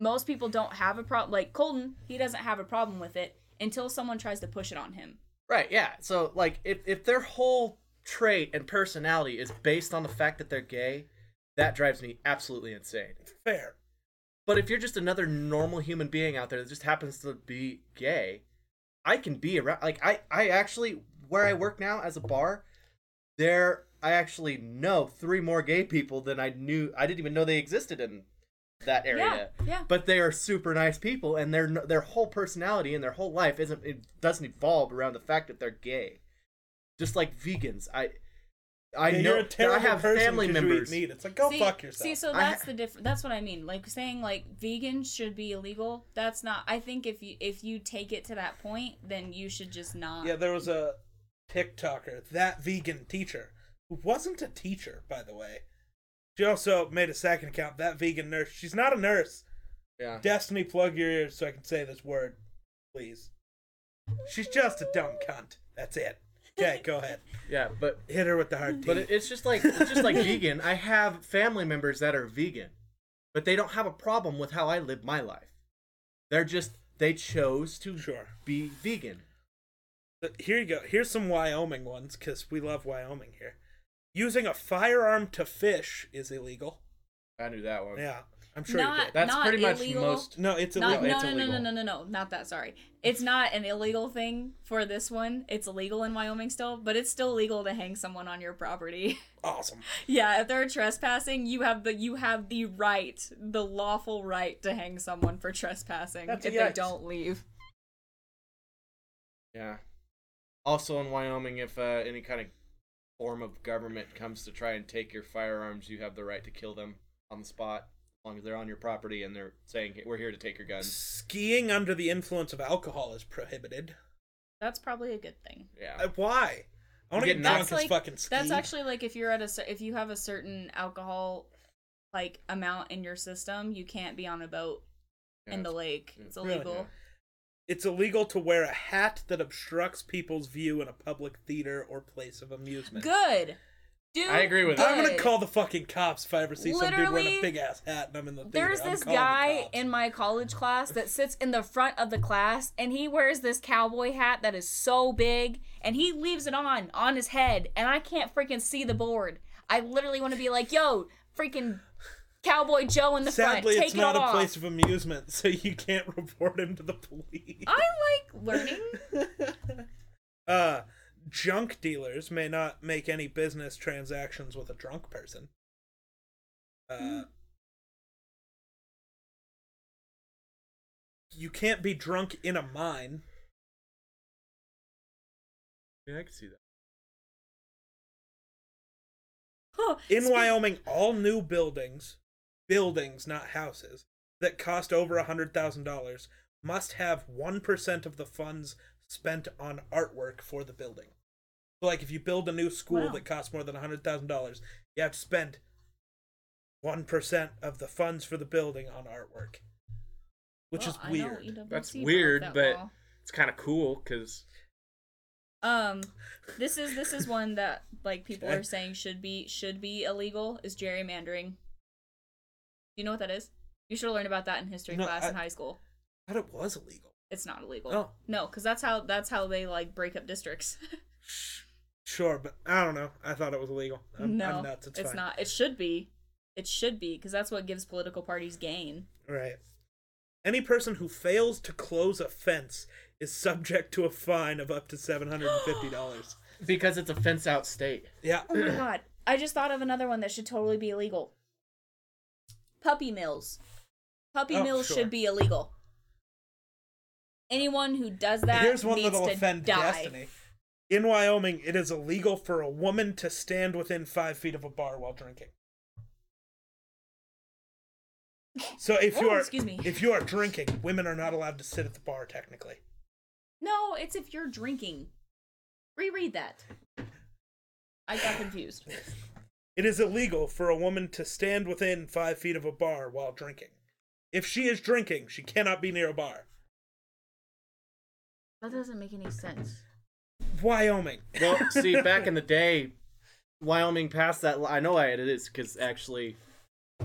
S4: most people don't have a problem like Colton, he doesn't have a problem with it until someone tries to push it on him.
S3: Right, yeah. So like if if their whole trait and personality is based on the fact that they're gay, that drives me absolutely insane.
S1: Fair.
S3: But if you're just another normal human being out there that just happens to be gay, I can be around like I I actually where I work now as a bar, there I actually know three more gay people than I knew I didn't even know they existed in that area.
S4: Yeah, yeah.
S3: But they are super nice people, and their their whole personality and their whole life isn't it doesn't evolve around the fact that they're gay. Just like vegans, I I
S1: Yeah,
S3: know
S1: you're a terrible
S3: I have
S1: person
S3: family
S1: 'cause you eat
S3: members.
S1: meat. It's like go
S4: see,
S1: fuck yourself.
S4: See, so
S3: I
S4: that's
S3: ha-
S4: the diff That's what I mean. Like saying like vegans should be illegal. That's not. I think if you if you take it to that point, then you should just not.
S1: Yeah, there was a TikToker, that vegan teacher, who wasn't a teacher, by the way. She also made a second account, that vegan nurse. She's not a nurse.
S3: Yeah.
S1: Destiny, plug your ears so I can say this word, please. She's just a dumb cunt. That's it. Okay, go ahead.
S3: Yeah, but
S1: Hit her with the hard
S3: But
S1: T.
S3: it- it's just like it's just like vegan. I have family members that are vegan, but they don't have a problem with how I live my life. They're just they chose to
S1: Sure.
S3: be vegan.
S1: But Here you go. Here's some Wyoming ones because we love Wyoming here. Using a firearm to fish is illegal.
S3: I knew that one.
S1: Yeah, I'm sure you
S4: Not-
S1: did.
S3: That's pretty much
S4: illegal.
S3: most.
S1: No, it's illegal.
S4: Not, no,
S3: It's
S4: no, no, no,
S3: illegal.
S4: no, no, no, not that. Sorry, it's not an illegal thing for this one. It's illegal in Wyoming still, but it's still legal to hang someone on your property.
S1: Awesome.
S4: yeah, if they're trespassing, you have the you have the right, the lawful right to hang someone for trespassing
S3: That's
S4: if they
S3: yikes.
S4: don't leave.
S3: Yeah. Also in Wyoming, if uh, any kind of form of government comes to try and take your firearms, you have the right to kill them on the spot, as long as they're on your property and they're saying we're here to take your guns.
S1: Skiing under the influence of alcohol is prohibited.
S4: That's probably a good thing.
S3: Yeah.
S1: Uh, why? I want to
S3: You
S1: get
S3: get
S1: drunk
S3: knocked-
S1: as fucking ski.
S4: that's actually like if you're at a cer- if you have a certain alcohol like amount in your system, you can't be on a boat
S3: Yeah,
S4: in the
S3: it's-
S4: lake.
S3: yeah.
S4: It's
S1: mm, Really?
S4: illegal.
S1: It's illegal to wear a hat that obstructs people's view in a public theater or place of amusement.
S4: Good. Dude,
S3: I agree with that.
S1: I'm gonna
S4: good.
S1: call the fucking cops if I ever see some dude wearing
S4: Literally,
S1: a big ass hat and I'm in the theater.
S4: There's
S1: I'm
S4: this
S1: calling the
S4: guy
S1: cops.
S4: in my college class that sits in the front of the class and he wears this cowboy hat that is so big and he leaves it on on his head and I can't freaking see the board. I literally want to be like, "Yo, freaking Cowboy Joe in the
S1: Sadly,
S4: front. Take
S1: it's
S4: it
S1: not a
S4: off."
S1: place of amusement, so you can't report him to the police.
S4: I like learning.
S1: Uh, junk dealers may not make any business transactions with a drunk person. Uh, you can't be drunk in a mine.
S3: Yeah, I can see that.
S4: Huh.
S1: In
S4: Spe-
S1: Wyoming, all new buildings, buildings, not houses, that cost over a $100,000 must have 1% of the funds spent on artwork for the building. So, like, if you build a new school
S4: Wow.
S1: that costs more than a $100,000, you have to spend 1% of the funds for the building on artwork, which
S4: Well,
S1: is
S4: I e- know
S1: weird.
S4: EWC
S3: That's
S4: broke
S3: weird,
S4: that
S3: but
S4: law.
S3: it's kind of cool because
S4: um, this is this is one that like people
S1: Okay.
S4: are saying should be should be illegal is gerrymandering. Do you know what that is? You should have learned about that in history
S1: No,
S4: class in
S1: I-
S4: high school.
S1: But it was illegal.
S4: It's not illegal.
S1: Oh.
S4: No, because that's how that's how they like break up districts.
S1: Sure, but I don't know. I thought it was illegal. I'm,
S4: no,
S1: I'm nuts. It's,
S4: it's
S1: fine.
S4: not. It should be. It should be because that's what gives political parties gain.
S1: Right. Any person who fails to close a fence is subject to a fine of up to seven hundred and fifty dollars.
S3: because it's a fence out state.
S1: yeah.
S4: Oh my god! I just thought of another one that should totally be illegal. Puppy mills. Puppy
S1: Oh,
S4: mills
S1: sure.
S4: should be illegal. Anyone who does that
S1: Here's one
S4: needs
S1: that'll
S4: to
S1: offend
S4: die.
S1: Destiny. In Wyoming, it is illegal for a woman to stand within five feet of a bar while drinking. So if you
S4: Oh,
S1: are
S4: excuse me.
S1: if you are drinking, women are not allowed to sit at the bar technically.
S4: No, it's if you're drinking. Reread that. I got confused.
S1: It is illegal for a woman to stand within five feet of a bar while drinking. If she is drinking, she cannot be near a bar.
S4: That doesn't make any sense.
S1: Wyoming.
S3: Well, see, back in the day, Wyoming passed that. li- I know I it is because actually,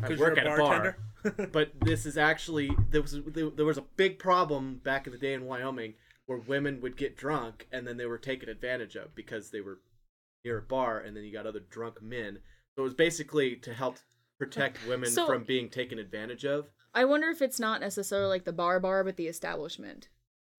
S3: I
S1: 'Cause
S3: work
S1: you're
S3: at
S1: a
S3: a
S1: bartender.
S3: bar. but this is actually there was there, there was a big problem back in the day in Wyoming where women would get drunk and then they were taken advantage of because they were near a bar and then you got other drunk men. So it was basically to help protect women
S4: So-
S3: from being taken advantage of.
S4: I wonder if it's not necessarily like the bar bar, but the establishment,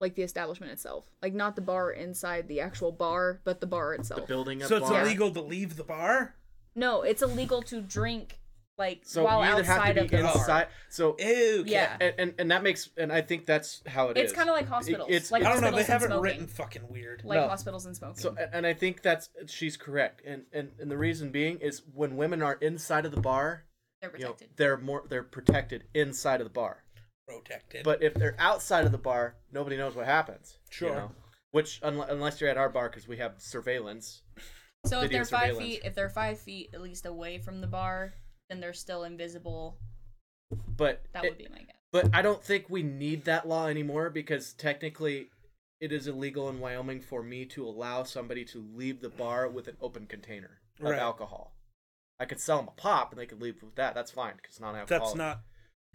S4: like the establishment itself, like not the bar inside the actual bar, but the bar
S3: The
S4: itself.
S3: building up
S1: so it's
S3: bar.
S1: illegal to leave the bar?
S4: no, it's illegal to drink like
S3: So
S4: while
S3: you either
S4: outside
S3: have
S4: of
S3: to
S4: the
S3: be
S4: bar.
S3: inside. So
S1: Ew.
S4: Yeah.
S3: and, and and that makes and I think that's how it
S4: It's
S3: is.
S4: kind of like
S3: It-
S4: hospitals,
S3: it's-
S1: I
S4: like
S1: don't know. They
S4: Hospitals and
S1: haven't
S4: smoking.
S1: written fucking weird.
S4: Like
S3: No.
S4: hospitals and smoking.
S3: So, a- and I think that's she's correct, and and and the reason being is when women are inside of the bar,
S4: They're
S3: you know,
S4: protected.
S3: they're more they're protected inside of the bar.
S1: Protected.
S3: But if they're outside of the bar, nobody knows what happens.
S1: Sure.
S3: Which unle- unless you're at our bar because we have surveillance.
S4: so if
S3: video
S4: they're five
S3: surveillance.
S4: feet, if they're five feet at least away from the bar, then they're still invisible.
S3: But
S4: That
S3: it-
S4: would be my guess.
S3: But I don't think we need that law anymore because technically, it is illegal in Wyoming for me to allow somebody to leave the bar with an open container of
S1: Right.
S3: alcohol. I could sell them a pop and they could leave with that. That's fine because it's not alcohol.
S1: That's not.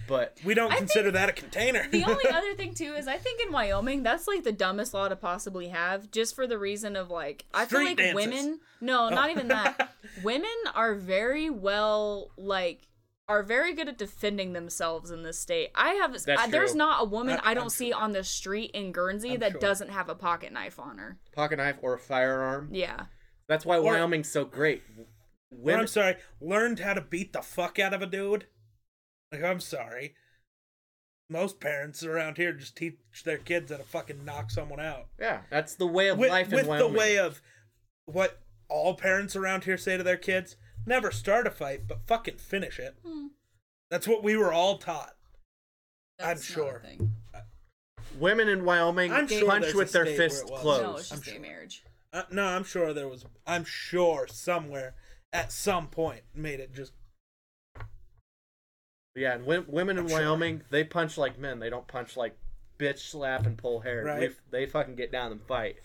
S3: But
S1: We don't
S4: I
S1: consider that a container.
S4: the only other thing too is I think in Wyoming that's like the dumbest law to possibly have, just for the reason of like I feel
S1: Street
S4: like
S1: dances. Oh.
S4: women. No, not even that. women are very well like are very good at defending themselves in this state. I have I- there's
S3: true.
S4: not a woman
S1: I-
S4: I, don't
S1: I'm
S4: see on the street in Guernsey
S1: I'm
S4: that
S1: sure.
S4: doesn't have a pocket knife on her.
S3: pocket knife or a firearm.
S4: Yeah.
S3: That's why Wyoming's so great.
S1: Or,
S3: Women,
S1: I'm sorry. Learned how to beat the fuck out of a dude. Like I'm sorry. Most parents around here just teach their kids how to fucking knock someone out.
S3: yeah, that's the way of
S1: With,
S3: life in
S1: with the
S3: Wyoming.
S1: way of what all parents around here say to their kids: never start a fight, but fucking finish it.
S4: Hmm.
S1: That's what we were all taught. I'm
S4: That's not a
S1: sure.
S4: thing.
S3: Women in Wyoming
S1: I'm sure
S3: punch
S1: there's a
S3: with their
S1: state where
S3: fists
S1: it was.
S3: closed.
S4: No, it's
S1: I'm
S4: just gay
S1: sure.
S4: marriage.
S1: Uh, no, I'm sure there was. I'm sure somewhere at some point made it just
S3: Yeah, and w- women in
S1: I'm sure.
S3: Wyoming, they punch like men. They don't punch like bitch slap and pull hair.
S1: Right.
S3: We- they fucking get down and fight.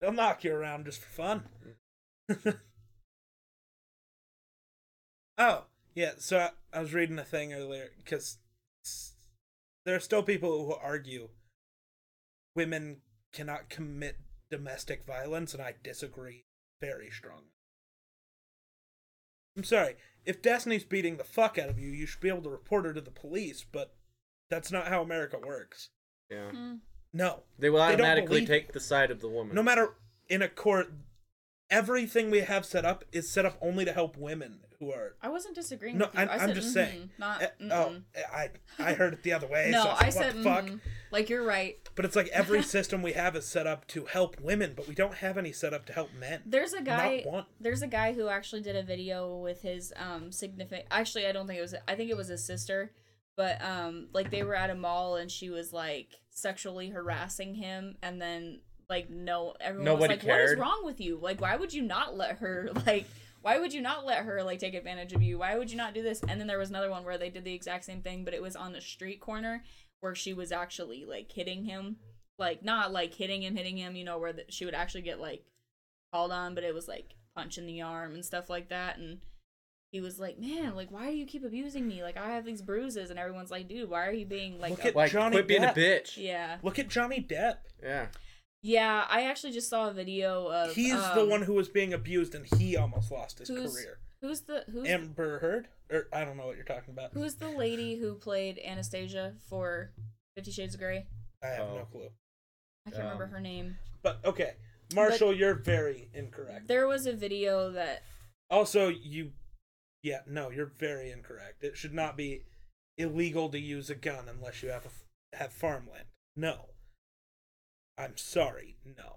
S1: they'll knock you around just for fun. oh yeah, so I, I was reading a thing earlier because there are still people who argue women cannot commit domestic violence, and I disagree very strongly. I'm sorry. If Destiny's beating the fuck out of you, you should be able to report her to the police, but that's not how America works.
S3: Yeah.
S4: Hmm.
S1: No.
S3: They will
S1: don't
S3: automatically
S1: believe-
S3: take the side of the woman.
S1: No matter in a court, everything we have set up is set up only to help women who are.
S4: I wasn't disagreeing
S1: No,
S4: with you.
S1: I,
S4: I
S1: I'm
S4: said,
S1: just
S4: mhm,
S1: saying.
S4: Not
S1: Eh, oh,
S4: mm-mm.
S1: I I heard it the other way. so
S4: No,
S1: was
S4: I
S1: like,
S4: said
S1: what the fuck.
S4: mhm. like you're right.
S1: But it's like every system we have is set up to help women, but we don't have any set up to help men.
S4: There's a guy.
S1: Not one.
S4: There's a guy who actually did a video with his um significant. Actually, I don't think it was. I think it was his sister. But um, like they were at a mall and she was like sexually harassing him, and then like no, everyone
S3: Nobody
S4: was like, "What is
S3: cared.
S4: wrong with you? Like, why would you not let her like?" Why would you not let her like take advantage of you? Why would you not do this? And then there was another one where they did the exact same thing, but it was on a street corner where she was actually like hitting him, like not like hitting him, hitting him, you know, where the, she would actually get like called on, but it was like punch in the arm and stuff like that. And he was like, "Man, like why do you keep abusing me? Like I have these bruises." And everyone's like, "Dude, why are you being like?"
S1: Look at-
S4: a-
S3: like
S1: Johnny
S3: quit being
S1: Depp.
S3: a bitch. Yeah.
S4: yeah,
S1: Look at Johnny Depp.
S4: yeah. I actually just saw a video of
S1: He's the
S4: um,
S1: one who was being abused, and he almost lost his
S4: who's-
S1: career.
S4: Who's the who's
S1: Amber Heard, or I don't know what you're talking about.
S4: who's the lady who played Anastasia for Fifty Shades of Grey?
S1: I have
S3: Oh.
S1: no clue.
S4: I can't remember
S3: Um,
S4: her name.
S1: But okay, Marshall, you're very incorrect.
S4: There was a video that
S1: Also, you, yeah, no, you're very incorrect. It should not be illegal to use a gun unless you have a, have farmland. No. I'm sorry. No.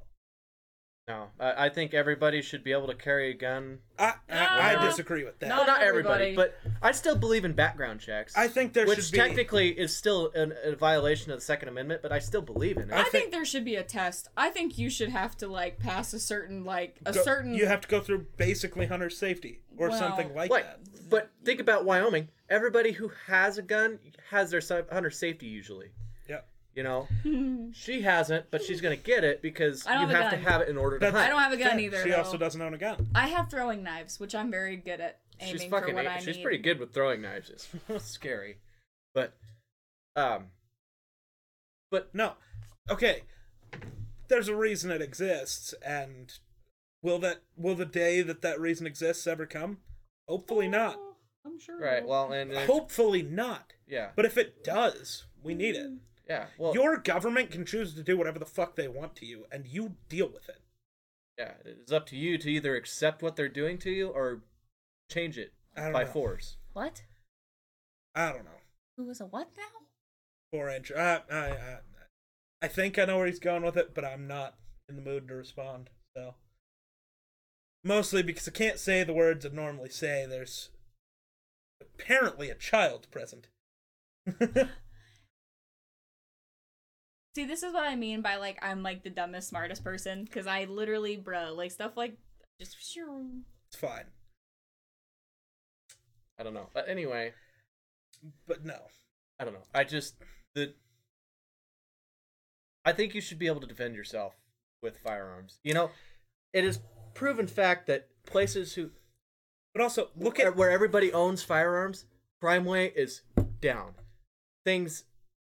S3: No, I, I think everybody should be able to carry a gun.
S1: I I,
S4: Ah.
S1: I disagree with that.
S4: No,
S3: well,
S4: not
S3: not everybody,
S4: everybody.
S3: but I still believe in background checks.
S1: I think there
S3: which
S1: should be
S3: technically is still an, a violation of the Second Amendment, but I still believe in it.
S1: I
S4: I,
S1: thi-
S4: think, there should be a test. I think you should have to like pass a certain like a
S1: go-
S4: certain
S1: You have to go through basically hunter safety or
S4: Well-
S1: something like
S3: Like,
S1: that.
S3: but think about Wyoming. Everybody who has a gun has their si- hunter safety usually.
S1: Yeah.
S3: You know, she hasn't, but she's gonna get it because
S4: I don't
S3: you
S4: have a
S3: have to
S4: gun.
S3: have it in order to
S1: That's-
S3: hunt.
S4: I don't have a gun either.
S1: She
S4: though.
S1: also doesn't own a gun.
S4: I have throwing knives, which I'm very good at aiming
S3: she's fucking.
S4: for what
S3: a-
S4: I
S3: she's
S4: need.
S3: pretty good with throwing knives. It's scary, but um, but
S1: No. Okay. There's a reason it exists, and will that will the day that that reason exists ever come? Hopefully not.
S2: I'm sure.
S3: right. Well, and it-
S1: Hopefully not.
S3: yeah,
S1: But if it does, we need it.
S3: yeah. Well,
S1: Your government can choose to do whatever the fuck they want to you, and you deal with it.
S3: yeah. It's up to you to either accept what they're doing to you or change it
S1: I don't
S3: by
S1: know.
S3: force.
S4: What?
S1: I don't know.
S4: Who was a what now?
S1: Four inch. I, I, I, I think I know where he's going with it, but I'm not in the mood to respond. So, mostly because I can't say the words I normally say. There's apparently a child present.
S4: See, this is what I mean by like I'm like the dumbest, smartest person because I literally, bro, like stuff like just shoo.
S1: it's fine,
S3: I don't know. But anyway,
S1: but no.
S3: I don't know. I just the I think you should be able to defend yourself with firearms. You know, it is proven fact that places who
S1: But also, look at
S3: where everybody owns firearms, crime way is down. Things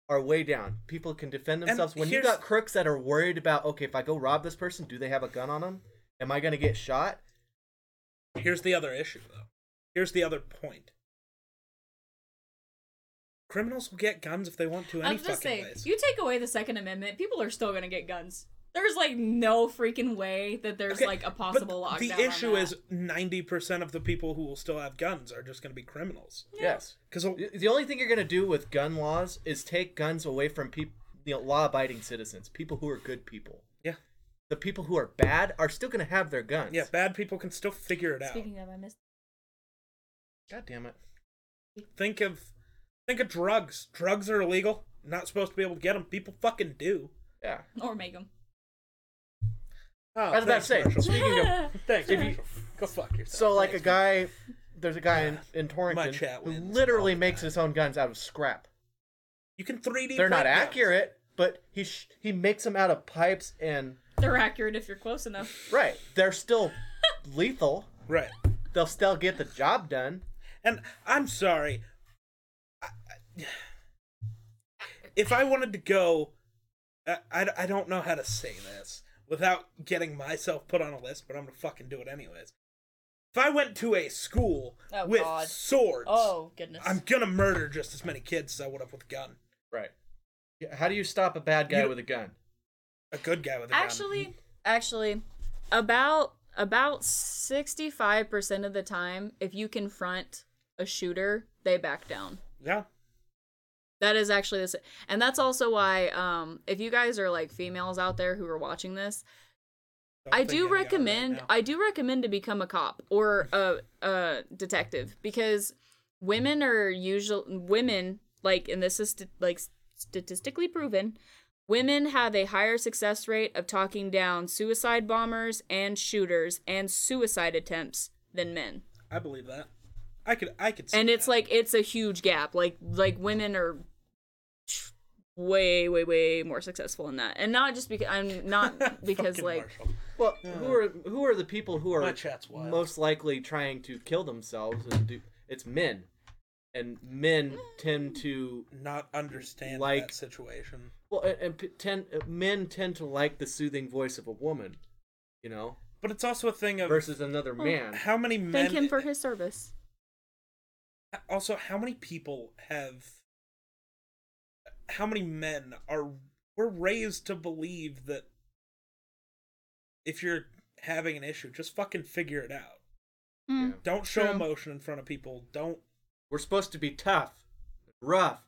S3: are way down. People can defend
S1: And
S3: themselves. when you
S1: here's-
S3: got crooks that are worried about, okay, if I go rob this person, do they have a gun on them? Am I going to get shot?
S1: Here's the other issue, though. Here's the other point. Criminals will get guns if they want to.
S4: I
S1: Any
S4: was just
S1: fucking
S4: saying,
S1: ways.
S4: you take away the Second Amendment, people are still gonna get guns. There's like no freaking way that there's
S1: Okay,
S4: like a
S1: but
S4: possible lockdown.
S1: The
S4: on
S1: issue
S4: that.
S1: is ninety percent of the people who will still have guns are just going to be criminals.
S3: Yes.
S1: Because
S3: The- The only thing you're going to do with gun laws is take guns away from people, you know, law-abiding citizens, people who are good people.
S1: yeah,
S3: The people who are bad are still going to have their guns.
S1: yeah, bad people can still figure it out.
S4: Speaking of, I missed.
S3: God damn it.
S1: Think of, think of drugs. Drugs are illegal. Not supposed to be able to get them. People fucking do.
S3: Yeah.
S4: Or make them.
S1: Oh,
S3: I was about
S1: thanks,
S3: to say,
S1: Marshall.
S3: speaking of
S1: Thanks,
S3: If you-
S1: Marshall. Go fuck yourself.
S3: So like a
S1: Thanks,
S3: guy, there's a guy in, in
S1: My
S3: Torrington
S1: chat
S3: who
S1: wins
S3: literally
S1: all the
S3: makes
S1: time.
S3: his own guns out of scrap.
S1: You can three D.
S3: They're not accurate, but he sh- he makes them out of pipes and
S4: They're accurate if you're close enough.
S3: right. They're still lethal.
S1: Right.
S3: They'll still get the job done.
S1: And I'm sorry. I, I- if I wanted to go, I, I, I don't know how to say this without getting myself put on a list, but I'm gonna fucking do it anyways. If I went to a school
S4: Oh,
S1: with
S4: God.
S1: swords,
S4: Oh goodness.
S1: I'm gonna murder just as many kids as I would have with a gun.
S3: Right. How do you stop a bad guy
S1: You-
S3: with a gun?
S1: A good guy with a gun.
S4: actually actually about about 65% of the time if you confront a shooter they back down
S1: yeah.
S4: that is actually this and that's also why um if you guys are like females out there who are watching this
S1: Don't
S4: i
S1: think any
S4: do
S1: are right
S4: recommend
S1: now.
S4: i do recommend to become a cop or a, a detective because women are usual women like and this is st- like statistically proven women have a higher success rate of talking down suicide bombers and shooters and suicide attempts than men
S1: I believe that. I could. I could. See
S4: and it's
S1: that.
S4: like it's a huge gap like like women are way way way more successful in that and not just because i'm not because
S1: Fucking
S4: like
S1: Marshall.
S3: Well, who are who are the people who
S1: My
S3: are
S1: chat's wild.
S3: most likely trying to kill themselves and do? It's men, and men tend to
S1: not understand
S3: Like-
S1: that situation.
S3: Well, and, and p- tend, uh, men tend to like the soothing voice of a woman, you know,
S1: But it's also a thing of
S3: versus another man.
S1: how many men.
S4: thank him for his service
S1: also how many people have how many men are we're raised to believe that if you're having an issue just fucking figure it out
S3: Yeah.
S1: don't show
S4: True.
S1: emotion in front of people don't
S3: We're supposed to be tough, rough,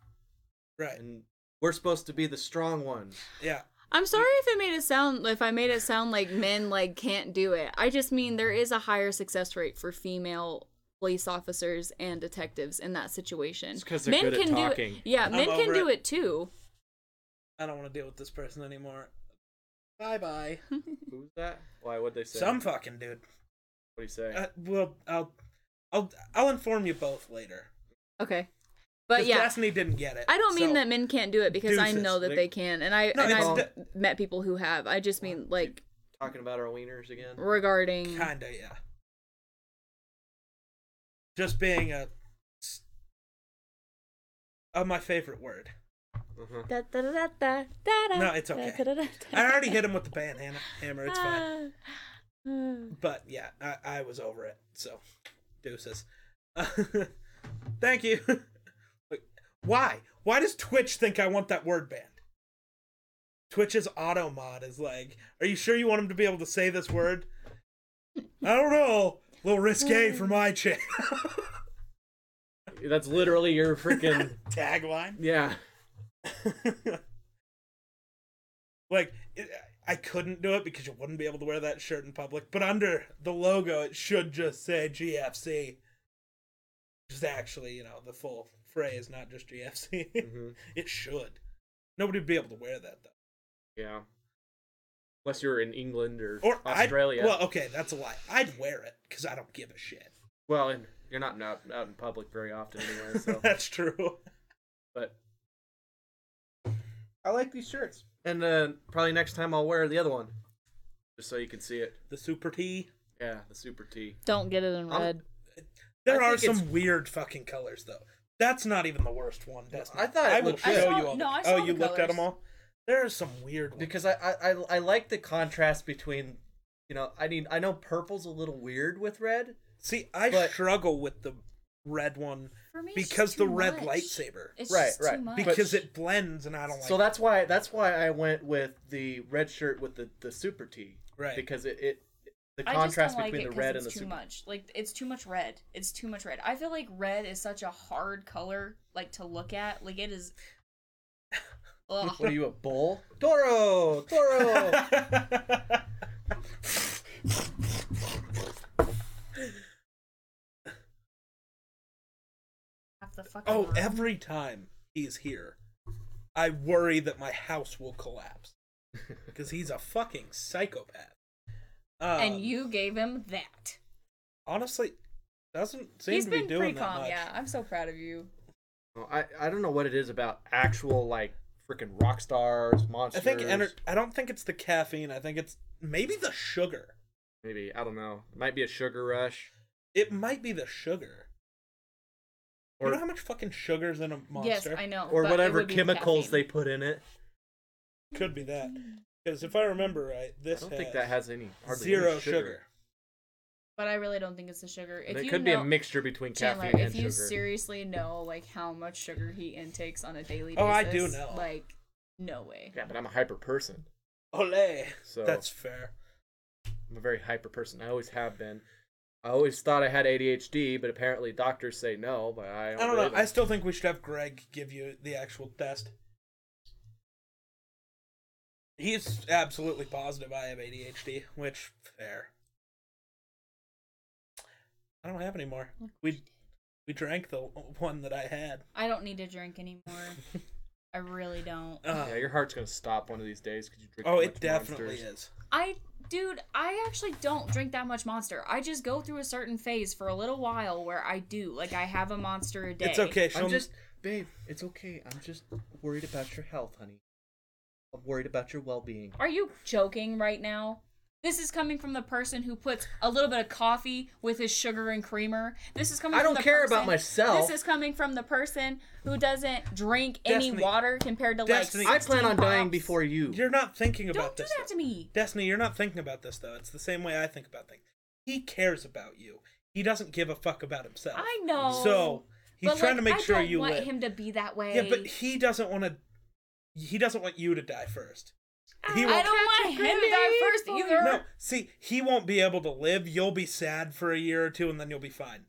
S1: right
S3: and we're supposed to be the strong ones.
S1: yeah
S4: i'm sorry if it made it sound if i made it sound like men like can't do it i just mean there is a higher success rate for female police officers and detectives in that situation
S3: It's 'cause they're good at
S4: can do
S3: talking.
S4: it yeah
S1: I'm
S4: men can
S1: over
S4: do
S1: it.
S4: it too
S1: i don't want to deal with this person anymore bye bye
S3: Who's that? Why? What'd they say?
S1: some fucking dude
S3: What'd he say?
S1: uh, well i'll i'll i'll inform you both later
S4: Okay. But
S1: Because
S4: yeah,
S1: Destiny didn't get it.
S4: I don't mean
S1: so-
S4: that men can't do it because I
S1: Deuces.
S4: know that
S3: Like-
S4: they can, and I
S1: No,
S4: and
S1: it's
S4: I've
S1: d-
S4: met people who have. I just mean like
S3: Talking about our wieners again.
S4: regarding
S1: Kinda, yeah. Just being a. s- Uh, my favorite word.
S3: Uh-huh.
S4: Da, da, da, da, da, da, da,
S1: No, it's
S4: da,
S1: okay.
S4: da, da, da,
S1: I
S4: da,
S1: already
S4: da.
S1: hit him with the banana hammer. It's fine.
S4: Ah.
S1: But yeah, I, I was over it. So, deuces. Thank you. Like, Why? Why does Twitch think I want that word banned? Twitch's auto mod is like, are you sure you want him to be able to say this word? I don't know. A little risque for my channel.
S3: That's literally your freaking
S1: Tagline.
S3: yeah.
S1: like it, I couldn't do it because you wouldn't be able to wear that shirt in public. But under the logo, it should just say GFC. Just actually, you know, the full phrase, not just GFC.
S3: hmm
S1: it should. Nobody would be able to wear that though.
S3: Yeah. Unless you're in England or, uh,
S1: Or I'd-
S3: Australia.
S1: well, okay, that's a lie. I'd wear it because I don't give a shit.
S3: well, and you're not out, out in public very often anyway. So,
S1: that's true.
S3: but I like these shirts. And uh, probably next time I'll wear the other one, just so you can see it.
S1: The super T.
S3: Yeah, the super T.
S4: Don't get it in
S3: I'm-
S4: red.
S1: There
S3: I
S1: are
S3: think it's-
S1: some weird fucking colors though. That's not even the worst one, Destiny.
S3: I thought it
S1: I will
S3: looked
S1: show
S3: good.
S4: I saw-
S1: you all.
S4: no,
S1: the-
S4: I saw
S1: oh,
S4: the
S1: you looked at
S4: colors.
S1: them all. There are some weird ones.
S3: because I, I I I like the contrast between you know I mean I know purple's a little weird with red.
S1: See, I
S3: But-
S1: struggle with the red one
S4: For me, it's
S1: because
S4: just
S1: the
S4: too
S1: red
S4: much.
S1: lightsaber.
S4: It's
S3: Right,
S4: just too
S3: right.
S4: much.
S1: Because
S3: But-
S1: it blends and I don't like
S3: So that's why that's why I went with the red shirt with the the super T.
S1: Right.
S3: Because it, it the
S4: I just
S3: contrast
S4: don't like
S3: between
S4: it
S3: the
S4: 'cause
S3: red
S4: it's
S3: and the
S4: too
S3: super.
S4: much. Like it's too much red. It's too much red. I feel like red is such a hard color, like to look at. Like it is. Ugh.
S3: What are you a bull? Toro, Toro.
S4: Half the fucking
S1: oh,
S4: room.
S1: every time he's here, I worry that my house will collapse because he's a fucking psychopath. Um,
S4: and you gave him that.
S1: honestly doesn't seem
S4: He's
S1: to be
S4: been pretty
S1: doing that
S4: calm.
S1: much.
S4: Yeah, I'm so proud of you.
S3: Well, I I don't know what it is about actual like freaking rock stars,
S1: I
S3: monsters.
S1: think ener- I don't think it's the caffeine. I think it's maybe the sugar.
S3: maybe I don't know. It might be a sugar rush.
S1: It might be the sugar.
S3: Or,
S1: you know how much fucking sugar's in a monster?
S4: Yes, I know.
S3: or
S4: but it
S3: whatever
S4: would be
S3: chemicals they
S4: caffeine.
S3: put in it.
S1: Could be that.
S4: Mm.
S1: Because if I remember right,
S3: I
S1: this
S3: don't
S1: has
S3: think that has any hardly any
S1: zero sugar.
S4: But I really don't think it's the sugar. If
S3: And it
S4: you
S3: could
S4: know,
S3: be a mixture between
S4: Chandler,
S3: caffeine
S4: if
S3: and
S4: you
S3: sugar.
S4: seriously know like how much sugar he intakes on a daily basis,
S1: Oh, I do know.
S4: Like, no way.
S3: yeah, but I'm a hyper person.
S1: Olay.
S3: So-
S1: That's fair.
S3: I'm a very hyper person. I always have been. I always thought I had ADHD, but apparently doctors say no. But
S1: I
S3: I don't,
S1: don't know.
S3: believe
S1: I
S3: them.
S1: still think we should have Greg give you the actual test. He's absolutely positive I have ADHD, which fair. I don't have any more. We we drank the one that I had.
S4: I don't need to drink anymore. I really don't.
S1: Ugh.
S3: yeah, your heart's gonna stop one of these days because you drink.
S1: Um, oh,
S3: too
S1: it
S3: much
S1: definitely
S3: Monsters.
S1: is.
S4: I, dude, I actually don't drink that much Monster. I just go through a certain phase for a little while where I do, like, I have a Monster a day.
S1: It's okay.
S3: I'm
S1: She'll
S3: just, babe. It's okay. I'm just worried about your health, honey. I'm worried about your well-being.
S4: Are you joking right now? This is coming from the person who puts a little bit of coffee with his sugar and creamer. This is coming.
S3: I
S4: from
S3: don't
S4: the
S3: care
S4: person-
S3: about myself.
S4: This is coming from the person who doesn't drink any
S1: Destiny.
S4: water compared to
S1: Destiny.
S4: like.
S3: I
S4: 16
S3: plan on dying
S4: pops.
S3: before you.
S1: You're not thinking about
S4: Don't do
S1: this.
S4: that to me.
S1: Destiny, you're not thinking about this though. It's the same way I think about things. He cares about you. He doesn't give a fuck about himself.
S4: I know.
S1: So he's
S4: But,
S1: trying
S4: like,
S1: to make
S4: I
S1: sure
S4: don't
S1: you
S4: want
S1: live.
S4: him to be that way.
S1: yeah, but he doesn't want to. He doesn't want you to die first. He
S4: I
S1: won't.
S4: don't want him to die first either.
S1: No, see, he won't be able to live. You'll be sad for a year or two, and then you'll be fine.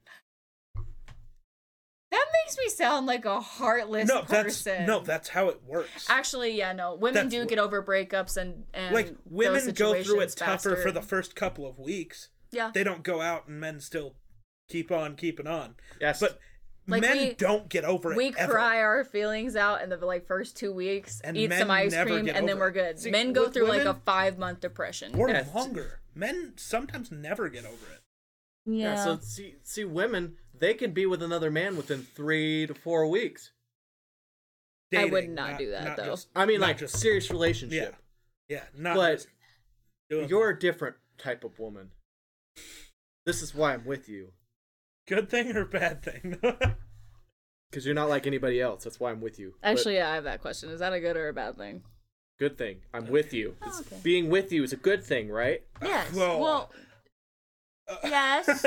S4: That makes me sound like a heartless
S1: no, that's
S4: person.
S1: no, that's how it works.
S4: Actually, yeah, no. Women
S1: That's
S4: do
S1: wh-
S4: get over breakups and and
S1: like women
S4: those
S1: go through it
S4: situations
S1: tougher for
S4: faster. Uh-huh.
S1: the first couple of weeks.
S4: yeah.
S1: They don't go out, and men still keep on keeping on.
S3: Yes,
S1: But
S4: Like,
S1: men
S4: we-
S1: don't get over it.
S4: we
S1: ever.
S4: cry our feelings out in the like first two weeks,
S1: And
S4: eat
S1: men
S4: some ice
S1: never
S4: cream,
S1: get
S4: and then
S1: over
S4: we're
S1: it.
S4: good.
S3: See,
S4: men go
S3: with
S4: through like a
S3: women-
S4: five month depression.
S1: or
S3: Yeah, it's-
S1: longer. Men sometimes never get over it.
S4: Yeah.
S3: so see, see, women they can be with another man within three to four weeks.
S4: I would not do that, though.
S1: just-
S3: I mean,
S1: not
S3: like
S1: just
S3: serious relationship.
S1: yeah, not
S3: But
S1: just doing-
S3: You're a different type of woman. This is why I'm with you,
S1: good thing or bad thing.
S3: because you're not like anybody else. That's why I'm with you. But
S4: Actually, yeah, I have that question. Is that a good or a bad thing?
S3: good thing I'm with you.
S4: Oh,
S3: It's-
S4: okay.
S3: Being with you is a good thing, right?
S2: Yes.
S1: Well- uh,
S4: Well,
S2: Yes.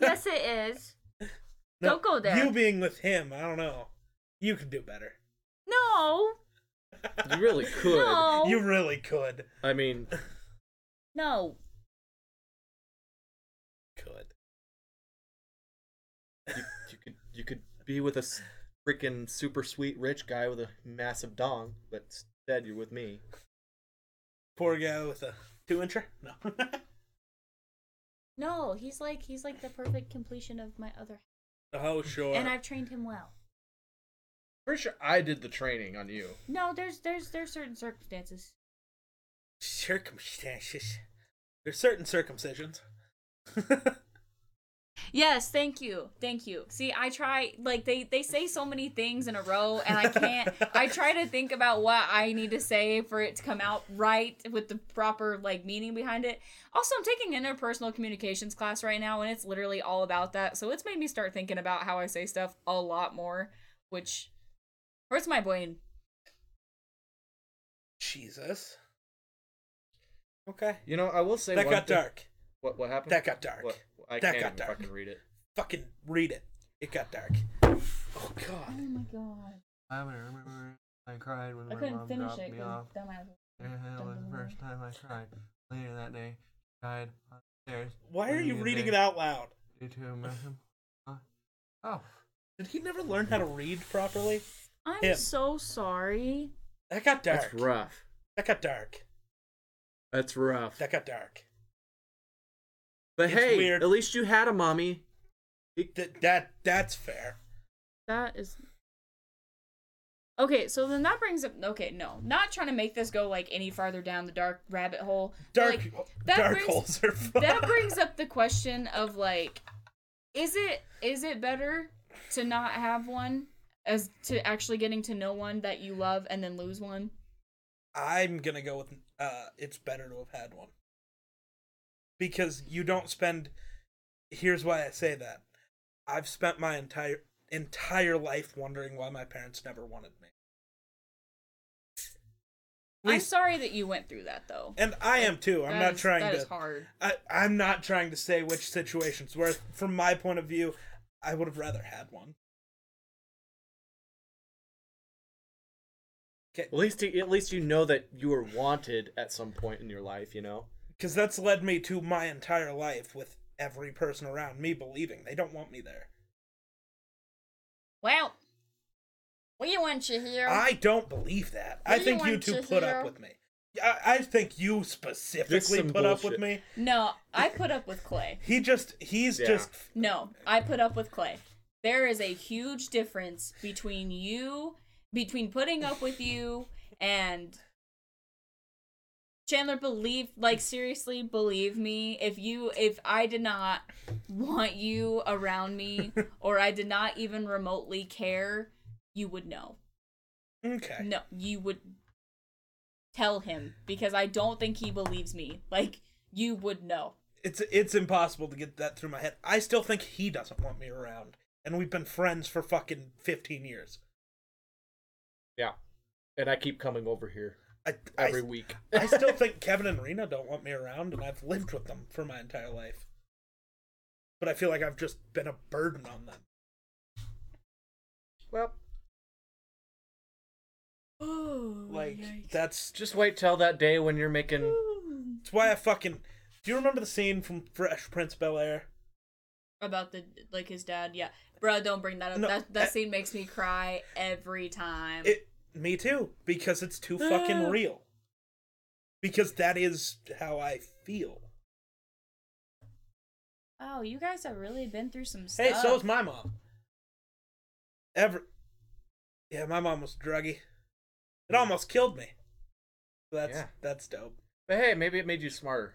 S2: yes, it is. Don't go there.
S1: You being with him, I don't know. You could do better.
S2: No.
S3: You really could.
S2: No.
S1: You really could.
S3: I mean,
S2: No.
S1: Could.
S3: you, you could you could be with a s- freaking super sweet rich guy with a massive dong, but instead you're with me.
S1: Poor guy with a two incher? No.
S2: No. He's like he's like the perfect completion of my other
S1: oh, sure.
S2: and I've trained him well.
S3: Pretty sure I did the training on you.
S2: No, there's there's there's certain circumstances.
S1: Circumstances. There's certain circumcisions.
S4: yes. Thank you. Thank you. See, I try. Like they they say so many things in a row, and I can't. I try to think about what I need to say for it to come out right with the proper like meaning behind it. Also, I'm taking an interpersonal communications class right now, and it's literally all about that. So it's made me start thinking about how I say stuff a lot more, which hurts my brain.
S1: Jesus. Okay.
S3: You know, I will say
S1: That
S3: one
S1: got
S3: thing-
S1: dark.
S3: What what happened?
S1: That got dark.
S3: What- I
S1: That
S3: can't
S1: got
S3: even
S1: dark.
S3: fucking read it.
S1: Fucking read it. It got dark. Oh, God.
S4: my god.
S5: I remember I cried when my
S4: I couldn't
S5: mom
S4: finish
S5: dropped
S4: it.
S5: me
S4: 'cause
S5: off.
S4: dumbass-
S5: It was the first time I cried. Later that day, I died on the stairs.
S1: Why are you
S5: a
S1: reading it
S5: day
S1: out loud?
S5: Due to emotion. Oh,
S1: Did he never learn how to read properly?
S4: I'm
S1: Him.
S4: so sorry.
S1: That got dark.
S3: That's rough.
S1: That got dark.
S3: That's rough.
S1: That got dark.
S3: But
S1: It's
S3: hey,
S1: weird.
S3: at least you had a mommy.
S1: That that that's fair.
S4: That is. Okay, so then that brings up. Okay, no, not trying to make this go like any farther down the dark rabbit hole. but,
S1: Dark
S4: like, that
S1: dark
S4: brings-
S1: holes are fun.
S4: that brings up the question of like, is it is it better to not have one as to actually getting to know one that you love and then lose one?
S1: I'm gonna go with uh it's better to have had one. Because you don't spend here's why I say that. I've spent my entire entire life wondering why my parents never wanted me.
S4: I'm
S1: Least-
S4: sorry that you went through that though.
S1: and I am too. I'm
S4: That
S1: not
S4: is-
S1: trying
S4: that
S1: to
S4: is hard.
S1: I, I'm not trying to say which situations where from my point of view, I would have rather had one.
S3: At least you, at least you know that you were wanted at some point in your life. You know.
S1: because that's led me to my entire life with every person around me believing they don't want me there.
S4: Well,
S2: We want you here.
S1: I don't believe that. I
S2: Really
S1: think you
S2: want
S1: two
S2: to
S1: put
S2: hear-
S1: up with me. I, I think you specifically
S3: some
S1: put up with
S3: bullshit.
S1: me.
S4: no, I put up with Clay.
S1: He just, he's
S3: Yeah.
S1: just,
S4: No, I put up with Clay. There is a huge difference between you, between putting up with you and Chandler believe like seriously believe me if you if I did not want you around me or I did not even remotely care, you would know.
S1: okay.
S4: No, you would tell him because I don't think he believes me. Like you would know.
S1: It's, it's impossible to get that through my head. I still think he doesn't want me around. And we've been friends for fucking 15 years.
S3: Yeah. And I keep coming over here
S1: I,
S3: every
S1: I,
S3: week.
S1: I still think Kevin and Rena don't want me around, and I've lived with them for my entire life. But I feel like I've just been a burden on them.
S3: well,
S1: Like that's
S3: just wait till that day when you're making.
S1: that's why I fucking. Do you remember the scene from Fresh Prince Bel Air?
S4: about the like his dad. Yeah, bro, don't bring that up.
S1: No,
S4: that that
S1: I-
S4: scene makes me cry every time.
S1: It. Me too, because it's too fucking real. Because that is how I feel.
S4: oh, you guys have really been through some stuff.
S1: Hey, so is my mom. Ever. Yeah, my mom was druggy. It almost killed me. That's
S3: Yeah.
S1: that's dope.
S3: But hey, maybe it made you smarter.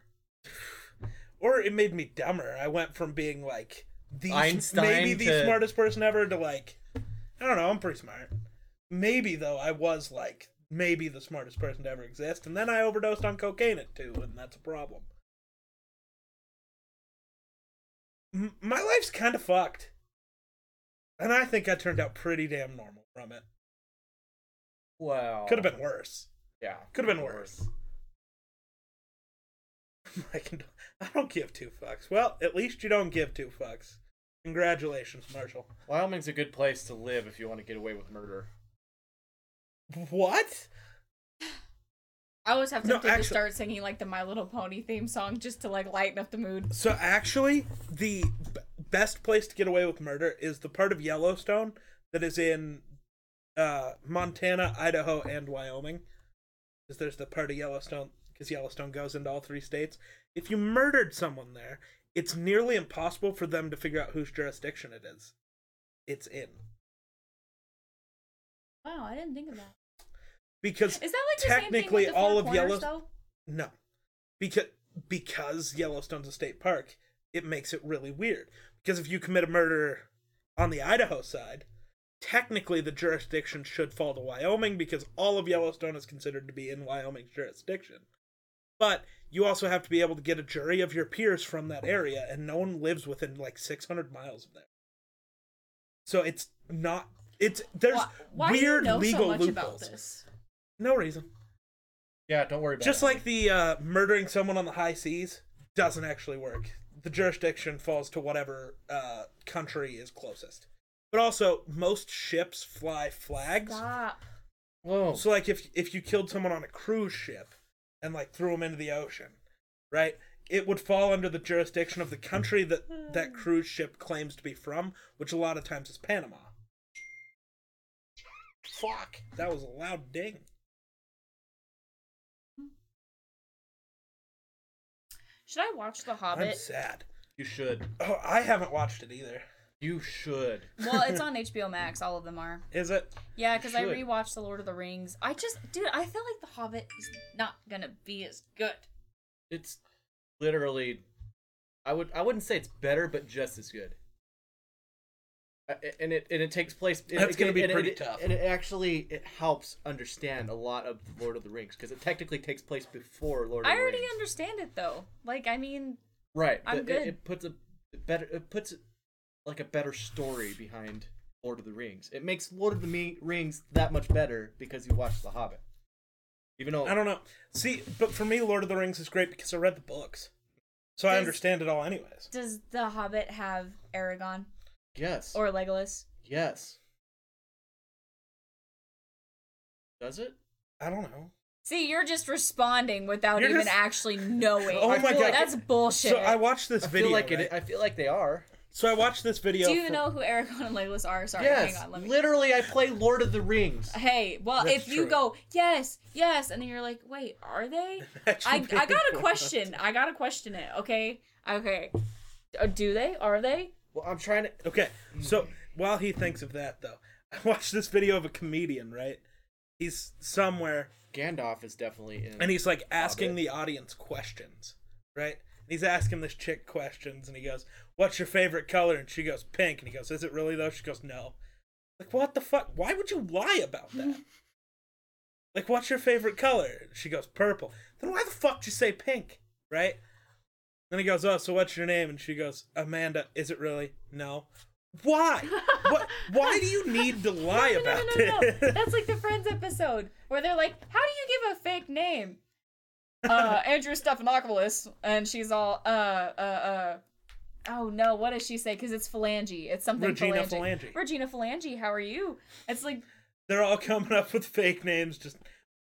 S1: or it made me dumber. I went from being like the
S3: Einstein
S1: maybe the
S3: to-
S1: smartest person ever to like I don't know, I'm pretty smart. Maybe though I was like maybe the smartest person to ever exist, and then I overdosed on cocaine at two, and that's a problem. M- my life's kind of fucked, and I think I turned out pretty damn normal from it.
S3: Wow.
S1: Could have been worse.
S3: Yeah.
S1: Could have been worse. I, can, I don't give two fucks. Well, at least you don't give two fucks. Congratulations, Marshall.
S3: Wyoming's a good place to live if you want to get away with murder.
S1: What?
S4: I always have
S1: No,
S4: tempted
S1: actually-
S4: to start singing like the My Little Pony theme song just to like lighten up the mood.
S1: So actually, the b- best place to get away with murder is the part of Yellowstone that is in uh, Montana, Idaho, and Wyoming. Because there's the part of Yellowstone, because Yellowstone goes into all three states. If you murdered someone there, it's nearly impossible for them to figure out whose jurisdiction it is. It's in.
S2: Wow, I didn't think of that.
S1: Because
S4: Is that like the
S1: technically
S4: same thing with the
S1: all
S4: Four
S1: of
S4: Corners,
S1: Yellow-
S4: though?
S1: No. Because because Yellowstone's a state park, it makes it really weird. Because if you commit a murder on the Idaho side, technically the jurisdiction should fall to Wyoming because all of Yellowstone is considered to be in Wyoming's jurisdiction. But you also have to be able to get a jury of your peers from that area and no one lives within like 600 miles of there. So it's not it's there's
S4: Why- why do you
S1: weird
S4: know so
S1: legal
S4: much about
S1: loopholes.
S4: this?
S1: No reason.
S3: Yeah, don't worry about
S1: Just
S3: it.
S1: like the uh, murdering someone on the high seas doesn't actually work. The jurisdiction falls to whatever uh, country is closest. But also, most ships fly flags.
S4: Stop.
S3: Whoa.
S1: So, like, if if you killed someone on a cruise ship and like threw them into the ocean, right? It would fall under the jurisdiction of the country that that cruise ship claims to be from, which a lot of times is Panama. Fuck, that was a loud ding.
S4: Should I watch The
S1: I'm
S4: Hobbit?
S1: sad.
S3: you should.
S1: Oh, I haven't watched it either.
S3: You should.
S4: well, it's on HBO Max. All of them are.
S1: Is it?
S4: Yeah, because I
S3: should.
S4: rewatched The Lord of the Rings. I just, dude, I feel like The Hobbit is not gonna be as good.
S3: It's literally I would I wouldn't say it's better, but just as good. Uh, and it and it takes place. and
S1: That's
S3: it-
S1: gonna be
S3: and it-
S1: pretty
S3: and it-
S1: tough.
S3: And it actually it helps understand a lot of the Lord of the Rings because it technically takes place before Lord of
S4: I
S3: the Rings.
S4: already understand it though. Like, I mean,
S3: Right.
S4: I'm
S3: but
S4: good.
S3: It, it puts a better. It puts like a better story behind Lord of the Rings. It makes Lord of the Me- Rings that much better because you watch The Hobbit. Even though
S1: I don't know. See, but for me, Lord of the Rings is great because I read the books, so I
S4: Does-
S1: understand it all, anyways.
S4: does The Hobbit have Aragon
S3: yes
S4: or Legolas?
S3: yes. Does it?
S1: I don't know.
S4: See, you're just responding without
S1: You're
S4: even
S1: just-
S4: actually knowing.
S1: Oh
S4: I
S1: my
S4: feel
S1: God.
S4: like that's bullshit.
S1: So I watched this
S3: I
S1: video.
S3: feel like
S1: right?
S3: it. I feel like they are.
S1: So I watched this video.
S4: Do you
S1: for-
S4: know who Aragon and Legolas are? Sorry,
S3: yes.
S4: hang on, let me.
S3: Literally, I play Lord of the Rings.
S4: Hey, well,
S1: That's
S4: if you
S1: true.
S4: go yes, yes, and then you're like, wait, are they? I, I got a question. I got to question it. Okay, okay. Uh, Do they? Are they?
S3: Well, I'm trying to.
S1: Okay, so while he thinks of that, though, I watched this video of a comedian. Right, he's somewhere
S3: Gandalf is definitely in.
S1: and he's like asking
S3: Hobbit.
S1: the audience questions, right? And he's asking this chick questions, and he goes, "What's your favorite color?" And she goes, "Pink." And he goes, "Is it really though?" She goes, "No." Like, what the fuck? Why would you lie about that? like, what's your favorite color? She goes, "Purple." Then why the fuck did you say pink, right? Then he goes, "Oh, so what's your name?" And she goes, "Amanda." Is it really? No. Why? what? Why do you need to lie
S4: No,
S1: about
S4: no, no, no,
S1: it?
S4: no. That's like the Friends episode where they're like, "How do you give a fake name?" Uh, Andrew Stephanopoulos, and she's all, uh, uh, uh. Oh no! What does she say? Because it's phalange. It's something
S1: Regina
S4: phalange.
S1: Phalange.
S4: Regina Phalange. How are you? It's like
S1: they're all coming up with fake names. Just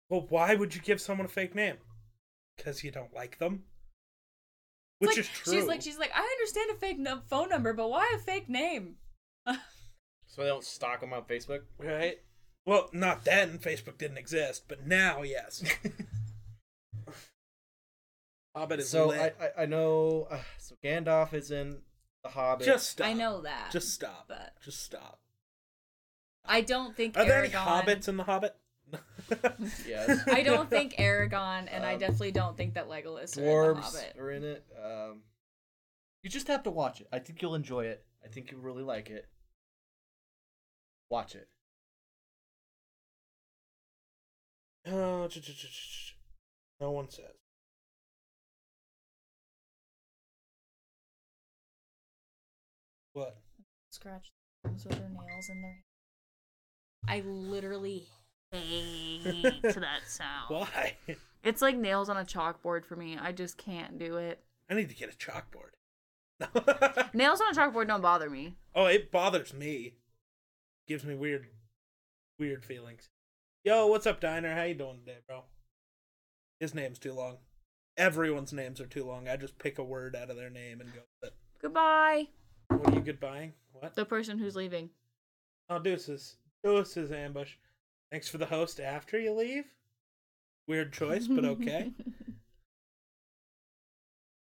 S1: well, why would you give someone a fake name? Because you don't like them, which
S4: It's like-
S1: is true.
S4: She's like, she's like, I understand a fake no- phone number, but why a fake name?
S3: So they don't stalk him on Facebook.
S1: right? Well, not then. Facebook didn't exist, but now, yes. Hobbit is
S3: So I,
S1: lit.
S3: I I know. Uh, so Gandalf is in The Hobbit.
S1: just stop.
S4: I know that.
S1: Just stop.
S4: but-
S1: Just stop.
S4: I don't think.
S1: Are there any
S4: Aragon-
S1: hobbits in the Hobbit?
S3: Yes.
S4: I don't think Aragon, and I
S3: Um,
S4: definitely don't think that Legolas are in the
S3: dwarves
S4: Hobbit.
S3: are in it. Um, You just have to watch it. I think you'll enjoy it. I think you'll really like it. Watch it.
S1: Oh, ch- ch- ch- ch- ch- no one says. What?
S4: Scratch things with their nails and their. I literally hate that sound.
S1: Why?
S2: It's like nails on a chalkboard for me. I just can't do it.
S1: I need to get a chalkboard.
S2: Nails on a chalkboard don't bother me.
S1: oh, it bothers me. Gives me weird, weird feelings. Yo, what's up, Diner? How you doing today, bro? His name's too long. Everyone's names are too long. I just pick a word out of their name and go. with it.
S2: Goodbye.
S1: What are you goodbying? What?
S2: The person who's leaving.
S1: Oh, deuces. Deuces, ambush. Thanks for the host after you leave. Weird choice, but okay.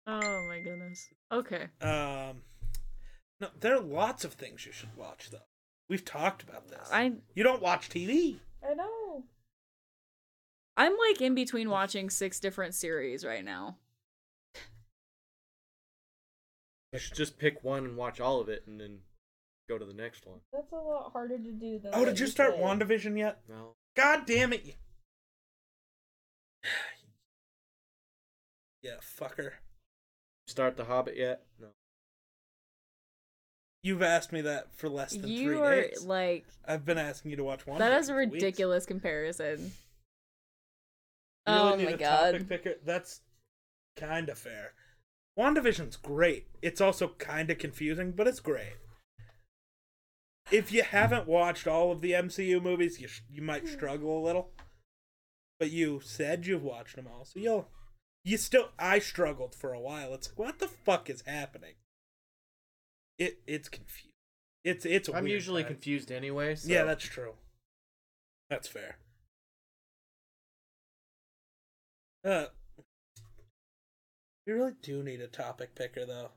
S2: Oh my goodness. Okay.
S1: um, no, there are lots of things you should watch, though. We've talked about this.
S2: I
S1: You don't watch TV.
S2: I know. I'm like in between watching six different series right now.
S3: You should just pick one and watch all of it and then go to the next one.
S6: That's a lot harder to do than.
S1: Oh,
S6: what
S1: did you start
S6: said.
S1: WandaVision yet?
S3: No.
S1: God damn it. You... yeah, fucker.
S3: Start The Hobbit yet? No.
S1: You've asked me that for less than
S2: You
S1: three
S2: are
S1: days.
S2: like
S1: I've been asking you to watch one.
S2: that is a ridiculous comparison. oh my god.
S1: Picker. That's kind of fair. WandaVision's great. It's also kind of confusing, but it's great. If you haven't watched all of the MCU movies, you sh- you
S2: Hmm.
S1: might struggle a little. But you said you've watched them all, so you'll you still I struggled for a while. It's like what the fuck is happening? It it's confused. It's it's. a
S3: I'm
S1: weird
S3: usually
S1: time.
S3: confused anyway. So.
S1: Yeah, that's true. That's fair. Uh, we really do need a topic picker, though.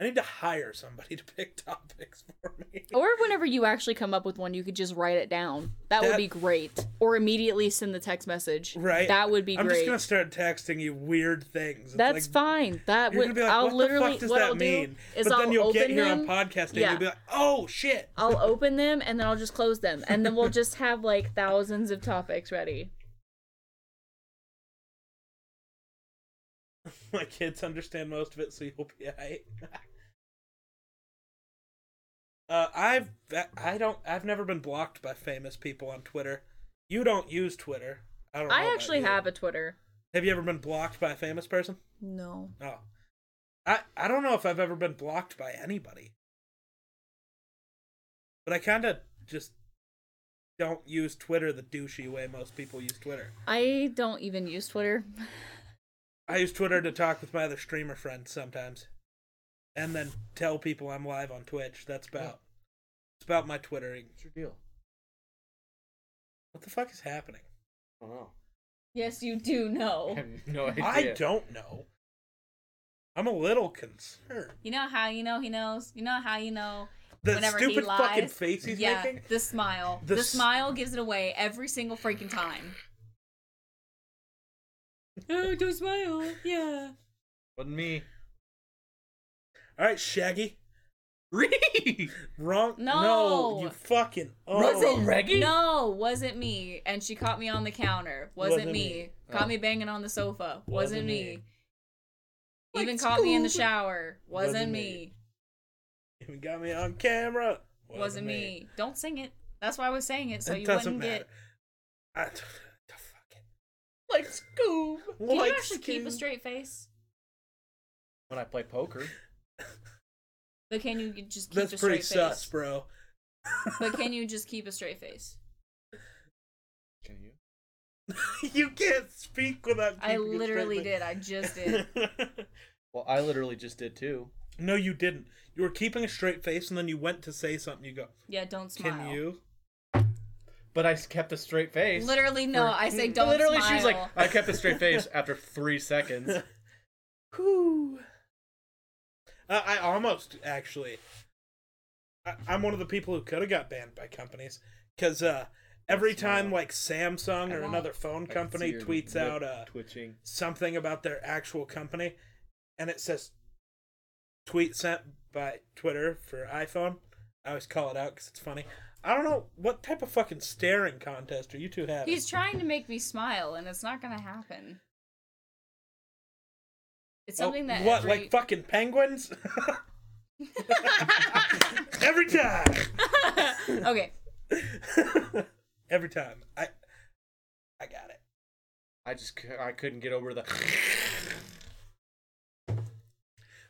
S1: I need to hire somebody to pick topics for me.
S2: Or whenever you actually come up with one, you could just write it down. That, would
S1: That-
S2: be great. Or immediately send the text message.
S1: right?
S2: That would be
S1: I'm
S2: great.
S1: just gonna start texting you weird things. It's
S2: That's
S1: like,
S2: fine. That
S1: You're gonna
S2: would
S1: be like,
S2: I'll
S1: what the
S2: literally
S1: fuck does
S2: what
S1: that
S2: I'll
S1: mean?
S2: do is
S1: but then
S2: I'll
S1: you'll
S2: open
S1: get here
S2: them.
S1: on podcast day.
S2: Yeah.
S1: You'll be like, "Oh shit!"
S2: I'll open them and then I'll just close them. And then we'll just have like thousands of topics ready.
S1: My kids understand most of it, so you'll be alright. uh, I've I don't I've never been blocked by famous people on Twitter. You don't use Twitter. I don't. Know
S2: I
S1: about
S2: actually
S1: you.
S2: have a Twitter.
S1: Have you ever been blocked by a famous person?
S2: No.
S1: Oh, I I don't know if I've ever been blocked by anybody. But I kind of just don't use Twitter the douchey way most people use Twitter.
S2: I don't even use Twitter.
S1: I use Twitter to talk with my other streamer friends sometimes, and then tell people I'm live on Twitch. That's about. It's about my twittering.
S3: What's your deal?
S1: What the fuck is happening?
S3: I don't know.
S2: Yes, you do
S3: I
S2: know.
S3: have no idea.
S1: I don't know. I'm a little concerned.
S2: You know how you know he knows. You know how you know.
S1: The
S2: whenever he
S1: stupid
S2: lies,
S1: fucking face he's
S2: yeah,
S1: making.
S2: the smile.
S1: The
S2: The,
S1: s-
S2: smile gives it away every single freaking time. oh, don't smile. Yeah.
S3: Wasn't me.
S1: All right, Shaggy.
S3: Ree!
S1: Wrong.
S2: No.
S1: you fucking. Oh.
S3: Reggie?
S2: No, wasn't me. And she caught me on the counter. Wasn't,
S1: Wasn't
S2: me.
S1: me.
S2: Caught
S3: Oh.
S2: me banging on the sofa. Wasn't,
S1: Wasn't
S2: me.
S1: me.
S2: Even
S6: Like
S2: caught me in the
S6: Scoob.
S2: shower. Wasn't,
S1: Wasn't
S2: me.
S1: me. You got me on camera.
S2: Wasn't, me. Don't sing it. That's why I was saying it so
S1: it
S2: you
S1: doesn't
S2: wouldn't
S1: matter.
S2: get.
S1: I, the fucking.
S3: Like Scoob.
S4: Can
S1: Like
S4: you actually keep a
S1: Scoob.
S4: straight face?
S3: When I play poker.
S2: But can you just keep
S1: That's
S2: a
S1: pretty
S2: straight face?
S1: sus, bro.
S2: But can you just keep a straight face?
S3: Can you?
S1: you can't speak without. keeping
S2: I
S1: a straight
S2: literally
S1: face.
S2: did. I just did.
S3: Well, I literally just did too.
S1: no, you didn't. You were keeping a straight face, and then you went to say something. You go,
S2: Yeah, don't
S1: "Can
S2: smile.
S1: you?"
S3: But I kept a straight face.
S2: Literally, no.
S1: For-
S2: I say
S1: Mm.
S2: don't
S3: literally,
S2: smile.
S3: she was like, I kept a straight face after three seconds.
S1: Whew. Uh, I almost actually. I, I'm one of the people who could have got banned by companies because uh, every
S3: That's not-
S1: time like Samsung
S2: I
S1: or
S2: won't.
S1: another phone
S3: I
S1: company
S3: can see your
S1: tweets
S3: lip
S1: out uh,
S3: twitching.
S1: something about their actual company, and it says tweet sent by Twitter for iPhone. I always call it out because it's funny. I don't know what type of fucking staring contest are you two having.
S4: He's trying to make me smile, and it's not gonna happen. It's
S1: Oh,
S4: something that
S1: what
S4: every-
S1: like fucking penguins? Every time.
S4: okay,
S1: Every time. I I got it.
S3: I just c- I couldn't get over the.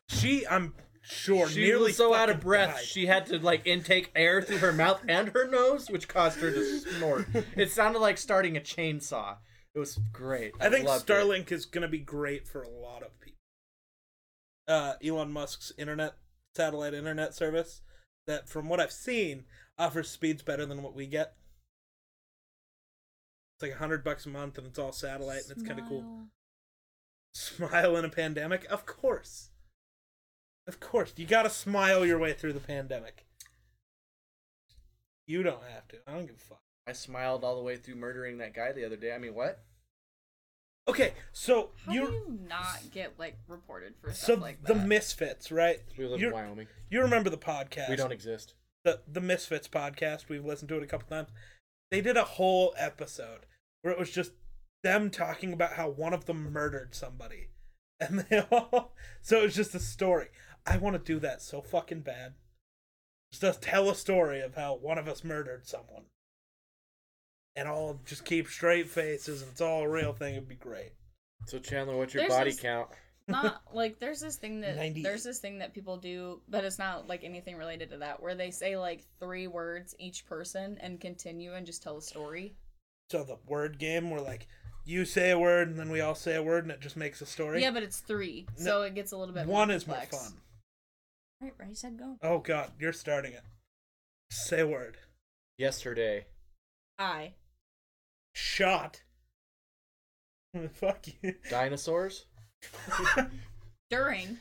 S1: She I'm sure
S3: she
S1: nearly
S3: was so out of
S1: fucking
S3: breath
S1: died.
S3: she had to like intake air through her mouth and her nose, which caused her to snort. It sounded like starting a chainsaw. It was great.
S1: I think
S3: loved it.
S1: Starlink is going to be great for a lot of people. Uh, Elon Musk's internet satellite internet service that, from what I've seen, offers speeds better than what we get. It's like a hundred bucks a month, and it's all satellite, and it's kind of cool. Smile in a pandemic, of course. Of course, you gotta smile your way through the pandemic. You don't have to. I don't give a fuck.
S3: I smiled all the way through murdering that guy the other day. I mean, what?
S1: Okay, so
S4: how
S1: you
S4: do you not get like reported for
S1: so
S4: stuff like
S1: the
S4: that?
S1: misfits, right?
S3: We live
S1: You're-
S3: in Wyoming.
S1: You remember the podcast?
S3: We don't e- exist.
S1: The the Misfits podcast. We've listened to it a couple times. They did a whole episode where it was just them talking about how one of them murdered somebody, and they all. So it was just a story. I want to do that so fucking bad. Just us tell a story of how one of us murdered someone, and all just keep straight faces, and it's all a real thing. It'd be great.
S3: So Chandler, what's
S4: your There's body this-
S3: count?
S4: not like there's this thing that
S1: 98.
S4: there's this thing that people do, but it's not like anything related to that, where they say like three words each person and continue and just tell a story.
S1: So the word game, we're like, you say a word, and then we all say a word, and it just makes a story.
S4: Yeah, but it's three,
S1: No,
S4: so it gets a little bit
S1: one
S4: more
S1: is more
S4: complex.
S1: fun.
S4: Right, right, said go.
S1: Oh god, you're starting it. Say a word.
S3: Yesterday.
S4: I
S1: Shot. Fuck you.
S3: Dinosaurs?
S4: during.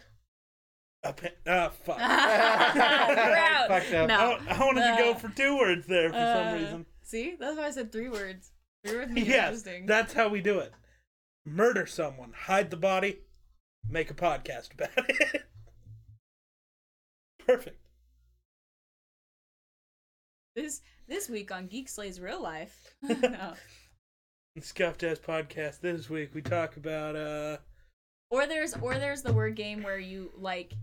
S1: A pa- ah, fuck.
S4: Proud.
S3: Fucked up.
S4: No.
S1: I, I wanted to go
S4: Uh,
S1: for two words there for
S4: Uh,
S1: some reason.
S4: See, that's why I said three words. Three words make it
S1: Yes,
S4: interesting.
S1: that's how we do it. Murder someone, hide the body, make a podcast about it. Perfect.
S4: This this week on Geek Slays Real Life. No.
S1: Scuffed ass podcast this week. We talk about uh
S4: Or there's or there's the word game where you like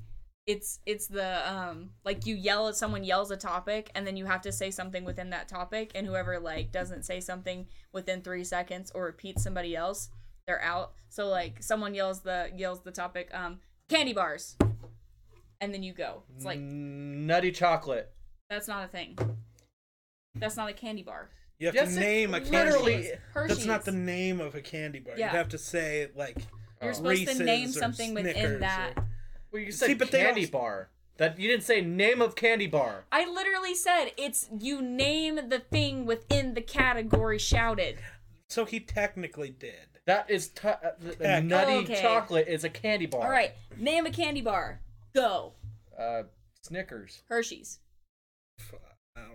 S4: it's it's the um like you yell at someone yells a topic and then you have to say something within that topic and whoever like doesn't say something within 3 seconds or repeats somebody else they're out. So like someone yells the yells the topic um candy bars and then you go. It's like
S1: Mm.
S3: Nutty chocolate.
S4: that's not a thing. That's not a candy bar.
S1: you have
S3: Yes,
S1: to
S3: it
S1: name a candy
S3: literally-
S1: bar.
S4: Hershey's.
S1: That's not the name of a candy bar.
S4: Yeah.
S1: You'd have to say like
S4: You're
S3: Oh.
S4: supposed to name
S1: Reese's or
S4: something
S1: Snickers or-
S4: within that.
S3: Well, you
S1: See,
S3: said
S1: but they
S3: candy
S1: don't-
S3: bar. That you didn't say name of candy bar.
S4: I literally said it's you name the thing within the category shouted.
S1: So he technically did.
S3: That is t- uh, th-
S1: Heck.
S3: nutty
S4: Oh, okay.
S3: chocolate is a candy bar.
S4: All right, name a candy bar. Go
S3: Uh, Snickers.
S4: Hershey's,
S1: I don't know.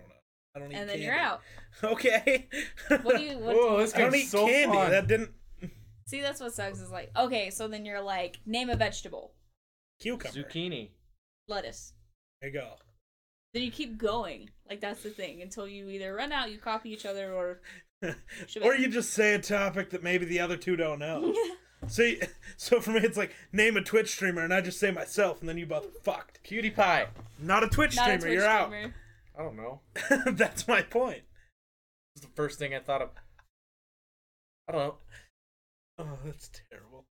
S1: I don't eat
S4: and then
S1: candy.
S4: you're out.
S1: Okay.
S4: What do you? What
S3: this
S1: I don't eat candy. That didn't
S4: see? That's what sucks is like. Okay, so then you're like name a vegetable,
S1: cucumber.
S3: Zucchini.
S4: lettuce.
S1: There you go.
S4: Then you keep going. Like that's the thing until you either run out, you copy each other, or Should we-
S1: Or you just say a topic that maybe the other two don't know. See, so for me, it's like name a Twitch streamer, and I just say myself, and then you both fucked.
S3: PewDiePie. I
S1: Not a Twitch
S4: not
S1: streamer.
S4: a Twitch
S1: you're
S4: streamer.
S3: don't know.
S1: out. That's my point.
S3: This is the first thing I thought of. I don't know.
S1: Oh, that's terrible.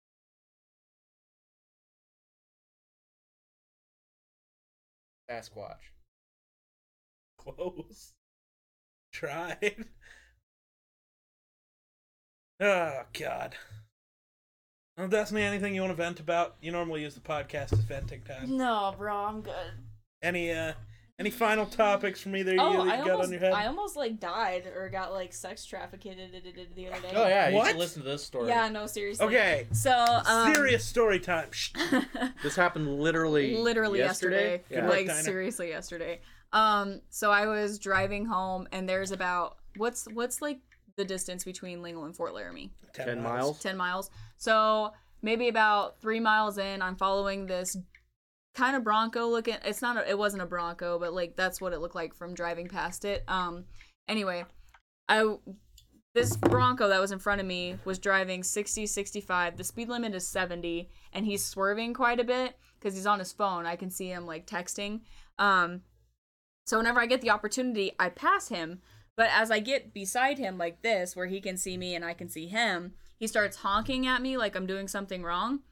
S3: Sasquatch.
S1: Close. Tried. Oh God. Well, Destiny, anything you want to vent about? You normally use the podcast as venting time.
S2: No, bro, I'm good.
S1: Any uh, any final topics from either of you that
S4: Oh,
S1: you
S4: I
S1: got on
S4: almost,
S1: your head?
S4: I almost like died or got like sex trafficked the other day.
S3: Oh yeah, you
S1: What?
S3: should listen to this story.
S4: Yeah, no, seriously.
S1: Okay.
S4: So, um,
S1: Serious story time. Shh.
S3: This happened literally
S4: literally yesterday,
S1: Yeah.
S4: like
S1: Dinah.
S4: seriously yesterday. Um, so I was driving home, and there's about what's what's like the distance between Lingle and Fort Laramie?
S3: Ten miles.
S4: Ten miles. So maybe about three miles in, I'm following this
S2: kind of bronco looking. It's not. A, it wasn't a bronco, but like that's what it looked like from driving past it. Um. Anyway, I this bronco that was in front of me was driving 60 65 the speed limit is 70 and he's swerving quite a bit because he's on his phone i can see him like texting um, so whenever i get the opportunity i pass him but as i get beside him like this where he can see me and i can see him he starts honking at me like i'm doing something wrong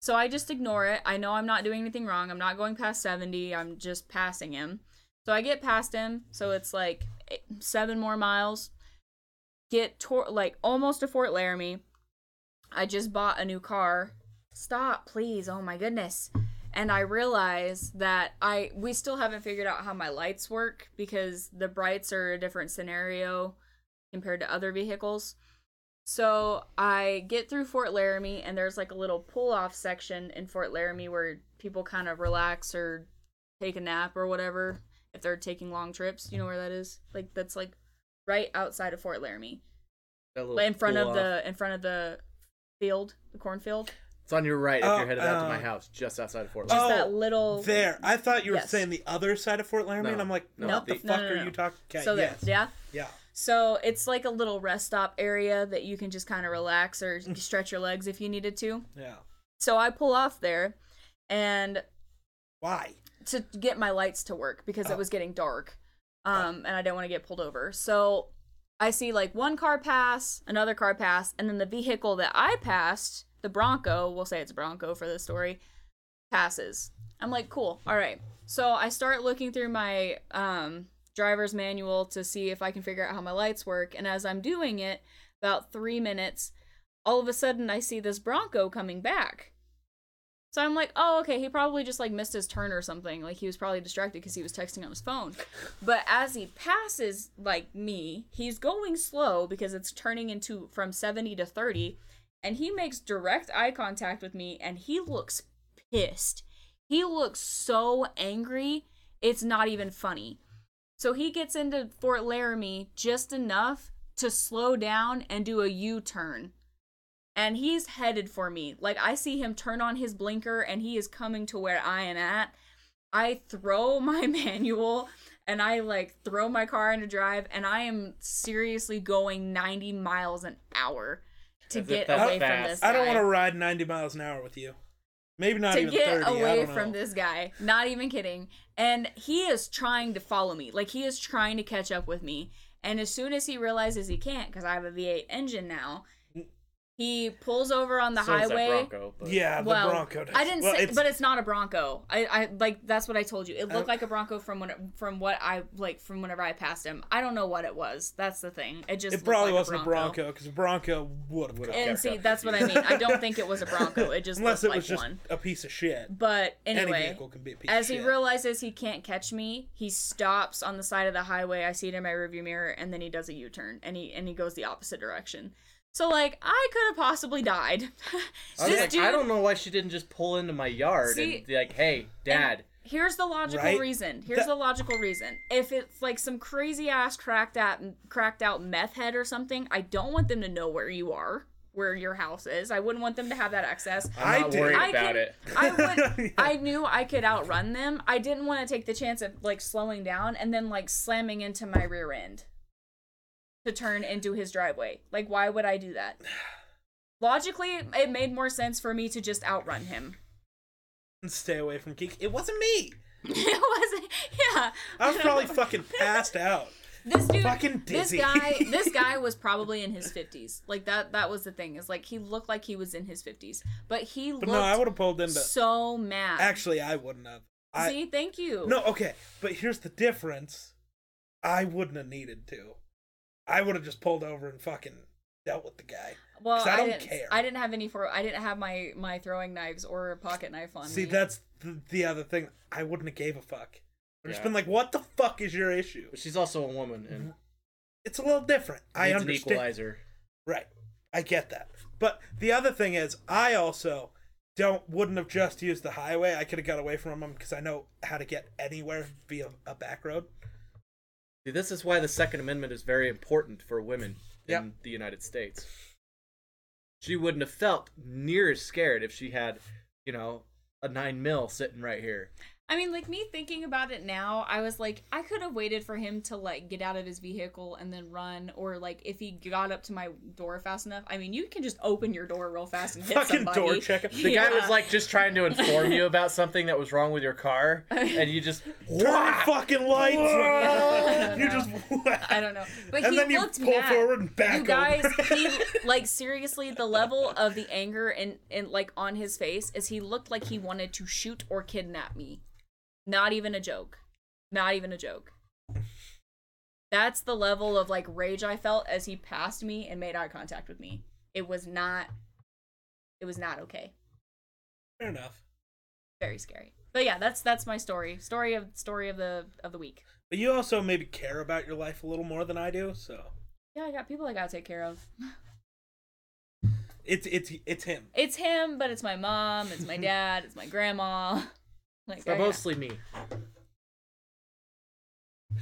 S2: so i just ignore it i know i'm not doing anything wrong i'm not going past 70 i'm just passing him so i get past him so it's like eight- seven more miles get tor- like almost to Fort Laramie. I just bought a new car. Stop, please. Oh my goodness. And I realize that I we still haven't figured out how my lights work because the brights are a different scenario compared to other vehicles. So I get through Fort Laramie and there's like a little pull off section in Fort Laramie where people kind of relax or take a nap or whatever if they're taking long trips. You know where that is? Like that's like right outside of Fort Laramie,
S3: That little
S2: like in front of
S3: pull-off.
S2: the in front of the field, the cornfield.
S3: It's on your right if
S1: Oh,
S3: you're headed out to my
S1: uh,
S3: house, just outside of Fort
S1: Oh,
S3: Laramie.
S2: Just that little
S1: There, I thought you were
S2: Yes.
S1: saying the other side of Fort Laramie,
S3: No,
S1: and I'm like,
S3: no,
S1: what
S3: the-
S1: the
S2: No,
S1: fuck
S2: no, no,
S1: are
S2: no.
S1: you talking? Okay,
S2: so there,
S1: Uh, yes,
S2: yeah.
S1: yeah.
S2: So it's like a little rest stop area that you can just kind of relax or stretch your legs if you needed to.
S1: Yeah.
S2: So I pull off there, and
S1: Why?
S2: to get my lights to work because
S1: Oh.
S2: it was getting dark. Um, and I didn't want to get pulled over. So I see like one car pass, another car pass, and then the vehicle that I passed, the Bronco, we'll say it's a Bronco for this story, passes. I'm like, cool, all right. So I start looking through my um, driver's manual to see if I can figure out how my lights work. And as I'm doing it, about three minutes, all of a sudden I see this Bronco coming back. So I'm like, oh, okay, he probably just like missed his turn or something. Like he was probably distracted because he was texting on his phone. But as he passes like me, he's going slow because it's turning into from 70 to 30 and he makes direct eye contact with me and he looks pissed. He looks so angry. It's not even funny. So he gets into Fort Laramie just enough to slow down and do a U-turn and he's headed for me. Like I see him turn on his blinker and he is coming to where I am at. I throw my manual and I like throw my car into drive and I am seriously going 90 miles an hour to
S3: As if
S2: get
S3: that's
S2: away from
S3: fast.
S2: this. Guy.
S1: I don't want to ride 90 miles an hour with you. Maybe not
S2: to
S1: even
S2: get
S1: 30. I
S2: away
S1: don't know.
S2: from this guy. Not even kidding. And he is trying to follow me. Like he is trying to catch up with me. And as soon as he realizes he can't, because I have a V8 engine now, he pulls over on the
S3: So is that
S2: highway.
S3: Bronco, but-
S1: Yeah, the Bronco. Does.
S2: I didn't
S1: Well,
S2: say,
S1: it's-
S2: but it's not a Bronco. I, I like that's what I told you. It
S1: I
S2: looked
S1: don't-
S2: like a Bronco from when from what I like from whenever I passed him. I don't know what it was. That's the thing. It just
S1: it
S2: looked
S1: probably
S2: like
S1: wasn't a Bronco because Bronco would have.
S3: Would've
S2: And
S3: kept
S2: see,
S3: up
S2: that's
S3: with
S2: what I
S3: you.
S2: mean. I don't think it was a Bronco. It just
S1: Unless it
S2: looked
S1: was
S2: like
S1: just
S2: one.
S1: a piece of shit.
S2: But
S1: Any
S2: anyway,
S1: vehicle can be a piece
S2: as
S1: of
S2: he
S1: shit.
S2: realizes he can't catch me, he stops on the side of the highway. I see it in my rearview mirror, and then he does a U turn and he and he goes the opposite direction. So like I could have possibly died.
S3: I was
S2: This
S3: like,
S2: dude-
S3: I don't know why she didn't just pull into my yard
S2: See-
S3: and be like, "Hey, Dad."
S2: Here's the logical
S1: Right?
S2: reason. Here's
S1: That-
S2: the logical reason. If it's like some crazy ass cracked out cracked out meth head or something, I don't want them to know where you are, where your house is. I wouldn't want them to have that access.
S1: I
S3: I'm not
S1: did.
S3: worried
S2: I
S3: about
S2: can-
S3: it.
S2: I would.
S1: Yeah.
S2: I knew I could outrun them. I didn't want to take the chance of like slowing down and then like slamming into my rear end to turn into his driveway. Like, why would I do that? Logically, it made more sense for me to just outrun him.
S1: Stay away from Geek. It wasn't me.
S2: it wasn't. Yeah,
S1: I was
S2: don't
S1: probably
S2: know.
S1: fucking passed out.
S2: this dude.
S1: fucking
S2: This
S1: dizzy.
S2: guy. This guy was probably in his fifties. Like that. That was the thing. Is like he looked like he was in his fifties, but he
S1: But
S2: looked
S1: no, I would have pulled into.
S2: so mad.
S1: Actually, I wouldn't have. I,
S2: see, thank you.
S1: No, okay, but here's the difference. I wouldn't have needed to. I would have just pulled over and fucking dealt with the guy.
S2: Well,
S1: 'Cause I don't
S2: didn't,
S1: care.
S2: I didn't have any for. I didn't have my my throwing knives or pocket knife on.
S1: See,
S2: me.
S1: that's the, the other thing. I wouldn't have gave a fuck. I've just
S3: Yeah.
S1: been like, what the fuck is your issue?
S3: But she's also a woman
S2: Mm-hmm.
S3: and
S1: It's a little different. I
S3: needs an
S1: understand.
S3: equalizer.
S1: Right. I get that. But the other thing is, I also don't wouldn't have just used the highway. I could have got away from them because I know how to get anywhere via a back road.
S3: See, this is why the Second Amendment is very important for women in
S1: Yep.
S3: the United States. She wouldn't have felt near as scared if she had, you know, a nine mil sitting right here.
S2: I mean, like me thinking about it now, I was like, I could have waited for him to like get out of his vehicle and then run, or like if he got up to my door fast enough. I mean, you can just open your door real fast and hit
S1: Fucking
S2: somebody.
S1: door checker.
S3: The guy
S2: Yeah.
S3: was like just trying to inform you about something that was wrong with your car, and you just
S1: Turn on fucking lights.
S2: Wah!
S1: you just.
S2: I don't know, but
S1: and
S2: he
S1: then you
S2: looked
S1: pull
S2: mad.
S1: forward and back
S2: you guys,
S1: over.
S2: he like seriously, the level of the anger and and like on his face is he looked like he wanted to shoot or kidnap me. Not even a joke. Not even a joke. That's the level of like rage I felt as he passed me and made eye contact with me. It was not. It was not okay.
S1: Fair enough.
S2: Very scary. But yeah, that's that's my story. Story of story of the of the week.
S1: But you also maybe care about your life a little more than I do, so
S2: Yeah, I got people I gotta take care of.
S1: it's it's it's him.
S2: It's him, but it's my mom, it's my dad, it's my grandma. Like
S3: but
S2: I-
S3: mostly me.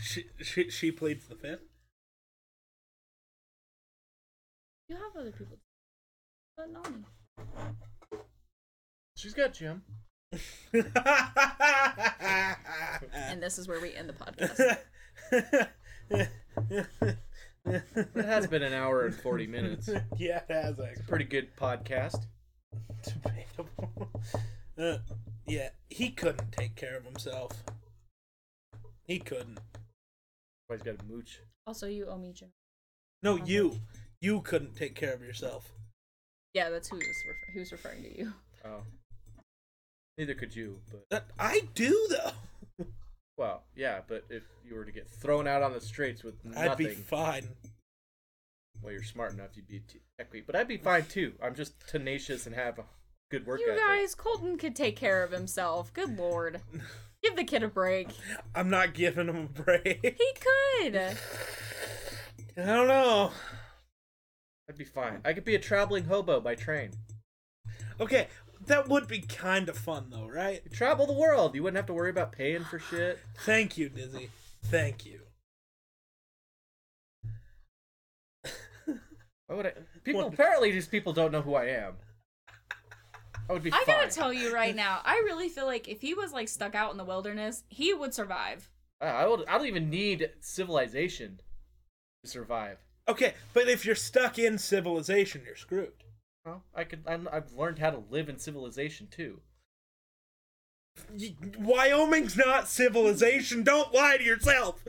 S1: She she, she pleads the fifth.
S2: You have other people. But not me.
S3: She's got Jim.
S2: And this is where we end the podcast.
S3: It has been an hour and forty minutes.
S1: yeah, it has actually.
S3: Pretty good podcast.
S1: Debatable. Uh, yeah, he couldn't take care of himself. He couldn't.
S3: Always got a mooch.
S2: also, you owe me, Jim.
S1: No, you. You couldn't take care of yourself.
S2: Yeah, that's who he was, refer- he was referring to you.
S3: Oh, neither could you. But
S1: That, I do, though.
S3: well, yeah. But if you were to get thrown out on the streets with
S1: I'd be
S3: nothing,
S1: fine.
S3: well, you're smart enough. You'd be t- equity, but I'd be fine too. I'm just tenacious and have a good work
S2: you
S3: ethic.
S2: guys, Colton could take care of himself. Good lord. Give the kid a break.
S1: I'm not giving him a break.
S2: He could.
S1: I don't know.
S3: I'd be fine. I could be a traveling hobo by train.
S1: Okay, that would be kind of fun, though, right?
S3: You travel the world. You wouldn't have to worry about paying for shit.
S1: Thank you, Dizzy. Thank you.
S3: Why would I? People
S1: What?
S3: apparently these people don't know who I am. I would be.
S2: I
S3: fine.
S2: gotta tell you right now, I really feel like if he was like stuck out in the wilderness, he would survive.
S3: I, I would. I don't even need civilization to survive.
S1: Okay, but if you're stuck in civilization, you're screwed.
S3: Well, I could. I'm, I've learned how to live in civilization too.
S1: Y- Wyoming's not civilization. Don't lie to yourself.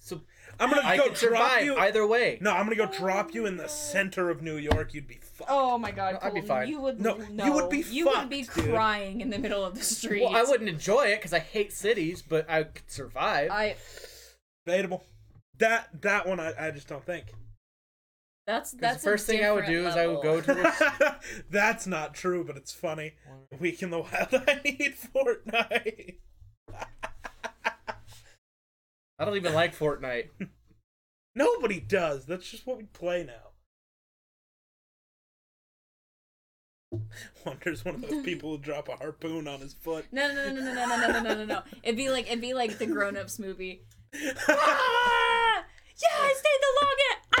S3: So
S1: I'm gonna
S3: I
S1: go
S3: could
S1: drop
S3: survive
S1: you.
S3: either way.
S1: No, I'm gonna go drop you in the center of New York. You'd be fucked.
S2: Oh my god,
S3: No, I'd be fine.
S2: You would
S1: No, you would be
S2: You would be
S1: fucked, dude.
S2: crying in the middle of the street.
S3: Well, I wouldn't enjoy it because I hate cities, but I could survive.
S2: I
S1: Debatable. That that one I, I just don't think.
S2: that's
S3: 'Cause
S2: that's
S3: the first thing I would do is I would go to. A,
S1: That's not true, but it's funny. Week in the wild. I need Fortnite.
S3: I don't even like Fortnite.
S1: Nobody does. That's just what we play now. Wonder's one of those people who drop a harpoon on his foot.
S2: No, no, no, no, no, no, no, no, no, no, no. It'd be like it'd be like the Grown Ups movie. Ah! Yeah, I stayed the
S4: Ah!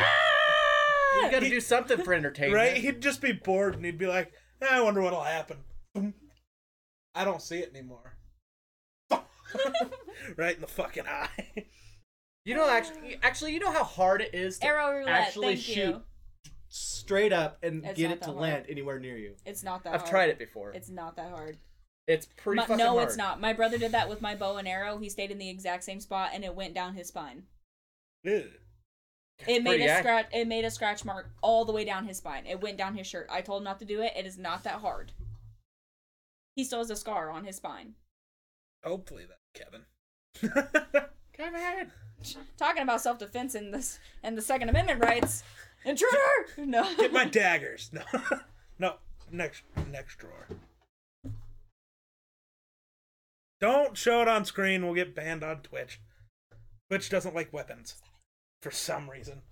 S3: You
S2: longest.
S3: got to do something for entertainment.
S1: Right? He'd just be bored and he'd be like, "Eh, I wonder what'll happen. Boom. I don't see it anymore. right in the fucking eye.
S3: You know, actually, actually, you know how hard it is
S2: Ah!
S3: to
S2: Arrow roulette.
S3: actually
S2: thank
S3: shoot
S2: you.
S3: straight up and
S2: It's
S3: get
S2: not
S3: it
S2: that
S3: to
S2: hard.
S3: land anywhere near you.
S2: It's not that.
S3: I've
S2: hard.
S3: tried it before. It's,
S2: It's not that hard.
S3: pretty
S2: My-
S3: fucking
S2: no,
S3: hard.
S2: it's not. My brother did that with my bow and arrow. He stayed in the exact same spot, and it went down his spine.
S1: Ew.
S2: It made
S3: pretty
S2: a
S3: ac-
S2: scratch. It made a scratch mark all the way down his spine. It went down his shirt. I told him not to do it. It is not that hard. He still has a scar on his spine.
S1: Hopefully that Kevin.
S3: Kevin.
S2: Talking about self defense and this and the Second Amendment rights. Intruder! No.
S1: Get my daggers. No. no. Next next drawer. Don't show it on screen. We'll get banned on Twitch. Twitch doesn't like weapons. For some reason.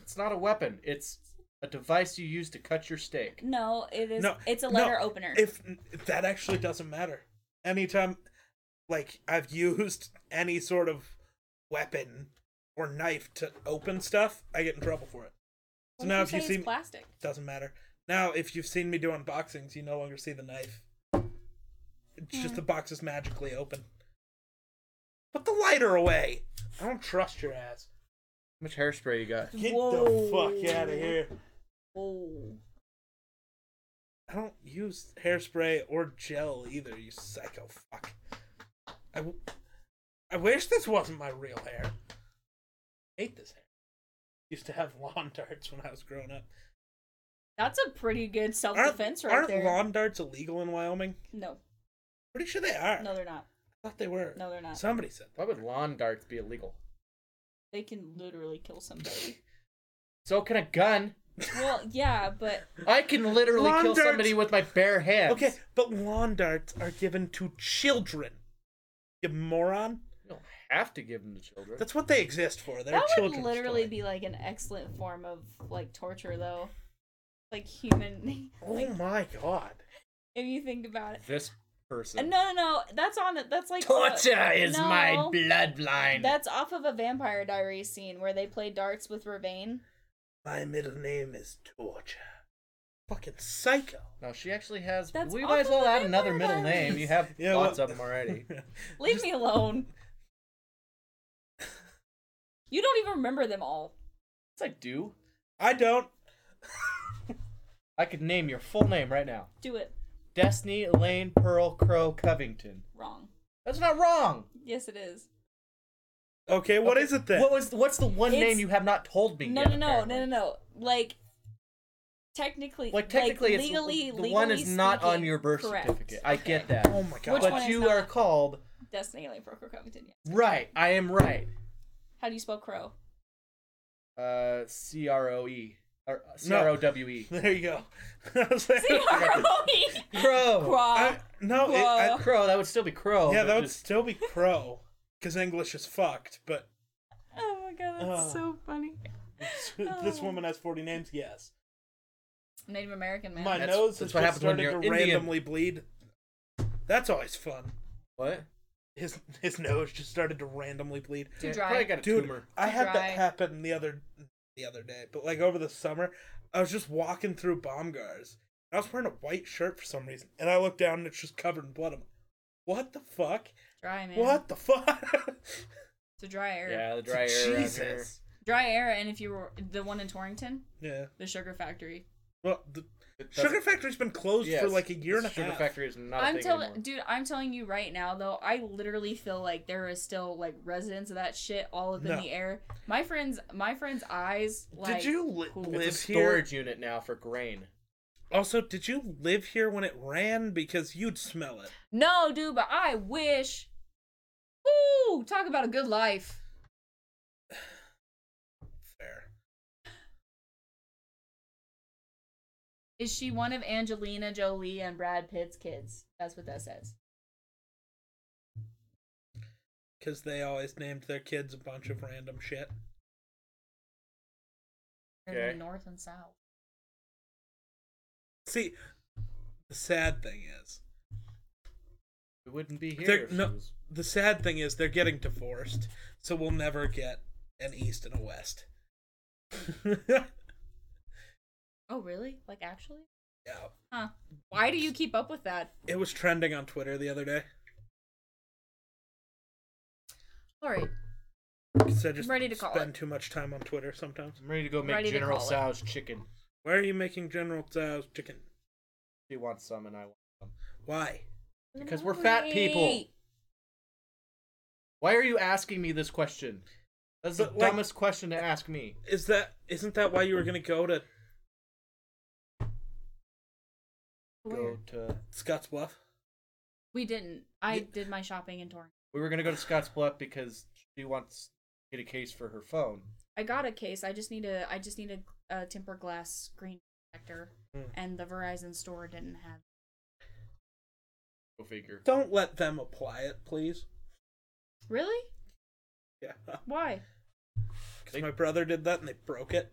S3: It's not a weapon. It's a device you use to cut your steak.
S2: No, it is.
S1: no,
S2: it's a
S1: no,
S2: letter opener.
S1: If that actually doesn't matter, anytime like I've used any sort of weapon or knife to open stuff, I get in trouble for it.
S2: What
S1: So now
S2: you
S1: if you
S2: say
S1: see
S2: it's
S1: me,
S2: plastic,
S1: doesn't matter. Now if you've seen me do unboxings, you no longer see the knife. It's just the box is magically open. Put the lighter away. I don't trust your ass.
S3: much hairspray you got?
S1: Get
S2: Whoa.
S1: the fuck out of here.
S2: Oh.
S1: I don't use hairspray or gel either, you psycho fuck. I, w- I wish this wasn't my real hair. hate this hair. Used to have lawn darts when I was growing up.
S4: That's a pretty good self
S1: Aren't,
S4: defense right
S1: aren't
S4: there.
S1: lawn darts illegal in Wyoming?
S4: No,
S1: Pretty sure they are.
S4: no, they're not.
S1: I thought they were.
S4: No, they're not.
S1: Somebody said that.
S3: Why would lawn darts be illegal?
S4: They can literally kill somebody.
S3: So can a gun.
S4: well, yeah, but
S3: I can literally
S1: Lawn
S3: kill
S1: darts-
S3: somebody with my bare hands.
S1: Okay, but lawn darts are given to children. You moron.
S3: You don't have to give them to children.
S1: That's what they exist for. They're
S4: that would
S1: children's
S4: literally
S1: toy.
S4: be like an excellent form of like torture, though. Like human, like
S1: Oh my god.
S4: if you think about it.
S3: this
S4: Uh,
S3: person.
S4: No, no, no. That's on it. That's like
S3: Torture
S4: uh,
S3: is
S4: no.
S3: my bloodline.
S4: That's off of a Vampire Diary scene where they play darts with Ravain.
S1: My middle name is Torture. Fucking psycho.
S3: No, she actually has.
S4: That's
S3: we
S4: off
S3: might as
S4: of
S3: well
S4: the
S3: add another
S4: Vampire
S3: middle name. You have
S1: Yeah,
S3: lots
S1: well-
S3: of them already.
S4: Leave me alone. you don't even remember them all.
S3: Yes, I do.
S1: I don't.
S3: I could name your full name right now.
S4: Do it
S3: Destiny Elaine Pearl Crow Covington.
S4: wrong.
S3: That's not wrong.
S4: Yes, it is.
S1: Okay, what
S3: Okay,
S1: is it then?
S3: What was what's the one
S4: It's-
S3: name you have not told me
S4: No,
S3: yet?
S4: no, no, no,
S3: apparently?
S4: no, no. Like technically,
S3: Like technically, it's
S4: legally,
S3: the
S4: legally
S3: one is not on
S4: speaking,
S3: your birth
S4: correct.
S3: certificate. I
S4: Okay.
S3: get that.
S1: oh my god.
S4: Which one
S3: but
S4: is
S3: you
S4: not?
S3: are called
S4: Destiny Alien Crow Covington. Yeah.
S3: right. I am right.
S4: How do you spell crow?
S3: Uh, C R O E or C R O W E.
S1: There you go. I was like-
S4: C R O E.
S3: Crow.
S4: Crow.
S1: I- no, it,
S4: Crow.
S1: I,
S3: Crow. That would still be crow.
S1: yeah,
S3: but
S1: that would
S3: Oh, just-
S1: still be Crow, because English is fucked. But
S4: Oh my god, that's
S1: Oh.
S4: so funny.
S1: this woman has forty names. Yes,
S4: Native American man.
S1: my
S3: That's-
S1: nose has
S3: that's what
S1: just
S3: happens
S1: started
S3: when
S1: to
S3: you're Indian.
S1: randomly bleed. That's always fun.
S3: what?
S1: His his nose just started to randomly bleed.
S4: Too
S3: Yeah,
S4: dry.
S3: Probably got a
S1: Dude,
S3: tumor.
S1: I had
S4: Dry.
S1: that happen the other the other day, but like over the summer, I was just walking through Baumgars. I was wearing a white shirt for some reason, and I looked down and it's just covered in blood. I'm like, what the fuck?
S4: Dry man.
S1: What the fuck?
S4: It's a dry era.
S3: Yeah, the dry air. around here.
S1: Jesus.
S4: Dry era, and if you were the one in Torrington,
S1: Yeah.
S4: the sugar factory.
S1: Well, the
S3: It doesn't-
S1: sugar factory's been closed for
S3: Yes,
S1: like a year
S3: the
S1: and a
S3: sugar
S1: half.
S3: factory is not a
S4: I'm
S3: thing
S4: telling,
S3: anymore.
S4: dude, I'm telling you right now though, I literally feel like there is still like residents of that shit all up
S1: No.
S4: in the air. My friends, my friends' eyes. Like,
S1: did you li-
S4: cool.
S1: live
S3: It's a
S1: here?
S3: storage unit now for grain.
S1: Also, did you live here when it ran? Because you'd smell it.
S4: No, dude, but I wish. Ooh, talk about a good life.
S1: Fair.
S4: Is she one of Angelina Jolie and Brad Pitt's kids? That's what that says.
S1: Because they always named their kids a bunch of random shit.
S4: They're in the
S3: Okay.
S4: North and south.
S1: See, the sad thing is,
S3: It wouldn't be here.
S1: They're-
S3: if she
S1: no-
S3: was-
S1: the sad thing is they're getting divorced, so we'll never get an East and a West. yeah.
S4: Oh, really? Like actually? Huh. Why do you keep up with that?
S1: It was trending on Twitter the other day.
S4: All right.
S1: 'cause I just
S4: ready to call
S1: spend
S4: it.
S1: too much time on Twitter sometimes.
S3: I'm ready to go make
S4: Ready to
S3: General
S4: call it.
S3: Tso's chicken.
S1: Why are you making General Tso's chicken?
S3: She wants some, and I want some.
S1: Why?
S3: Because we're fat people. Why are you asking me this question? That's the
S1: But, like-
S3: dumbest question to ask me.
S1: Is that isn't that why you were gonna go to
S3: Go to.
S1: Scott's Bluff?
S4: We didn't. I
S1: Yeah.
S4: did my shopping in Torrance.
S3: We were gonna go to Scott's Bluff because she wants to get a case for her phone.
S4: I got a case. I just need a. I just need a, a tempered glass screen protector,
S1: Hmm.
S4: and the Verizon store didn't have.
S3: Go figure.
S1: Don't let them apply it, please.
S4: Really?
S1: Yeah.
S4: Why?
S1: Because my brother did that and they broke it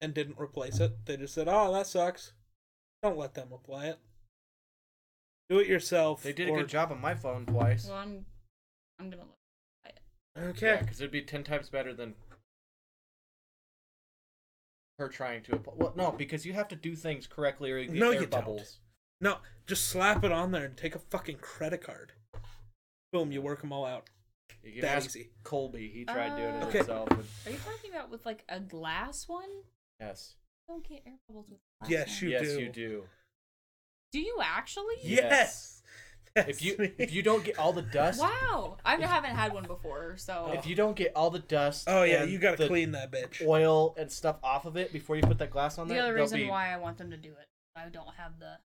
S1: and didn't replace it. They just said, "Oh, that sucks." Don't let them apply it. Do it yourself.
S3: They did a
S1: or-
S3: good job on my phone twice.
S4: Well, I'm. I'm gonna. Look.
S1: Okay.
S3: because it'd be ten times better than her trying to. Apply. Well, no, because you have to do things correctly or you get
S1: No,
S3: air
S1: you don't.
S3: bubbles.
S1: No, just slap it on there and take a fucking credit card. Boom, you work them all out.
S3: You can
S1: That's
S3: ask
S1: easy.
S3: Colby, he tried doing it
S2: Uh,
S1: Okay.
S3: himself. And,
S2: Are you talking about with like a glass one?
S3: yes,
S2: I don't get air bubbles with glass.
S1: Yes,
S2: one.
S1: you
S3: yes,
S1: do.
S3: you do.
S2: Do you actually?
S1: Yes.
S3: If you if you don't get all the dust,
S2: Wow, I haven't had one before, so
S3: if you don't get all the dust,
S1: Oh yeah,
S3: and
S1: you gotta
S3: the
S1: clean that bitch.
S3: oil and stuff off of it before you put that glass on
S7: The
S3: there.
S7: other
S3: they'll
S7: reason
S3: be-
S7: why I want them to do it, I don't have the.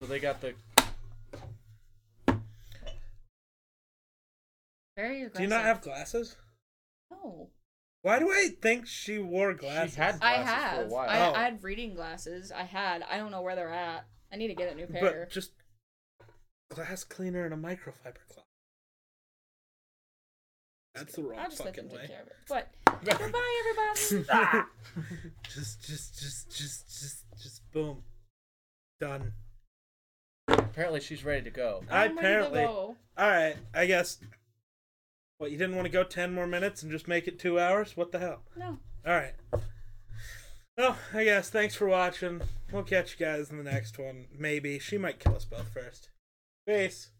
S3: so they got the
S7: Very aggressive.
S1: Do you not have glasses?
S7: No.
S1: Why do I think she wore glasses?
S3: she had
S2: I
S3: glasses for a
S2: have.
S3: while.
S2: I,
S1: Oh.
S2: I had reading glasses. I had. I don't know where they're at. I need to get a new pair.
S1: but just glass cleaner and a microfiber cloth. That's the wrong
S2: I'll just let them
S1: fucking
S2: take
S1: way.
S2: care of it. But goodbye, everybody.
S1: just, just, just, just, just, just, boom, done.
S3: Apparently, she's ready to go.
S1: I
S2: I'm ready to
S1: apparently. All
S2: go.
S1: right, I guess. What you didn't want to go ten more minutes and just make it two hours? What the hell?
S2: No.
S1: All right. Well, I guess thanks for watching. We'll catch you guys in the next one. Maybe she might kill us both first. Peace.